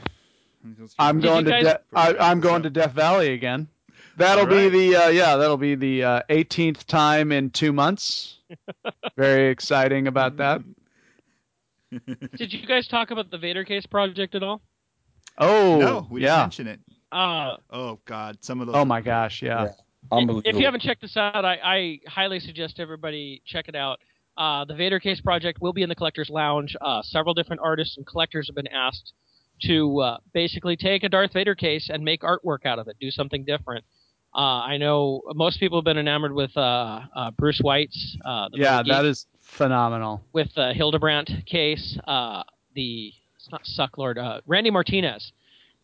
Speaker 2: Anything else?
Speaker 3: I'm
Speaker 1: Did you
Speaker 3: going to
Speaker 1: guys-
Speaker 3: De- I, I'm going to Death Valley again. That'll
Speaker 2: All right.
Speaker 3: be the uh, yeah, that'll be the uh, 18th time in 2 months. Very exciting about that.
Speaker 1: Did you guys talk about the Vader case project at all?
Speaker 3: Oh,
Speaker 2: no, we didn't
Speaker 3: yeah.
Speaker 2: mention it.
Speaker 1: Uh,
Speaker 2: Oh God, some of those.
Speaker 3: Oh my gosh, yeah.
Speaker 5: Yeah.
Speaker 1: if
Speaker 5: Unbelievable.
Speaker 1: if you haven't checked this out, I, I highly suggest everybody check it out. Uh, the Vader Case Project will be in the Collector's Lounge. Uh, several different artists and collectors have been asked to uh, basically take a Darth Vader case and make artwork out of it, do something different. Uh, I know most people have been enamored with uh, uh, Bruce White's. Uh, the
Speaker 3: Yeah,
Speaker 1: Bogey.
Speaker 3: that is phenomenal.
Speaker 1: with the Hildebrandt case, uh, the it's not Sucklord. Uh, Randy Martinez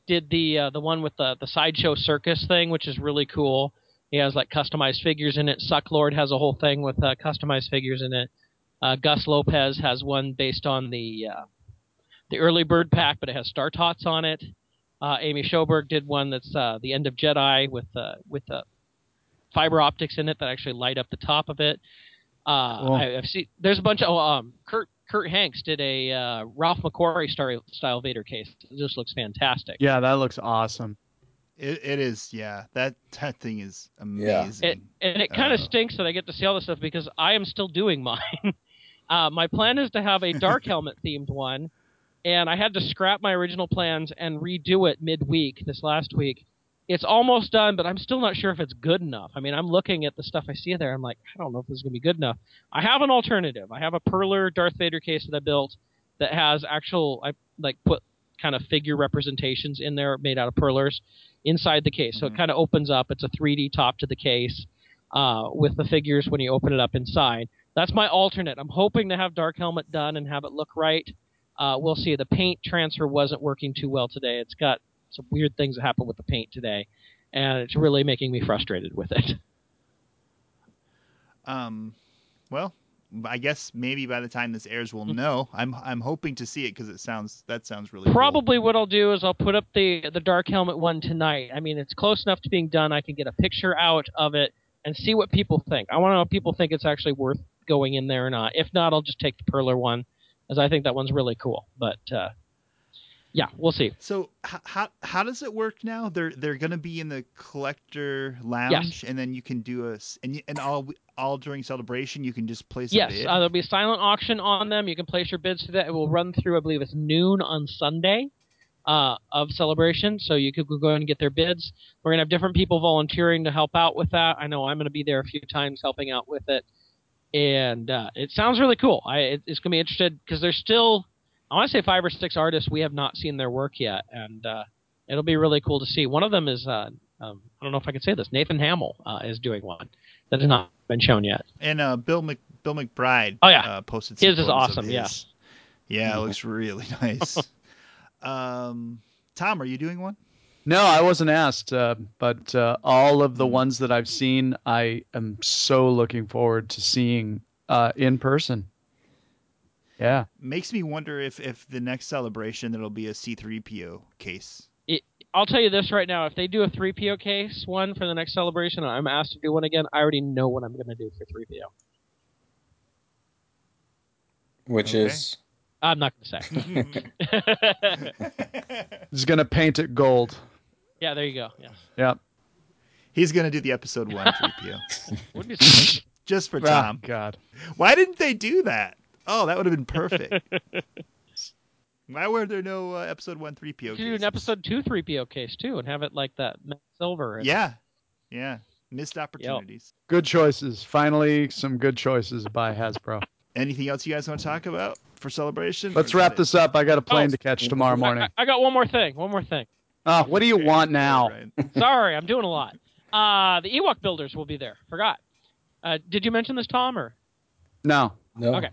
Speaker 1: did the uh, the one with the the sideshow circus thing, which is really cool. He has like customized figures in it. Sucklord has a whole thing with uh, customized figures in it. Uh, Gus Lopez has one based on the uh, the early bird pack, but it has Star Tots on it. Uh, Amy Schoberg did one that's uh, the end of Jedi with uh, with uh, fiber optics in it that actually light up the top of it. Uh,
Speaker 3: Cool.
Speaker 1: I, I've seen there's a bunch of oh, um, Kurt Kurt Hanks did a uh, Ralph McQuarrie style, style Vader case. It just looks fantastic.
Speaker 3: Yeah, that looks awesome.
Speaker 2: It, it is, yeah. That, that thing is amazing.
Speaker 1: It, and it kind
Speaker 2: Uh.
Speaker 1: of stinks that I get to see all this stuff because I am still doing mine. uh, my plan is to have a dark helmet themed one, and I had to scrap my original plans and redo it midweek this last week. It's almost done, but I'm still not sure if it's good enough. I mean, I'm looking at the stuff I see there. I'm like, I don't know if this is going to be good enough. I have an alternative. I have a Perler Darth Vader case that I built that has actual, I like put kind of figure representations in there made out of Perlers inside the case. So it kind of opens up. It's a 3D top to the case uh, with the figures when you open it up inside. That's my alternate. I'm hoping to have Dark Helmet done and have it look right. Uh, we'll see. The paint transfer wasn't working too well today. It's got some weird things that happened with the paint today, and it's really making me frustrated with it.
Speaker 2: Um, well, I guess maybe by the time this airs, we'll know. I'm I'm hoping to see it because it sounds that sounds really cool.
Speaker 1: Probably what I'll do is I'll put up the the Dark Helmet one tonight. I mean, it's close enough to being done. I can get a picture out of it and see what people think. I want to know if people think it's actually worth going in there or not. If not, I'll just take the Perler one, as I think that one's really cool. But uh, yeah, we'll see.
Speaker 2: So h- how how does it work now? They're they're gonna be in the collector lounge, and then you can do a s- and y- and all all during celebration you can just place
Speaker 1: Yes,
Speaker 2: a bid.
Speaker 1: uh, there'll be a silent auction on them. You can place your bids for that. It will run through, I believe, it's noon on Sunday uh, of celebration. So you could go and get their bids. We're gonna have different people volunteering to help out with that. I know I'm gonna be there a few times helping out with it, and uh, it sounds really cool. I it, it's gonna be interested because there's still, I want to say five or six artists we have not seen their work yet, and uh, it'll be really cool to see. One of them is. Uh, um, I don't know if I can say this. Nathan Hamill uh, is doing one that has not been shown yet.
Speaker 2: and uh, Bill Mc, Bill McBride.
Speaker 1: Oh, yeah.
Speaker 2: uh, posted. some
Speaker 1: His is
Speaker 2: photos of
Speaker 1: awesome, yeah.
Speaker 2: his. Yeah, it looks really nice. um, Tom, are you doing one?
Speaker 3: No, I wasn't asked, uh, but uh, all of the ones that I've seen, I am so looking forward to seeing uh, in person. Yeah.
Speaker 2: Makes me wonder if if the next celebration there'll be a C3PO case.
Speaker 1: I'll tell you this right now: if they do a three PO case one for the next celebration, and I'm asked to do one again. I already know what I'm going to do for three PO.
Speaker 5: which
Speaker 2: Okay.
Speaker 5: is
Speaker 1: I'm not going to say.
Speaker 3: He's going to paint it gold.
Speaker 1: yeah, there you go. Yeah,
Speaker 3: Yeah.
Speaker 2: He's gonna do the episode one 3PO
Speaker 1: would be surprised.
Speaker 2: just for
Speaker 3: Ah,
Speaker 2: Tom.
Speaker 3: God.
Speaker 2: Why didn't they do that? Oh, that would have been perfect. Why were there no uh, episode one three PO?
Speaker 1: You could do an episode two three PO case too, and have it like that Matt silver. and-
Speaker 2: Yeah, yeah, missed opportunities.
Speaker 3: Good choices. Finally, some good choices by Hasbro.
Speaker 2: Anything else you guys want to talk about for celebration?
Speaker 3: Let's
Speaker 2: Or is
Speaker 3: wrap
Speaker 2: that
Speaker 3: this up. I got a plane
Speaker 1: Oh.
Speaker 3: to catch tomorrow
Speaker 1: I-
Speaker 3: morning.
Speaker 1: I, I got one more thing. One more thing.
Speaker 3: Ah, what do you
Speaker 2: Okay,
Speaker 3: want now?
Speaker 2: alright.
Speaker 1: Sorry, I'm doing a lot. Uh, the Ewok builders will be there. Forgot. Uh, did you mention this, Tom? Or
Speaker 3: No.
Speaker 5: no.
Speaker 1: Okay.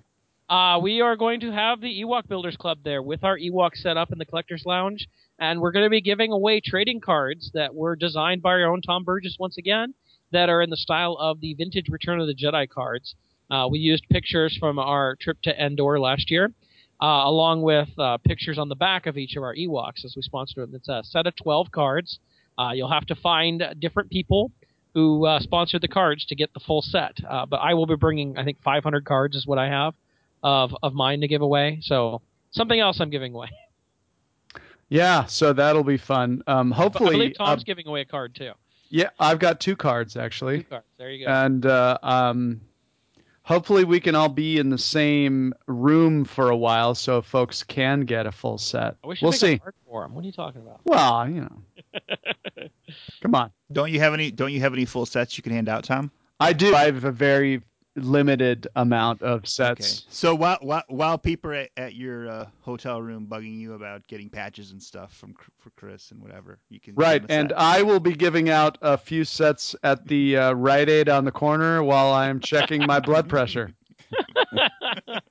Speaker 1: Uh, we are going to have the Ewok Builders Club there with our Ewok set up in the Collectors Lounge, and we're going to be giving away trading cards that were designed by our own Tom Burgess once again, that are in the style of the vintage Return of the Jedi cards. Uh, we used pictures from our trip to Endor last year, uh, along with uh, pictures on the back of each of our Ewoks as we sponsored them. It's a set of 12 cards. Uh, you'll have to find different people who uh, sponsored the cards to get the full set. Uh, but I will be bringing, I think, 500 cards is what I have of of mine to give away. So something else I'm giving away.
Speaker 3: Yeah, so that'll be fun. Um,
Speaker 1: But I
Speaker 3: hopefully,
Speaker 1: believe Tom's
Speaker 3: uh,
Speaker 1: giving away a card too.
Speaker 3: yeah, I've got two cards
Speaker 1: Two
Speaker 3: actually.
Speaker 1: cards. There you go.
Speaker 3: and uh, um, hopefully we can all be in the same room for a while so folks can get a full set.
Speaker 1: I wish
Speaker 3: We'll
Speaker 1: make
Speaker 3: see.
Speaker 1: a card for him. What are you talking about?
Speaker 3: Well, you know, come on.
Speaker 2: Don't you have any? Don't you have any full sets you can hand out, Tom?
Speaker 3: I do. I have a very limited amount of sets.
Speaker 2: So while while, while people are at, at your uh, hotel room bugging you about getting patches and stuff from Cr- for Chris and whatever, you can give
Speaker 3: Right,
Speaker 2: them a
Speaker 3: and uh,
Speaker 2: set.
Speaker 3: I will be giving out a few sets at the uh, Rite Aid on the corner while I'm checking my blood pressure.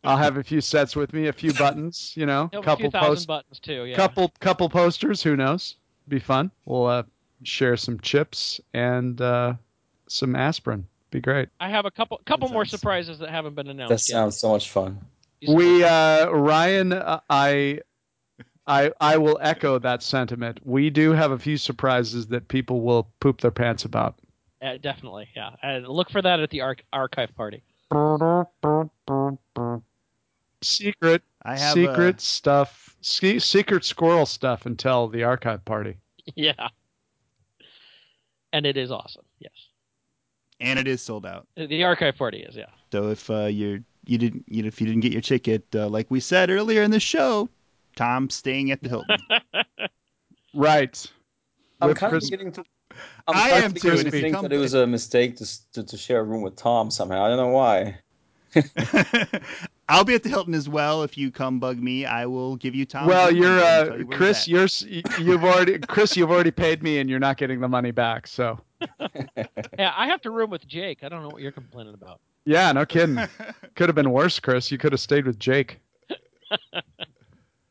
Speaker 3: I'll have a few sets with me, a few buttons, you know,
Speaker 1: Have a few
Speaker 3: couple
Speaker 1: thousand
Speaker 3: posts,
Speaker 1: buttons too. Yeah.
Speaker 3: couple couple posters. Who knows? Be fun. We'll uh, share some chips and uh, some aspirin. Be great.
Speaker 1: I have a couple couple
Speaker 5: That
Speaker 1: more
Speaker 5: sounds-
Speaker 1: surprises that haven't been announced
Speaker 5: That sounds so much fun.
Speaker 1: yet.
Speaker 3: We uh, Ryan, uh, I, I, I will echo that sentiment. We do have a few surprises that people will poop their pants about.
Speaker 1: Uh, definitely, yeah. Uh, look for that at the arch- archive party.
Speaker 3: Secret,
Speaker 2: I have
Speaker 3: secret stuff, se- secret squirrel stuff until the archive party.
Speaker 1: yeah. And it is awesome. Yes.
Speaker 2: A, uh, and it is sold out.
Speaker 1: The archive party is, yeah.
Speaker 2: So if uh, you're you didn't you know, if you didn't get your ticket, uh, like we said earlier in the show, Tom's staying at the Hilton.
Speaker 3: Right.
Speaker 5: I'm
Speaker 3: With
Speaker 5: kind
Speaker 3: Chris-
Speaker 5: of beginning to.
Speaker 2: I
Speaker 5: starting
Speaker 2: am too,
Speaker 5: to begin
Speaker 2: and
Speaker 5: to
Speaker 2: it's
Speaker 5: think
Speaker 2: become
Speaker 5: that it was a mistake to, s- to to share a room with Tom somehow. I don't know why.
Speaker 2: I'll be at the Hilton as well. If you come bug me, I will give you Tom's.
Speaker 3: well,
Speaker 2: room
Speaker 3: you're
Speaker 2: and tell
Speaker 3: uh,
Speaker 2: you where
Speaker 3: Chris.
Speaker 2: he's at.
Speaker 3: You're s- y- you've already Chris. You've already paid me, and you're not getting the money back. So
Speaker 1: Yeah, I have to room with Jake. I don't know what you're complaining about.
Speaker 3: yeah, no kidding. Could have been worse, Chris. You could have stayed with Jake.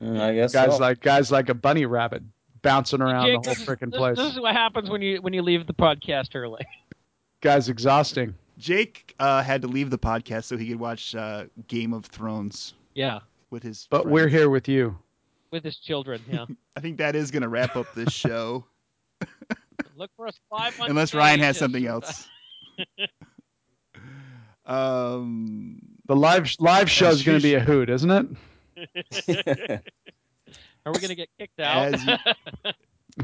Speaker 5: Mm, I guess
Speaker 3: Guys
Speaker 5: so.
Speaker 3: like guys like a bunny rabbit bouncing around
Speaker 1: Jake,
Speaker 3: the whole
Speaker 1: this is-
Speaker 3: freaking
Speaker 1: this-
Speaker 3: place.
Speaker 1: This is what happens when you when you leave the podcast early.
Speaker 3: Guys, exhausting.
Speaker 2: Jake uh, had to leave the podcast so he could watch uh, Game of Thrones
Speaker 1: Yeah,
Speaker 2: with his.
Speaker 3: But we're
Speaker 2: friends.
Speaker 3: here with you.
Speaker 1: with his children. Yeah.
Speaker 2: I think that is going to wrap up this show,
Speaker 1: look for us live. on
Speaker 2: unless
Speaker 1: stage
Speaker 2: Ryan has
Speaker 1: at-
Speaker 2: something else. um,
Speaker 3: The live live show is
Speaker 2: As
Speaker 3: going to be a hoot, isn't it?
Speaker 1: Are we gonna get kicked out?
Speaker 2: As you-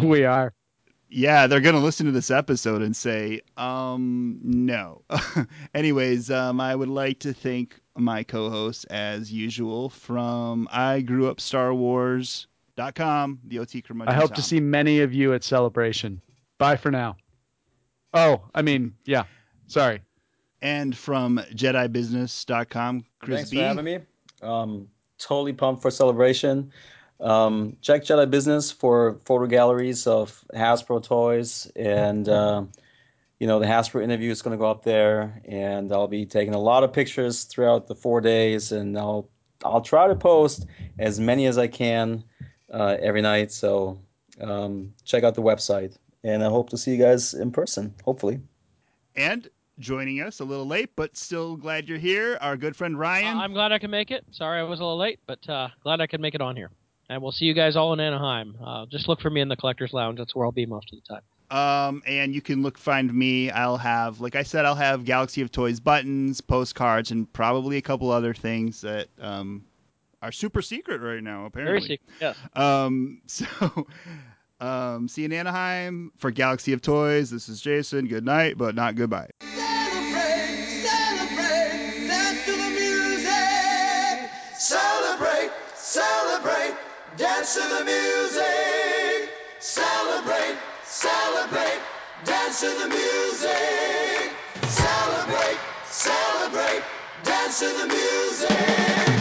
Speaker 3: We are.
Speaker 2: yeah, they're going to listen to this episode and say, um, no. Anyways, um, I would like to thank my co hosts as usual from I Grew Up Star Wars.com, the OT curmudgeon
Speaker 3: I hope to
Speaker 2: Tom.
Speaker 3: see many of you at Celebration. Bye for now. Oh, I mean, yeah. Sorry.
Speaker 2: And from JediBusiness.com, Chris
Speaker 5: Thanks
Speaker 2: B.
Speaker 5: for having me. Um, totally pumped for celebration. Um, check Jedi Business for photo galleries of Hasbro toys, and uh, you know the Hasbro interview is going to go up there, and I'll be taking a lot of pictures throughout the four days, and I'll I'll try to post as many as I can uh, every night. So um, check out the website, and I hope to see you guys in person, hopefully.
Speaker 2: And joining us a little late, but still glad you're here, our good friend
Speaker 1: Uh,
Speaker 2: Ryan.
Speaker 1: I'm glad I could make it. Sorry I was a little late, but uh, glad I could make it on here. And we'll see you guys all in Anaheim. Uh, just look for me in the collector's lounge. That's where I'll be most of the time.
Speaker 2: Um, and you can look find me. I'll have, like I said, I'll have Galaxy of Toys buttons, postcards, and probably a couple other things that um, are super secret right now. Apparently,
Speaker 1: Very secret. Yes.
Speaker 2: Um, so, um, see you in Anaheim for Galaxy of Toys. This is Jason. Good night, but not goodbye.
Speaker 7: Celebrate, celebrate, dance to the music. Celebrate, celebrate, dance to the music. Celebrate, celebrate, dance to the music. Celebrate, celebrate, dance to the music.